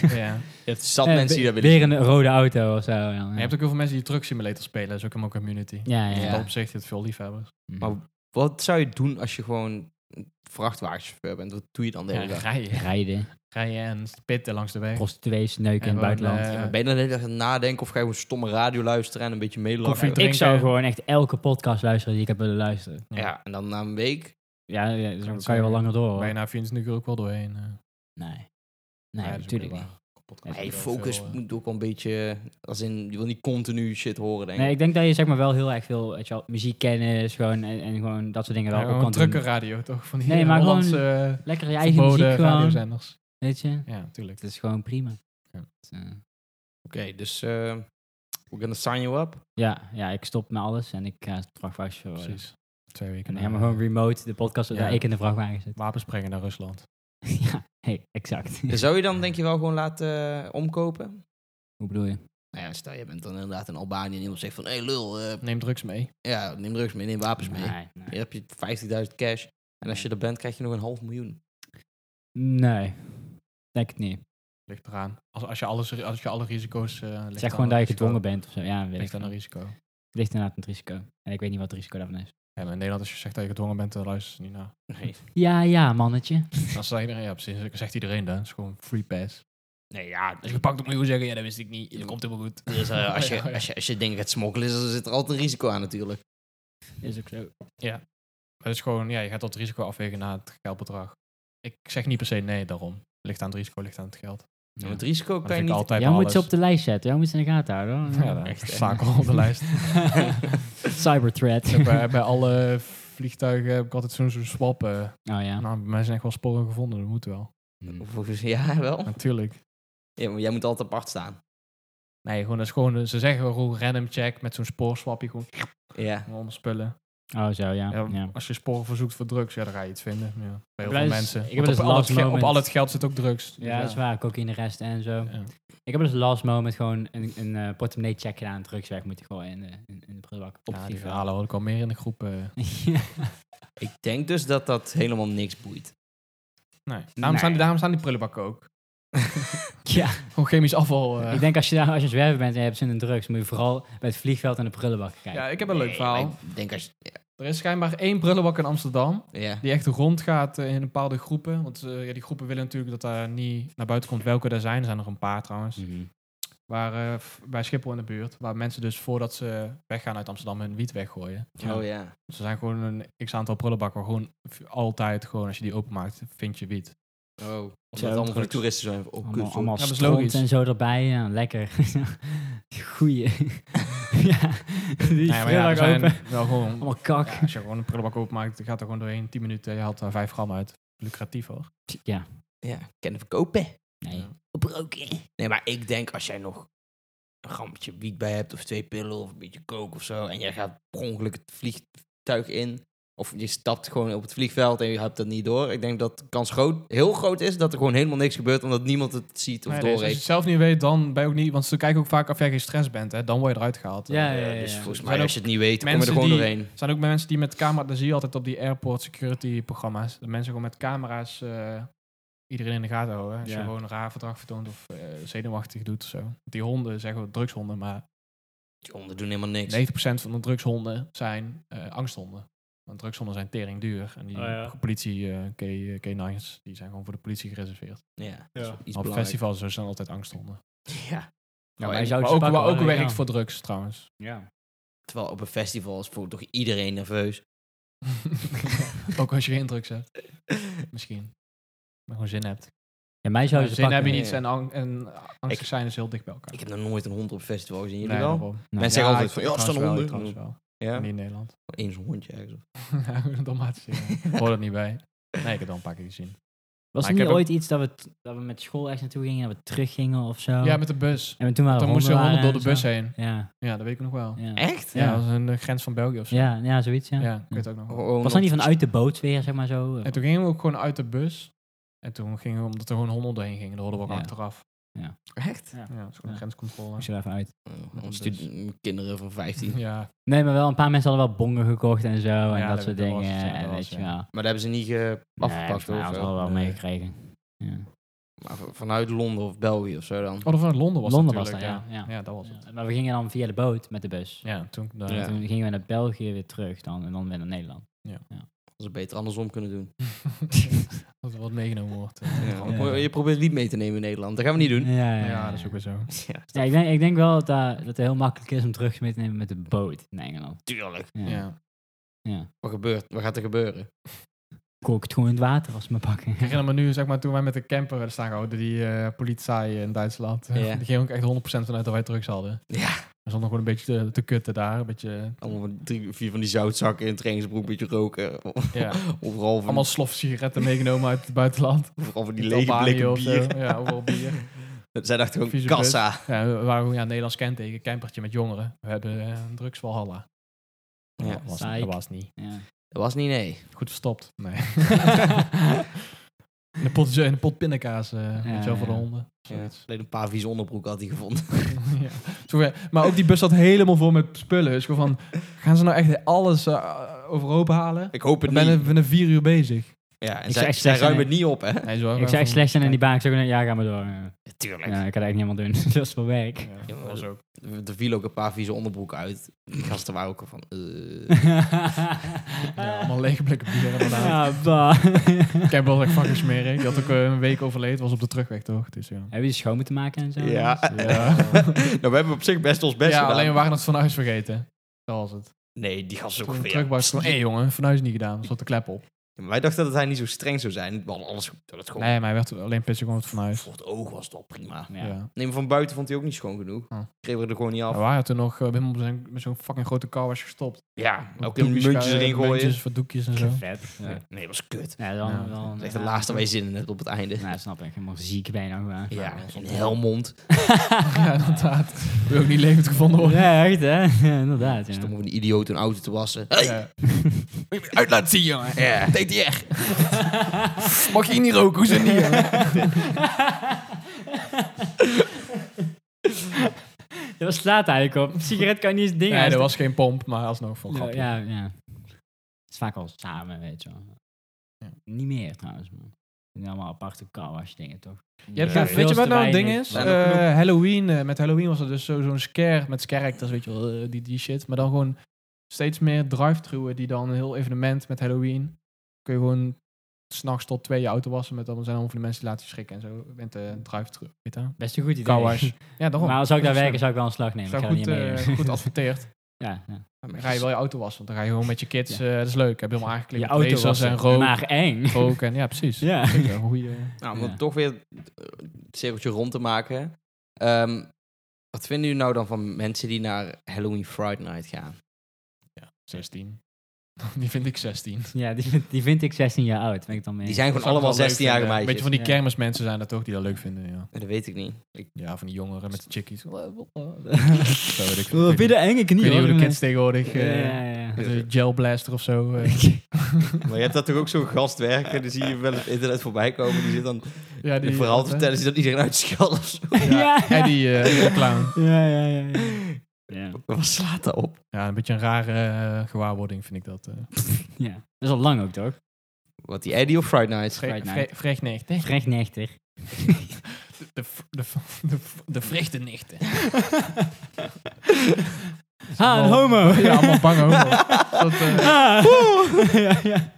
S3: ja.
S1: je hebt zat
S2: Eh,
S1: mensen die dat
S2: weer
S1: willen zien.
S2: een rode auto of zo. Ja,
S3: En
S2: ja.
S3: je hebt ook heel veel mensen die Truck Simulator spelen. Dat is ook in mijn community.
S2: ja,
S3: Dus
S2: ja,
S3: in
S2: ja.
S3: dat opzicht heeft veel liefhebbers.
S1: Maar wat zou je doen als je gewoon een vrachtwagenchauffeur bent? Wat doe je dan de
S3: Ja,
S1: hele dag?
S3: rijden.
S2: Mm. rijden,
S3: Rijden en pitten langs de weg.
S2: prostituees, neuken in het
S3: En gewoon,
S2: buitenland.
S3: eh,
S1: Ja, maar ben je dan de hele dag aan het nadenken of ga je gewoon stomme radio luisteren en een beetje
S3: Koffie
S1: meelachen?
S3: drinken.
S2: ik zou gewoon echt elke podcast luisteren die ik heb willen luisteren.
S1: Ja, en dan na een week.
S2: Ja, ja dus dan
S3: het
S2: kan je wel
S3: zeggen.
S2: langer door. hoor.
S3: Ben je na 24 uur ook wel doorheen. eh.
S2: Nee.
S3: Ja,
S2: Nee,
S3: dat is
S2: natuurlijk
S3: ook
S2: niet.
S3: wel waar.
S2: Nee,
S3: Podcast
S1: Hey,
S3: is wel
S1: focus
S3: veel, eh,
S1: moet ook wel een beetje. Als in, je wil niet continu shit horen, denk ik.
S2: Nee, ik denk dat je zeg maar wel heel erg veel weet je wel, muziekkennis gewoon, en, en gewoon dat soort dingen wel
S3: ja,
S2: op
S3: gewoon
S2: kan doen.
S3: truckerradio toch? Van die
S2: Nee,
S3: eh,
S2: maar gewoon
S3: Hollandse eh,
S2: Lekker je eigen muziek
S3: verboden
S2: gewoon,
S3: radiozenders.
S2: weet je.
S3: Ja, tuurlijk.
S2: Het is gewoon prima.
S3: Ja.
S2: Het, eh,
S1: Oké, dus eh we're gonna sign you up.
S2: ja, ja, ik stop met alles en ik ga vrachtwagen worden.
S3: Precies. Twee
S2: En
S3: weken.
S2: dan helemaal
S3: na,
S2: gewoon remote de podcast zodat
S3: Ja.
S2: ik in de vrachtwagen zit.
S3: eh, Wapens brengen naar Rusland.
S2: ja, hey, exact.
S1: Zou je dan denk je wel gewoon laten eh, omkopen?
S2: Hoe bedoel je?
S1: Nou ja, stel je bent dan inderdaad in Albanië en iemand zegt van... Hé hey, lul, eh,
S3: Neem drugs mee.
S1: ja, neem drugs mee, neem wapens mee.
S2: Nee, nee.
S1: Hier heb je 50.000 cash. En als je er bent, krijg je nog een half miljoen.
S2: nee, denk het niet.
S3: Ligt eraan. Als, als, je, alles, als je alle risico's... eh, ligt
S2: Zeg
S3: aan
S2: gewoon dat
S3: een
S2: je
S3: risico.
S2: gedwongen bent of zo. Ja, weet ik
S3: Ligt aan
S2: veel.
S3: een risico.
S2: ligt inderdaad een risico. En ik weet niet wat het risico daarvan is.
S3: Ja, maar in Nederland, als je zegt dat je gedwongen bent, dan luisteren ze niet naar.
S1: Nee,
S2: Ja, ja, mannetje.
S3: Dan zegt iedereen, ja precies, dan zegt iedereen dan. Het is gewoon free pass.
S1: nee ja.
S3: Als je gepakt op miljoen zeggen, ja dat wist ik niet. Dat komt helemaal goed.
S1: dus, eh, als, je, als, je, als je dingen gaat smokkelen, dan zit er altijd een risico aan natuurlijk.
S2: Is ook zo.
S3: Maar het is gewoon, ja, je gaat dat risico afwegen na het geldbedrag. Ik zeg niet per se nee daarom. Ligt aan het risico, ligt aan het geld. Maar
S1: Ja. Het risico
S3: dat
S1: kan je
S3: vind
S1: niet...
S3: ik altijd
S2: Jij
S3: bij
S2: moet ze op
S3: alles.
S2: de lijst zetten. Jij moet ze in de gaten houden. hoor.
S3: Ja, dat
S1: Echt,
S3: is
S1: hè?
S3: vaak al op de lijst.
S2: Cyberthreat.
S3: Ik heb, eh, bij alle vliegtuigen heb ik altijd zo'n zo'n swap. eh.
S2: Oh ja.
S3: Nou, bij mij zijn echt wel sporen gevonden, dat moet wel. Nou,
S1: Volgens- Ja, wel.
S3: Natuurlijk.
S1: Ja, maar jij moet altijd apart staan.
S3: Nee, gewoon, dat is gewoon, ze zeggen gewoon random check met zo'n spoorswapje. Gewoon
S1: Ja.
S3: allemaal spullen.
S2: Oh zo, ja.
S3: Ja,
S2: ja.
S3: Als je sporen verzoekt voor drugs, ja, dan ga je iets vinden. Ja. Bij heel
S2: heb
S3: veel
S2: dus-
S3: mensen.
S2: ik heb
S3: Want
S2: dus
S3: op, al het
S2: last
S3: ge- op
S2: moment.
S3: al het geld zit ook drugs. Dus
S2: Ja, dat is waar. Cocaïne rest en zo.
S3: Ja.
S2: Ik heb dus last moment gewoon een, een eh, portemonnee-check gedaan. Drugs weg moeten gooien in de, in, in de prullenbak. Op
S3: Ja,
S2: de
S3: die
S2: FIFA.
S3: verhalen hoor ik al meer in de groep. eh.
S2: Ja.
S1: Ik denk dus dat dat helemaal niks boeit.
S3: Nee. Daarom, Staan die, daarom staan die prullenbakken ook.
S2: Ja.
S3: Gewoon chemisch afval. eh.
S2: Ik denk als je, daar, als je zwerver bent en je hebt zin in drugs, moet je vooral bij het vliegveld en de prullenbak kijken.
S3: ja, ik heb een leuk
S1: Nee,
S3: verhaal.
S1: maar Ik denk als... je-
S3: Er is schijnbaar één prullenbak in Amsterdam
S1: Ja.
S3: die echt rondgaat eh, in bepaalde groepen. Want eh, ja, die groepen willen natuurlijk dat daar niet naar buiten komt welke daar zijn. Er zijn er een paar trouwens.
S2: Mhm.
S3: Waar, eh, f- bij Schiphol in de buurt. Waar mensen dus voordat ze weggaan uit Amsterdam hun wiet weggooien.
S1: Oh ja.
S3: Ze zijn gewoon een x-aantal prullenbakken. waar Gewoon v- altijd, gewoon als je die openmaakt, vind je wiet.
S1: Oh. Omdat het
S2: Zo,
S1: allemaal van die
S3: drugs.
S1: toeristen zijn. Oh,
S2: Allemaal,
S1: kut.
S2: allemaal
S3: Ja, dat is
S2: stront
S3: logisch.
S2: en zo erbij. Ja, lekker. Goeie. ja, die
S3: Nee, maar Nou ja, er
S2: prullenbak
S3: zijn
S2: open.
S3: wel gewoon...
S2: Allemaal kak.
S3: Ja, als je gewoon een prullenbak openmaakt, gaat er gewoon doorheen. 10 minuten, je haalt daar 5 gram uit. Lucratief hoor.
S2: Ja,
S1: Ja, kennen verkopen.
S2: nee.
S3: Ja.
S1: Gebroken. Nee, maar ik denk als jij nog een grammetje wiet bij hebt of twee pillen of een beetje kook of zo en jij gaat per ongeluk het vliegtuig in of je stapt gewoon op het vliegveld en je hebt dat niet door. Ik denk dat de kans groot, heel groot is dat er gewoon helemaal niks gebeurt omdat niemand het ziet of
S3: Nee, nee, dus als je
S1: doorheeft.
S3: het zelf niet weet, dan ben je ook niet... Want ze kijken ook vaak of jij geen stress bent, hè. Dan word je eruit gehaald.
S2: Ja,
S3: Eh,
S2: ja,
S1: Dus
S2: ja.
S1: volgens
S3: Er
S1: mij
S3: zijn
S1: als je het niet weet, kom je er
S3: mensen
S1: gewoon
S3: die-
S1: doorheen.
S3: Er zijn ook mensen die met camera... Dat zie je altijd op die airport security programma's. Dat mensen gewoon met camera's... eh, iedereen in de gaten houden. Als
S2: Ja.
S3: je gewoon een raar gedrag vertoont of eh, zenuwachtig doet of zo. Die honden, zeggen we drugshonden, maar
S1: Die honden doen helemaal niks.
S3: 90% van de drugshonden zijn eh, angsthonden. Want drugshonden zijn tering duur. En die
S2: Oh, ja.
S3: politie, eh, K, eh, K9's, die zijn gewoon voor de politie gereserveerd.
S1: Ja,
S2: Ja.
S1: dat is iets
S3: Op
S1: belangrijk.
S3: festivals zo zijn altijd angsthonden.
S1: Ja.
S2: Ja,
S1: Oh,
S2: wij
S1: en-
S2: zouden
S3: Maar
S2: ze
S3: ook,
S2: pakken,
S3: maar ook
S2: hoor,
S3: werkt
S2: ja.
S3: voor drugs trouwens.
S2: Ja.
S1: Terwijl op een festival is voor toch iedereen nerveus.
S3: ook als je geen drugs hebt, misschien. Maar gewoon zin hebt.
S2: ja, mij
S3: Maar
S2: zouden ze
S3: zin
S2: pakken.
S3: heb je
S1: ja,
S3: niet
S1: ja.
S3: en, ang en angstig zijn is heel dicht bij elkaar.
S1: Ik heb nog nooit een hond op een festival gezien. Jullie
S3: Nee,
S1: wel?
S3: daarom.
S1: Mensen zeggen altijd
S3: ik-
S1: van, ja,
S3: ik
S1: er staan
S3: trouwens wel, ik
S1: honden.
S3: trouwens wel.
S1: Ja,
S3: Niet in Nederland. Nou,
S1: eens een hondje ergens.
S3: Ja, dramatisch. Ja. Hoor dat niet bij. Nee, ik heb wel een paar keer gezien.
S2: Was
S3: Maar
S2: er
S3: ik
S2: niet
S3: heb
S2: ooit
S3: ook-
S2: iets dat we, t- dat we met school echt naartoe gingen en dat we teruggingen of zo?
S3: Ja, met de bus.
S2: En we toen waren
S3: Dan moesten we
S2: honden
S3: honden door de
S2: waren
S3: bus heen.
S2: en zo. Ja,
S3: Ja, dat weet ik nog wel.
S2: ja.
S1: Echt?
S3: Ja, dat was een eh, grens van België of zo.
S2: Ja, ja, zoiets, ja.
S3: Ja, ik weet het ook nog wel.
S1: Gewoon
S2: Was dat
S1: op-
S2: niet vanuit de boot weer, zeg maar zo?
S3: En toen gingen we ook gewoon uit de bus. En toen gingen we, omdat er gewoon honden doorheen gingen, dan hoorden we ook
S2: Ja.
S3: achteraf.
S1: Echt?
S3: Ja, dat is gewoon
S2: Ja.
S3: een grenscontrole.
S2: Moest je er even uit.
S1: Oh,
S3: Met een
S1: stu- Kinderen van 15.
S3: Ja, Oh,
S2: Nee, maar wel een paar mensen hadden wel bongen gekocht en zo. en
S3: Ja,
S2: dat,
S3: dat-
S2: soort
S3: dat
S2: dingen.
S3: was het, ja,
S2: en
S3: dat
S2: weet
S3: was
S2: je
S3: het,
S2: wel.
S3: ja.
S1: Maar daar hebben ze niet eh, afgepakt
S2: nee,
S1: of
S2: dat
S1: zo?
S2: hadden we wel
S3: Nee.
S2: meegekregen. Ja.
S1: Maar v- vanuit Londen of België of zo dan?
S3: Oh, dat was Londen was
S2: Londen was
S3: natuurlijk.
S2: dat, ja. ja.
S3: ja. dat was het.
S2: Ja, Maar we gingen dan via de boot met de bus.
S3: Ja, toen... daar-
S1: Ja.
S2: En toen gingen we naar België weer terug dan, en dan weer naar Nederland.
S1: Als ze beter andersom kunnen doen.
S3: dat er wat meegenomen wordt. eh,
S1: Ja.
S2: Ja.
S1: Je probeert lied mee te nemen in Nederland. Dat gaan we niet doen.
S2: Ja, ja,
S3: Ja, dat is ook weer zo.
S1: Ja,
S2: Ja, ik, denk, ik denk wel dat, daar- dat het heel makkelijk is om terug mee te nemen met de boot in Engeland.
S1: tuurlijk.
S2: Ja. Ja.
S3: Ja.
S1: Wat gebeurt? Wat gaat er gebeuren?
S2: Kook het gewoon in het water als ze me pakken.
S3: Ik herinner me nu, zeg maar, toen wij met de camper werden staan gehouden, die eh politie in Duitsland.
S1: Ja.
S3: Die ging ook echt 100% vanuit dat wij drugs hadden.
S1: Ja,
S3: We stonden gewoon een beetje te, te kutten daar. Een beetje,
S1: allemaal van drie, vier van die zoutzakken in trainingsbroek, een beetje roken.
S3: ja.
S1: Overal van,
S3: Allemaal slof sigaretten meegenomen uit het buitenland.
S1: overal van die
S3: Uit
S1: lege
S3: Albanië
S1: blikken
S3: of zo.
S1: bier.
S3: Ja, overal bier.
S1: Zij dachten gewoon,
S3: Vieze
S1: kassa.
S3: Ja, we waren gewoon ja, een Nederlands kenteken, campertje met jongeren. We hebben eh, een drugswalhalla.
S1: Ja.
S3: dat, was,
S2: Psych.
S3: dat was niet.
S2: Ja.
S1: Dat was niet nee.
S3: Goed verstopt. Nee. in, de pot, in de pot pindakaas. eh
S2: Ja,
S3: weet je wel, voor de
S2: ja.
S3: honden.
S1: Ja,
S3: Zoiets.
S1: alleen een paar vieze onderbroeken had hij gevonden.
S3: Ja. Zo ver- Maar ook die bus zat helemaal vol met spullen. Dus gewoon van, gaan ze nou echt alles eh, overhoop halen?
S1: Ik hoop
S3: We
S1: het
S3: zijn
S1: niet.
S3: er- we zijn er vier uur bezig.
S1: Ja, en
S2: Ik
S1: zij,
S2: zeg-
S1: zij
S2: zeg-
S1: ruimen het niet op, hè?
S3: Nee, zo,
S2: Ik
S3: eh,
S2: zei echt
S3: van-
S2: slecht zijn in die baan. Ik zei ook, ja, ga maar door. Ja,
S1: Tuurlijk.
S2: ik kan eigenlijk niet helemaal doen. Dat is voor werk.
S3: Ja, dat was ook.
S1: Er vielen ook een paar vieze onderbroeken uit. Die gasten waren ook al van... eh.
S3: Ja, allemaal lege blikken bier inderdaad.
S2: Ah. Ja, bah.
S3: Ik heb wel echt fucking smerig. Die had ook eh, een week overleden. was op de terugweg toch? Dus ja.
S2: Heb je ze schoon moeten maken en zo?
S1: Ja.
S3: Ja.
S1: nou, we hebben op zich best ons best
S3: ja,
S1: gedaan.
S3: alleen we waren het van huis vergeten. Dat was het.
S1: Nee, die gasten ook
S3: Toen
S1: weer.
S3: terug was van, hé jongen, van huis niet gedaan. Er zat de klep op.
S1: Ja, maar Wij dachten dat hij niet zo streng zou zijn. We hadden alles... Dat het gewoon...
S3: Nee, maar hij werd alleen pissig gewoon van huis.
S1: Voor het oog was het al prima.
S2: Ja.
S3: Ja.
S2: Ja.
S1: Nee, maar van buiten vond hij ook niet schoon genoeg.
S3: Hm.
S1: Kregen we er gewoon niet
S3: We
S1: af.
S3: waren toen nog eh, helemaal op zijn- met zo'n fucking grote car was gestopt.
S1: Ja,
S3: Ook
S1: ook een
S3: doekjes
S1: muntjes
S3: schuiven,
S1: erin gooien.
S3: muntjes, wat doekjes en zo.
S2: Vet. Ja.
S1: Nee, dat was kut.
S2: Ja, dan,
S3: Ja.
S2: dan,
S1: Dat is echt de laatste waar je zin in hebt op het einde.
S2: Nou, snap ik. Helemaal ziek bijna. Maar.
S1: Ja,
S3: dat is
S1: in
S3: wel-
S1: Helmond.
S3: ja, inderdaad. Wil ook niet levend gevonden worden.
S2: Ja, echt hè? Ja, inderdaad.
S1: Stom
S2: Ja.
S1: om een idioot een auto te wassen. Hey,
S3: Ja.
S1: uit laten zien, jongen. Ja. DTR.
S3: Mag je hier niet roken? Hoe zit die?
S2: Dat slaat eigenlijk op. Een sigaret kan je niet eens dingen.
S3: Nee, er was geen pomp, maar alsnog van
S2: ja,
S3: grapje.
S2: ja, ja. Het is vaak al samen, weet je wel.
S3: Ja.
S2: Niet meer trouwens. Maar. Het zijn allemaal aparte carwash dingen toch?
S3: Je hebt,
S2: Ja,
S3: geen-
S2: veel
S3: weet je
S2: te
S3: wat nou het ding
S2: weinig.
S3: is?
S1: Ja,
S3: Eh,
S1: dat klopt.
S3: Halloween, eh, met Halloween was er dus zo- zo'n scare met characters, weet je wel, eh, die, die shit. Maar dan gewoon steeds meer drive-thruwen die dan een heel evenement met Halloween. Kun je gewoon s'nachts tot twee je auto wassen met allemaal zijn allemaal van die mensen die laten schrikken en zo. Met de drive-thru, weet je wel.
S2: Best een goed idee.
S3: Car wash. Ja, daarom.
S2: Maar als ik daar
S3: Dat is,
S2: werken, zou ik wel een slag nemen.
S3: Zou
S2: ik ga er
S3: goed,
S2: niet mee.
S3: eh,
S2: doen.
S3: goed adverteerd.
S2: ja, ja.
S3: Dan ga je wel je auto wassen, want dan ga je gewoon met je kids.
S2: Ja.
S3: eh, dat is leuk. Heb je helemaal aangekleed.
S2: Je
S3: met
S2: auto
S3: lasers
S2: was
S3: en rook.
S2: Maar eng.
S3: rook en, ja, precies. Ja.
S2: Ja.
S3: Een eh, goede.
S1: Nou, om het
S2: Ja.
S1: toch weer eh, het cirkeltje rond te maken. Ehm, wat vinden jullie nou dan van mensen die naar Halloween Friday Night gaan?
S3: Ja, 16. Die vind ik 16.
S2: Ja, die vind, die vind ik 16 jaar oud. Ben ik dan mee.
S1: Die zijn
S3: Dat
S1: gewoon
S3: zou ik
S1: allemaal
S3: wel leuk
S1: 16-jarige
S3: vinden.
S1: meisjes.
S3: Weet je, van die
S2: Ja.
S3: kermismensen zijn dat toch, die dat leuk vinden, ja.
S1: Nee, Dat weet ik niet. Ik,
S3: Ja, van die jongeren met de chickies. Zo, weet ik,
S2: Oh,
S3: veel. ik weet
S2: Binnen enge knieën.
S3: niet hoe de
S2: hoor,
S3: kids tegenwoordig...
S2: mensen.
S3: eh,
S2: Ja, ja, ja.
S3: met een gel blaster of zo. eh.
S1: maar je hebt dat toch ook zo'n gast werken? Dan zie je wel op internet voorbij komen. Die eh, zit dan
S3: ja,
S1: het verhaal te vertellen. Ze dat iedereen uitscheldt of zo.
S3: Ja,
S2: Ja.
S3: en die eh, clown.
S2: Ja, ja, ja. ja. Ja.
S1: Wat slaat dat op?
S3: Ja, een beetje een rare eh, gewaarwording vind ik dat. eh.
S2: ja. Dat is al lang ook, toch?
S1: Wat die Eddie of Friday Night?
S2: Fright Night.
S3: Vrecht 90.
S2: Vrecht 90.
S3: De, v- de, v- de, v- de vrechte nichten.
S2: Ha, Ah, een homo.
S3: Ja, allemaal bang homo. Dat, eh,
S2: Ah. ja, ja.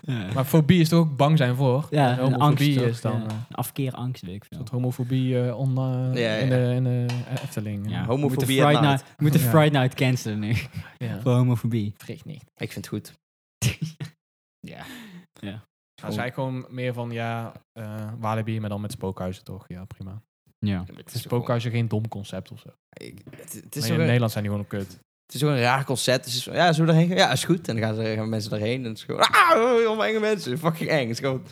S2: ja.
S3: maar fobie is toch ook bang zijn voor?
S2: Ja,
S3: En
S2: een angst
S3: homofobie
S2: toch,
S3: is dan...
S2: ja.
S3: eh,
S2: Een afkeerangst, weet ik veel.
S3: dat homofobie eh, on, eh,
S1: Ja, ja,
S3: in
S1: ja.
S3: de, in de eh, Efteling.
S2: Ja.
S1: homofobie
S2: Moet de
S1: at
S2: Friday
S1: night.
S2: Night, moet de
S3: Ja.
S2: Friday Night cancelen nu.
S3: Ja.
S2: Voor homofobie.
S3: Vrecht nicht.
S1: Ik vind het goed. ja.
S3: Nou, zij gewoon meer van, ja, eh Walibi, maar dan met spookhuizen toch? Ja, prima.
S2: Ja.
S1: Het
S3: Het is spookhuizen geen dom concept of zo.
S1: Ik- Het, het
S3: Nee,
S1: is
S3: in
S1: zo een,
S3: Nederland zijn die gewoon een kut.
S1: het is zo'n raar concept. Het is zo, ja, zullen we daarheen gaan? Ja, is goed. En dan gaan, ze, gaan mensen daarheen. En het is gewoon... Ah, allemaal enge mensen. Fucking eng. Het is gewoon...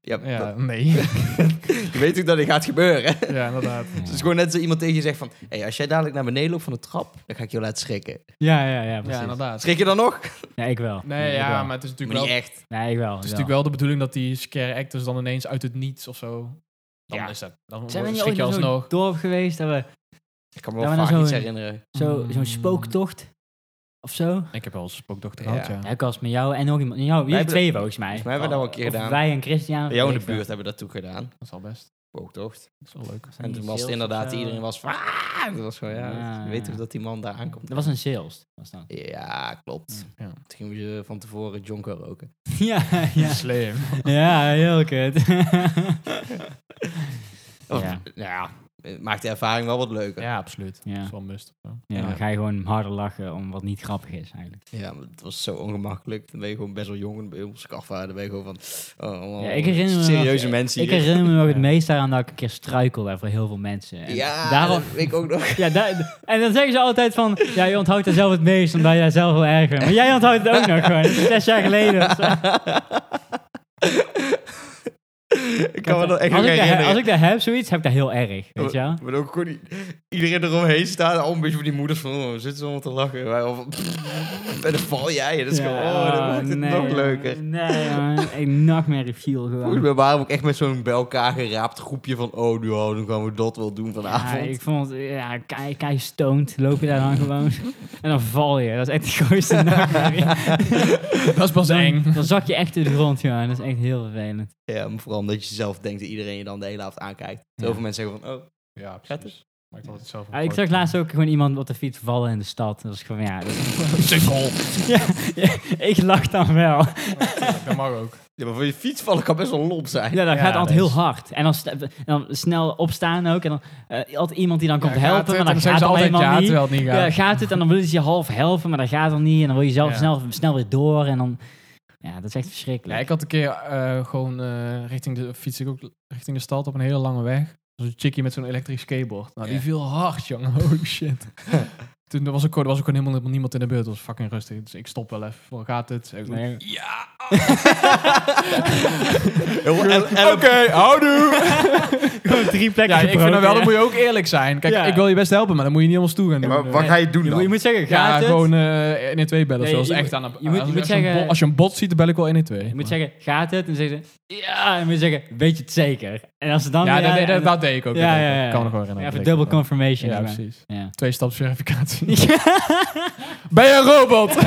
S1: Ja,
S3: Ja,
S1: dat-
S3: nee.
S1: je weet ook dat dit gaat gebeuren. hè?
S3: ja, inderdaad.
S1: Het is gewoon net zo iemand tegen je zegt van... Hey, als jij dadelijk naar beneden loopt van de trap... dan ga ik je laten schrikken.
S2: Ja, ja, ja,
S3: Ja,
S2: precies.
S3: inderdaad.
S1: Schrik je dan nog?
S2: nee, ik wel.
S3: Nee,
S2: ik
S3: ja,
S2: wel.
S3: maar het is
S1: Maar
S3: natuurlijk
S1: niet
S3: wel...
S1: echt.
S2: Nee, ik wel.
S3: Het is natuurlijk wel de bedoeling dat die scare actors dan ineens uit het niets of zo... Dan
S1: Ja.
S3: is dat... Dan
S2: Zijn we niet
S3: schrik
S2: ooit
S3: je
S2: in zo'n
S3: alsnog.
S2: dorp geweest? Dat we
S1: Ik kan me wel
S2: Ja, maar dan
S1: vaak iets
S2: zo'n-
S1: herinneren.
S2: zo- zo'n
S3: Mm.
S2: spooktocht of zo?
S3: Ik heb wel eens spookdochter
S1: Ja.
S3: gehad, ja.
S2: Ja, ik was met jou en nog iemand. Jou, jullie
S1: hebben-
S2: twee volgens mij.
S1: Volgens mij hebben we dat wel een keer
S2: Of
S1: gedaan.
S2: wij en Christian.
S1: Bij jou in de buurt hebben we dat toen gedaan.
S3: Dat is al best.
S1: Boogtocht.
S3: Dat is wel leuk.
S1: En toen was het inderdaad, iedereen was van... "Ah!" Dat was gewoon, ja,
S2: Ja,
S1: je weet
S2: ja.
S1: toch dat die man daar aankomt.
S2: Dat was een sales. Was dat.
S1: Ja, klopt.
S3: Ja.
S1: Toen gingen we van tevoren jonko roken.
S2: ja, ja.
S3: Slim.
S2: ja, heel kut.
S1: Of,
S2: Oh. Ja.
S1: nou ja, het maakt de ervaring wel wat leuker. Ja,
S3: Ja, absoluut.
S2: Ja.
S3: Dat is wel een must. Ja.
S2: ja, dan ga je gewoon harder lachen om wat niet grappig is eigenlijk.
S1: maar het was zo ongemakkelijk. Dan ben je gewoon best wel jong en bij ons kafvaar. Dan ben je gewoon van... Oh, allemaal
S2: Ja, ik herinner me
S1: serieuze
S2: nog-
S1: mensen
S2: Ik
S1: hier.
S2: herinner me nog het
S3: Ja.
S2: meest aan dat ik een keer struikelde voor heel veel mensen. En
S1: ja,
S2: daarom,
S1: dat weet ik ook nog.
S2: ja daar- en dan zeggen ze altijd van, ja, je onthoudt dat zelf het meest, omdat jij zelf wel erger. Maar jij onthoudt het ook nog gewoon. Het is Zes jaar geleden. of zo.
S1: ik kan me dat echt
S2: als,
S1: nog
S2: ik dat,
S1: herinneren.
S2: he- als ik dat heb, zoiets, heb ik dat heel erg. Weet je wel?
S1: Maar ook gewoon i- iedereen eromheen staat. Al een beetje van die moeders van, oh, we zitten ze allemaal te lachen. Wij al van, en dan val jij. En dat is
S2: Ja,
S1: gewoon, oh, dat maakt het
S2: nee,
S1: nog
S2: man.
S1: leuker.
S2: Nee, man. Een nachtmerrie viel
S1: Volgens
S2: gewoon.
S1: mij waren we ook echt met zo'n bij elkaar geraapt groepje van, oh, nu oh, nu gaan we dat wel doen
S2: Ja,
S1: vanavond.
S2: ik vond het ja, kei, kei stoned. Loop je daar dan gewoon. en dan val je. Dat is echt de grootste nachtmerrie.
S3: Dat is pas eng.
S2: Dan, dan zak je echt door de grond, ja. Dat is echt heel vervelend.
S1: Ja, maar vooral omdat je zelf denkt dat iedereen je dan de hele avond aankijkt. Zoveel
S2: Ja.
S1: mensen zeggen van, oh,
S3: Ja,
S1: Gaat
S3: precies. Maar ik altijd zelf
S2: Ah, ik zag laatst ook gewoon iemand op de fiets vallen in de stad. Dat was gewoon, ja... dat-
S3: Sinkhole.
S2: ja, ja, ik lach dan wel.
S3: "Oh, Dat mag ook.
S1: ja, maar voor je fiets vallen kan best wel lomp zijn.
S2: Ja, dat
S3: Ja, dus-
S2: gaat
S3: dat
S2: altijd heel
S3: is-
S2: hard. En dan, sta- en dan snel opstaan ook. En dan eh, altijd iemand die dan komt
S3: Ja, gaat
S2: helpen.
S3: het?
S2: Maar dan
S3: En
S2: gaat
S3: zeggen
S2: het
S3: ze altijd
S2: helemaal
S3: ja,
S2: niet.
S3: terwijl het niet
S2: Ja,
S3: gaat.
S2: gaat het en dan willen ze je half helpen, maar dat gaat dan niet. En dan wil je zelf
S3: Ja.
S2: snel, snel weer door. En dan... Ja, dat is echt verschrikkelijk.
S3: Ja, ik had een keer eh, gewoon eh, richting de fiets ik ook richting de stad op een hele lange weg. Zo'n chickie met zo'n elektrisch skateboard. Nou, die
S1: Ja.
S3: viel hard, jongen. Oh shit. Toen er was ook, er was ook gewoon helemaal niemand in de buurt. Het was fucking rustig. Dus ik stop wel even. Van, gaat het? Zeg ik,
S2: Nee.
S3: Ja.
S1: Heel- en- en-
S3: houdoe.
S2: Gewoon drie plekken
S3: Ja, ik vind
S2: gebroken,
S3: dan wel,
S2: hè?
S3: dan moet je ook eerlijk zijn. Kijk,
S2: Ja.
S3: ik wil je best helpen, maar dan moet je niet helemaal stoer gaan
S1: Ja,
S3: doen.
S1: maar wat ga je doen
S2: Je moet, je
S1: dan?
S2: moet zeggen,
S3: Ja,
S2: gaat het?
S3: gewoon eh 112 bellen.
S2: Nee,
S3: zoals
S2: je
S3: echt
S2: moet-
S3: aan de,
S2: je moet- je
S3: als,
S2: moet
S3: als een
S2: zeggen-
S3: bot- als je een bot ziet, dan bel ik wel 112.
S2: Je moet zeggen, gaat het? En dan zeggen ze, ja. En dan moet je zeggen, weet je het zeker? En als ze dan...
S3: ja,
S2: weer-
S3: dat, dat,
S2: en-
S3: dat, dat deed ik ook.
S2: Ja,
S3: dat deed
S2: ja,
S3: ik ook.
S2: ja.
S3: Kan me gewoon herinneren.
S2: Even
S3: dat deed
S2: double
S3: ik ook.
S2: confirmation.
S3: Ja,
S2: erbij.
S3: precies.
S2: Ja.
S3: Twee staps verificatie. ben je een robot?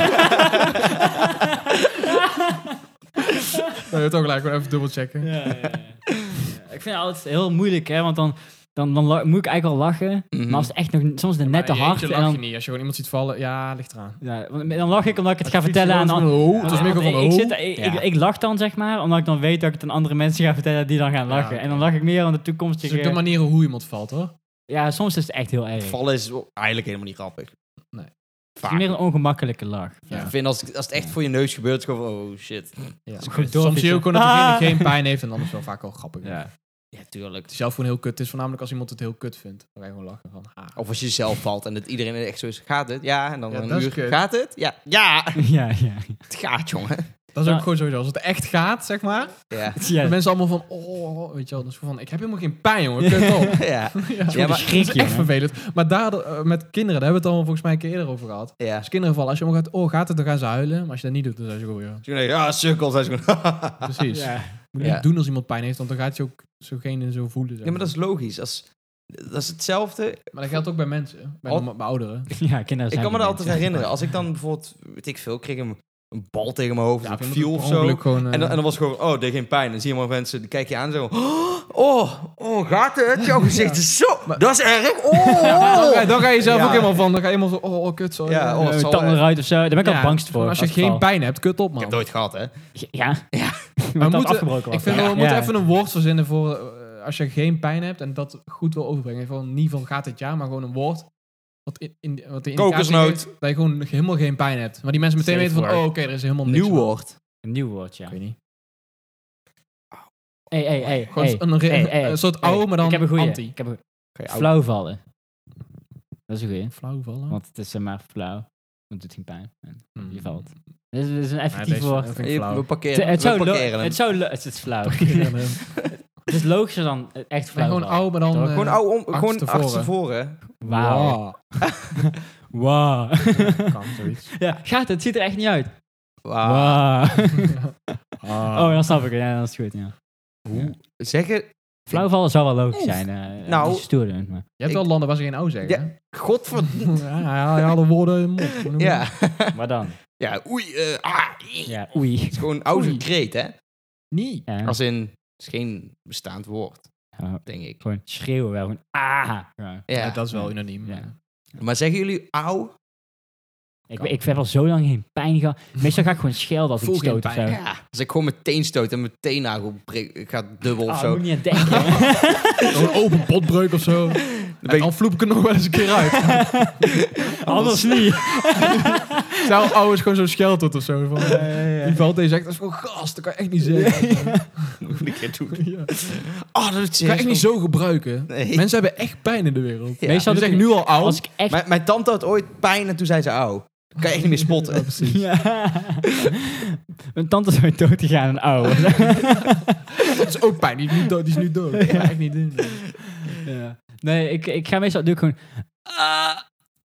S3: Dan je toch gelijk gewoon even dubbel checken.
S2: Ja, ja, ja. Ja, Ik vind het altijd heel moeilijk, hè? Want dan, dan, dan la- moet ik eigenlijk wel lachen.
S1: Mhm.
S2: Maar als het echt nog soms de net te hard...
S3: lach
S2: en
S3: je
S2: dan,
S3: niet. Als je gewoon iemand ziet vallen, ja, ligt eraan.
S2: ja, want dan lach ik omdat ik het ga vertellen aan... an-
S3: Oh, het is
S2: Ja,
S3: meer
S2: want
S3: gewoon van,
S2: ik, ik,
S3: oh.
S2: zit, ik, ik,
S1: Ja.
S2: ik lach dan, zeg maar, omdat ik dan weet dat ik het aan andere mensen ga vertellen die dan gaan
S3: Ja,
S2: lachen.
S3: oké.
S2: En dan lach ik meer aan de
S3: Het is
S2: toekomstige...
S3: ook de Dus manier hoe iemand valt, hoor.
S2: Ja, soms is het echt heel erg. Het
S1: Vallen is eigenlijk helemaal niet grappig.
S3: Nee.
S2: is meer een ongemakkelijke lach.
S1: Ik vind als, als het echt voor je neus gebeurt, is het gewoon van, oh shit.
S3: Ja.
S2: Goed
S3: Soms zie je
S2: doorfietsen.
S3: ook gewoon dat
S2: Ah.
S3: diegene geen pijn heeft en dan is het wel vaak wel grappig.
S2: Ja.
S1: Ja, tuurlijk.
S3: Het is zelf gewoon heel kut. Het is voornamelijk als iemand het heel kut vindt. Dan ga je gewoon lachen van, ah.
S1: Of als je zelf valt en dat iedereen echt zo is, gaat het? Ja, en dan
S3: Ja,
S1: een
S3: dat is
S1: uur,
S3: kut.
S1: gaat het? Ja, ja,
S2: Ja, ja.
S1: het gaat, jongen.
S3: Dat is ook
S2: Ja.
S3: gewoon sowieso. Als het echt gaat, zeg maar.
S1: Ja,
S2: ja.
S3: De mensen allemaal van, oh, weet je wel. Dan is het van, ik heb helemaal geen pijn, jongen. Kut op.
S1: ja,
S3: ja.
S1: Ja, maar-
S2: schrik,
S3: Dat is dus echt
S2: jongen.
S3: vervelend. Maar daar, eh, met kinderen, daar hebben we het al volgens mij een keer eerder over gehad.
S1: ja.
S3: Als kinderen vallen, als je omhoog gaat, oh, gaat het, dan gaan ze huilen. Maar als je dat niet doet, dan zijn ze gewoon weer...
S1: Toen dacht ik, ja, sukkel, zijn ze gewoon.
S3: Precies.
S2: Ja.
S3: Moet je niet
S1: Ja.
S3: doen als iemand pijn heeft, want dan gaat je ook zogene zo voelen. zeg
S1: Ja, maar dat is logisch. Als, dat is hetzelfde.
S3: maar dat geldt ook bij mensen, bij,
S1: Al-
S3: norma- bij ouderen. Dus
S2: ja, kinderen
S1: Ik
S2: zijn
S1: kan me dat
S2: die
S1: altijd
S2: mensen.
S1: herinneren. Als ik dan bijvoorbeeld, weet ik veel, kreeg een een bal tegen mijn hoofd.
S3: Ja,
S1: en ik
S3: ik vind
S1: viel
S3: het
S1: of
S3: per
S1: zo.
S3: ongeluk gewoon, eh,
S1: En dan, en dan was het gewoon, oh, deed geen pijn. Dan zie je maar mensen, die kijken je aan zo. Oh, oh, gaat het? Jouw gezicht is zo. Dat is erg. Oh,
S3: Dan
S1: oh.
S3: ga- dan ga je zelf
S1: Ja.
S3: ook helemaal van. Dan ga je helemaal zo, oh, oh, kut zo.
S1: Ja, oh, het
S2: Eh,
S1: zal,
S2: tanden
S1: eh,
S2: eruit of zo. Daar ben ik al bangst voor.
S3: Als je geen pijn hebt, kut op,
S1: Ik
S3: man.
S1: heb het nooit gehad, hè?
S2: Ja.
S1: Ja.
S2: Maar
S3: moeten-
S2: afgebroken was.
S3: Ik vind
S2: ja.
S3: wel, we moeten
S2: Ja.
S3: even een woord verzinnen voor eh, als je geen pijn hebt en dat goed wil overbrengen. Van, niet van gaat dit jaar, maar gewoon een woord. Wat in, in, wat de indicatie
S1: Kokosnoot.
S3: geeft Dat je gewoon helemaal geen pijn hebt. Maar die mensen meteen
S2: Safe
S3: weten van,
S2: word.
S3: oh, oké, er is helemaal niks.
S1: Nieuw
S3: aan.
S1: woord.
S2: Een nieuw woord, ja.
S3: Ik weet niet.
S2: Hey, hey, hey.
S3: Gewoon
S2: hey.
S3: Oh een, re-
S2: Hey, hey,
S3: een soort
S2: hey.
S3: oude, maar dan
S2: ik heb een goeie.
S3: anti.
S2: Ik heb een
S1: Oké, ouwe.
S2: flauw vallen. Dat is een goeie.
S3: Flauw vallen.
S2: Want het is zeg maar flauw. Want Het doet geen pijn. En
S3: Hmm.
S2: Je valt. Dit is, dit is een effectief
S3: deze
S2: woord.
S3: vind ik
S2: Het,
S1: Je-
S3: flauw.
S1: We parkeren,
S2: het
S1: we
S2: zou lo-
S1: parkeren hem.
S2: het zou lo- het is flauw.
S3: Parkeren hem.
S2: het is logischer dan het echt
S3: Nee,
S2: flauw
S3: gewoon
S2: vallen.
S3: oude, maar dan...
S2: Toch?
S3: eh,
S1: Gewoon, ouw om, gewoon
S3: achterstevoren.
S1: achterstevoren.
S2: Wauw.
S3: wow.
S2: Wauw.
S3: Kan, zoiets.
S2: ja, gaat het? Het ziet er echt niet uit.
S1: Wauw.
S2: Wauw.
S3: Ah. Ja. Ah.
S2: oh, dan snap ik het. Ja, dat is goed, ja.
S1: Hoe zeggen?
S2: Flauwvallen zou wel logisch
S1: Oef.
S2: zijn. eh,
S1: Nou.
S2: niet stoer doen, maar.
S3: Je hebt wel landen waar ze geen oude zeggen.
S1: Ja.
S3: hè?
S1: Godverdomme.
S3: Ja, hij haalde woorden in de mond. Hoe noem je dat?
S1: Ja.
S2: Maar dan.
S1: ja, oei. eh, ah, ii. Het
S2: Ja, oei.
S1: is gewoon een oude
S3: Oei.
S1: kreet, hè?
S3: Niet.
S2: Ja,
S1: Als in, het is geen bestaand woord,
S2: ja, nou,
S1: denk ik.
S2: gewoon schreeuwen wel. Gewoon ah. Ja.
S1: Ja.
S3: Ja, dat is wel unaniem.
S2: Ja.
S3: Ja.
S1: Maar zeggen jullie auw?
S2: Ik, ik heb al zo lang geen pijn gehad. Meestal ga ik gewoon schelden als ik
S3: Voel geen
S2: stoot of zo.
S3: pijn.
S1: Ja. Als ik gewoon meteen stoot en meteen nagel breek, ik ga dubbel of
S2: Ah,
S1: zo.
S2: moet niet aan denken.
S3: Een open potbreuk of zo.
S1: Dan ben
S3: Dan
S1: ik,
S3: vloep ik er nog wel eens een keer uit.
S2: Anders niet.
S3: Zou ouders gewoon zo'n scheldtot of zo. Van, eh, Die valt deze echt. Dat is gewoon gast. Dat kan je echt niet zeggen.
S1: moet ik het doen.
S3: Ja. Dat
S1: Oh, dat is
S3: kan je echt niet
S1: serieus.
S3: zo gebruiken.
S1: Nee.
S3: Mensen hebben echt pijn in de wereld.
S1: Ja.
S2: Meestal
S3: Ze
S2: doe ik
S3: zeggen nu al oud.
S2: Als ik echt...
S1: Mijn, mijn tante had ooit pijn en toen zei ze auw. Dat kan je echt niet meer
S3: Ja,
S1: spotten.
S3: precies.
S2: Ja. Mijn tante zou dood te gaan, een oude.
S3: Dat is ook pijn. Die is nu dood. Die is nu dood. Dat kan je echt niet doen.
S2: Ja. Nee, ik, ik ga meestal doe ik gewoon... ah.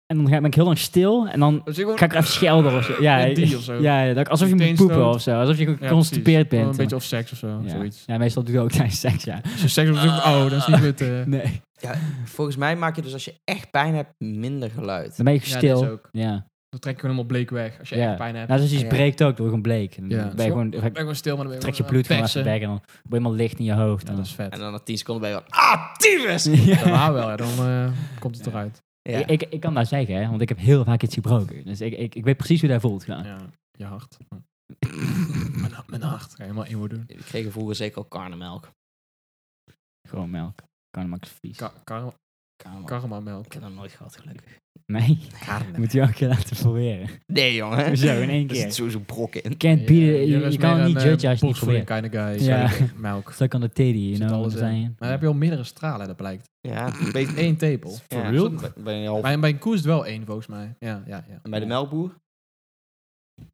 S2: en dan ga- ben ik heel lang stil. En dan
S3: Dat is gewoon
S2: ga ik er even schelden of zo. Ja,
S3: Met die of zo.
S2: Ja, ja, dat ik- alsof je moet
S3: Teenstoot.
S2: poepen of zo. Alsof je
S3: Ja,
S2: geconstipeerd
S3: precies. Gewoon
S2: bent.
S3: Een beetje of seks of zo.
S2: ja.
S3: Zoiets.
S2: Ja, meestal doe ik ook tijdens seks, ja.
S3: Als je seks of zo. Oh, dat is niet goed. eh.
S2: Nee.
S1: Ja, volgens mij maak je dus als je echt pijn hebt, minder geluid.
S2: Dan ben je
S3: Ja, dat
S2: stil.
S3: is ook.
S2: Ja.
S3: Dan trek je gewoon helemaal bleek weg. Als je
S2: Ja.
S3: echt pijn hebt.
S2: Nou, als je iets
S1: Ja.
S2: breekt ook, door gewoon bleek. Dan
S3: Ja.
S2: ben je gewoon, dan
S3: ben gewoon stil, maar dan ben je
S2: trek je
S3: gewoon
S2: bloed
S3: aan
S2: gewoon
S3: het
S2: uit je
S3: persen.
S2: bek en dan word je helemaal licht in je hoofd.
S3: Ja,
S2: en dan-
S3: dat is vet.
S1: En dan na 10 seconden ben je van, ah, tyfus!
S2: Ja.
S3: Dat waar wel, ja, dan eh, komt het eruit.
S1: Ja.
S2: Ik, ik, ik kan daar zeggen, hè, want ik heb heel vaak iets gebroken. Dus ik, ik, ik weet precies hoe dat voelt. Ja.
S3: Ja, je hart. Mijn, ha- mijn hart. Ga je helemaal inwoord doen.
S1: Ik kreeg vroeger zeker al karnemelk.
S2: Gewoon melk. Kan hem ook vies.
S3: Ka kar
S1: Karnemelk.
S3: karma melk.
S1: Ik heb dat nooit gehad, gelukkig.
S2: Nee,
S1: Karnemelk.
S2: moet je ook een keer laten proberen.
S1: Nee, jongen.
S2: Zo, in één
S1: Er
S2: keer.
S1: zit sowieso brokken in.
S2: Can't be the, je, je kan het niet judgen als je het niet probeert.
S3: kind of guy.
S2: Ja.
S3: zeker. Melk.
S2: Zo kan de teddy, you
S3: eh, Zit
S2: know what
S3: alles
S2: I'm
S3: in.
S2: saying?
S3: Maar dan heb je al meerdere stralen, dat blijkt.
S1: Ja, een beetje...
S3: Eén tepel.
S1: Ja,
S2: real?
S1: zo- bij- Bij, een half-
S3: Bij, bij een koe is het wel één, volgens mij. Ja, ja, ja.
S1: en bij de melkboer?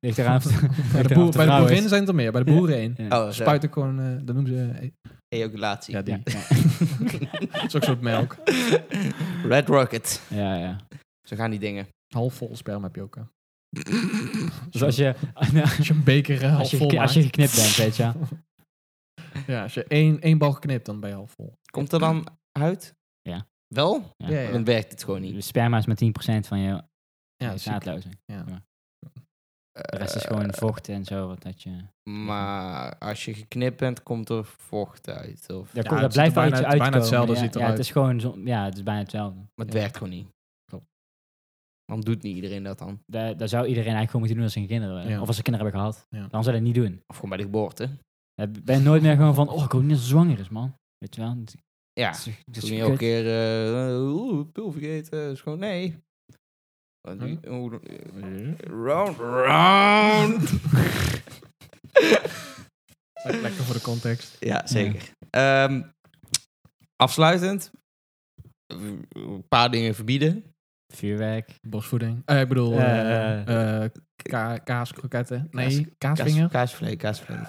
S2: Ligt eraan of- ligt
S3: Bij de,
S2: eraan
S3: boer,
S2: of
S3: bij de
S2: vrouw is.
S3: boerin zijn het er meer. Bij de boeren één.
S2: Ja.
S1: Oh, zo.
S3: Spuiten gewoon, eh dat noemen ze... eh,
S1: Ejaculatie.
S3: ja, die.
S2: Ja, ja.
S3: Dat is ook een soort melk.
S1: Red Rocket.
S2: ja, ja.
S1: Zo gaan die dingen.
S3: Half vol sperma heb je ook. hè.
S2: Dus als je,
S3: Als je een beker eh, half
S2: als je,
S3: vol
S2: gek- als je
S3: maakt.
S2: geknipt bent, weet je. wel.
S3: Ja, als je één, één bal geknipt, dan ben je half vol.
S1: Komt er dan uit?
S2: Ja.
S1: Wel?
S2: Ja.
S3: Ja, ja.
S1: Dan werkt het gewoon niet.
S2: Je Sperma is maar 10% van je
S3: Ja, ziek.
S2: zaadlozen.
S3: Ja.
S2: De rest is gewoon vocht en zo. Wat dat je...
S1: Eh, Maar als je geknipt bent, komt er vocht uit. Of,
S2: Daar, komt-
S3: Ja,
S2: daar
S3: het
S2: blijft
S3: ziet er
S2: wel
S3: bijna-
S2: iets
S3: het
S2: uit
S3: is bijna hetzelfde
S2: ja,
S3: ziet
S2: ja,
S3: eruit.
S2: het is gewoon... zo- ja, het is bijna hetzelfde.
S1: maar het
S3: Ja.
S1: werkt gewoon niet.
S3: Klopt.
S1: Dan doet niet iedereen dat dan.
S2: Daar, daar zou iedereen eigenlijk gewoon moeten doen als ze geen kinderen hebben.
S3: Ja.
S2: Of als ze kinderen hebben gehad.
S3: Ja.
S2: Dan zou je dat niet doen.
S1: Of gewoon bij de geboorte.
S2: Dan ben je nooit meer gewoon van... Oh, ik hoop niet dat ze zwanger is, man. Weet je wel? Dat,
S1: Ja.
S2: is- dat is
S1: Toen je elke
S2: kut.
S1: keer eh, eh, oeh, pil vergeten. Is gewoon nee. Wat doe je- hoe-
S3: Eh,
S1: Round, round.
S3: Le- Lekker voor de context.
S1: ja, zeker. Ehm, afsluitend. Een paar dingen verbieden.
S2: Vuurwerk.
S3: Bosvoeding. Eh, ik bedoel, eh
S2: Eh,
S3: eh, ka kaaskroketten. Nee,
S1: Kaas-
S3: kaasvinger.
S1: Kaas- Kaasvlees, kaasvlees.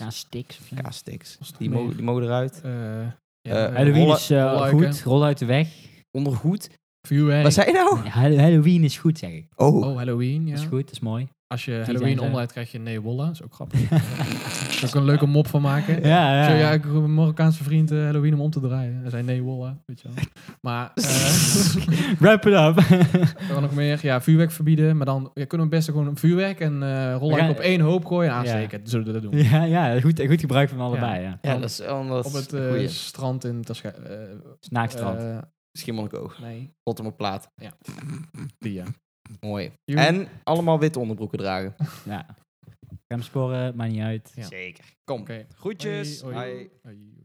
S2: Kaasstiks of zo.
S1: Kaasstiks.
S3: Was het
S1: Die
S3: nog
S1: mogen,
S3: meer?
S1: die mogen eruit.
S3: Eh,
S1: Eh,
S3: ja,
S2: Halloween
S1: rollen-
S2: is eh,
S3: rolluiken.
S2: goed. Rol uit de weg.
S1: Ondergoed.
S3: vuurwerk.
S1: Wat zei je nou?
S2: Nee, Hall- Halloween is goed, zeg ik.
S1: Oh,
S3: Oh, Halloween,
S2: Dat is
S3: ja.
S2: goed, dat is mooi.
S3: Als je
S2: zijn
S3: Halloween
S2: zo.
S3: omleidt, krijg je Neewolla. Dat is ook grappig. Daar kan ik een leuke mop van maken.
S2: ja, ja.
S3: Zo, ja, ik roep een Marokkaanse vriend eh, Halloween om om te draaien. Hij zei nee, Wolla, weet je wel. Maar eh
S2: Wrap it up.
S3: er nog meer. Ja, vuurwerk verbieden. Maar dan ja, kunnen we best gewoon een vuurwerk en eh rollen
S2: Ja.
S3: op één hoop gooien en aansteken. Zullen we dat doen?
S2: ja, ja goed, goed gebruik van allebei. Ja.
S1: Ja, dat is anders.
S3: Op het eh, strand in Tasca... eh,
S2: Snaakstrand.
S3: eh,
S1: Schiermonnikoog.
S3: nee,
S1: Tot hem op plaat.
S3: die ja.
S1: Mooi.
S3: Joe.
S1: En allemaal witte onderbroeken dragen.
S2: ja. Remsporen, maakt niet uit.
S3: Ja.
S1: Zeker. Kom.
S3: Oké.
S1: Groetjes.
S3: Hoi, hoi.
S1: Hoi.
S3: Hoi.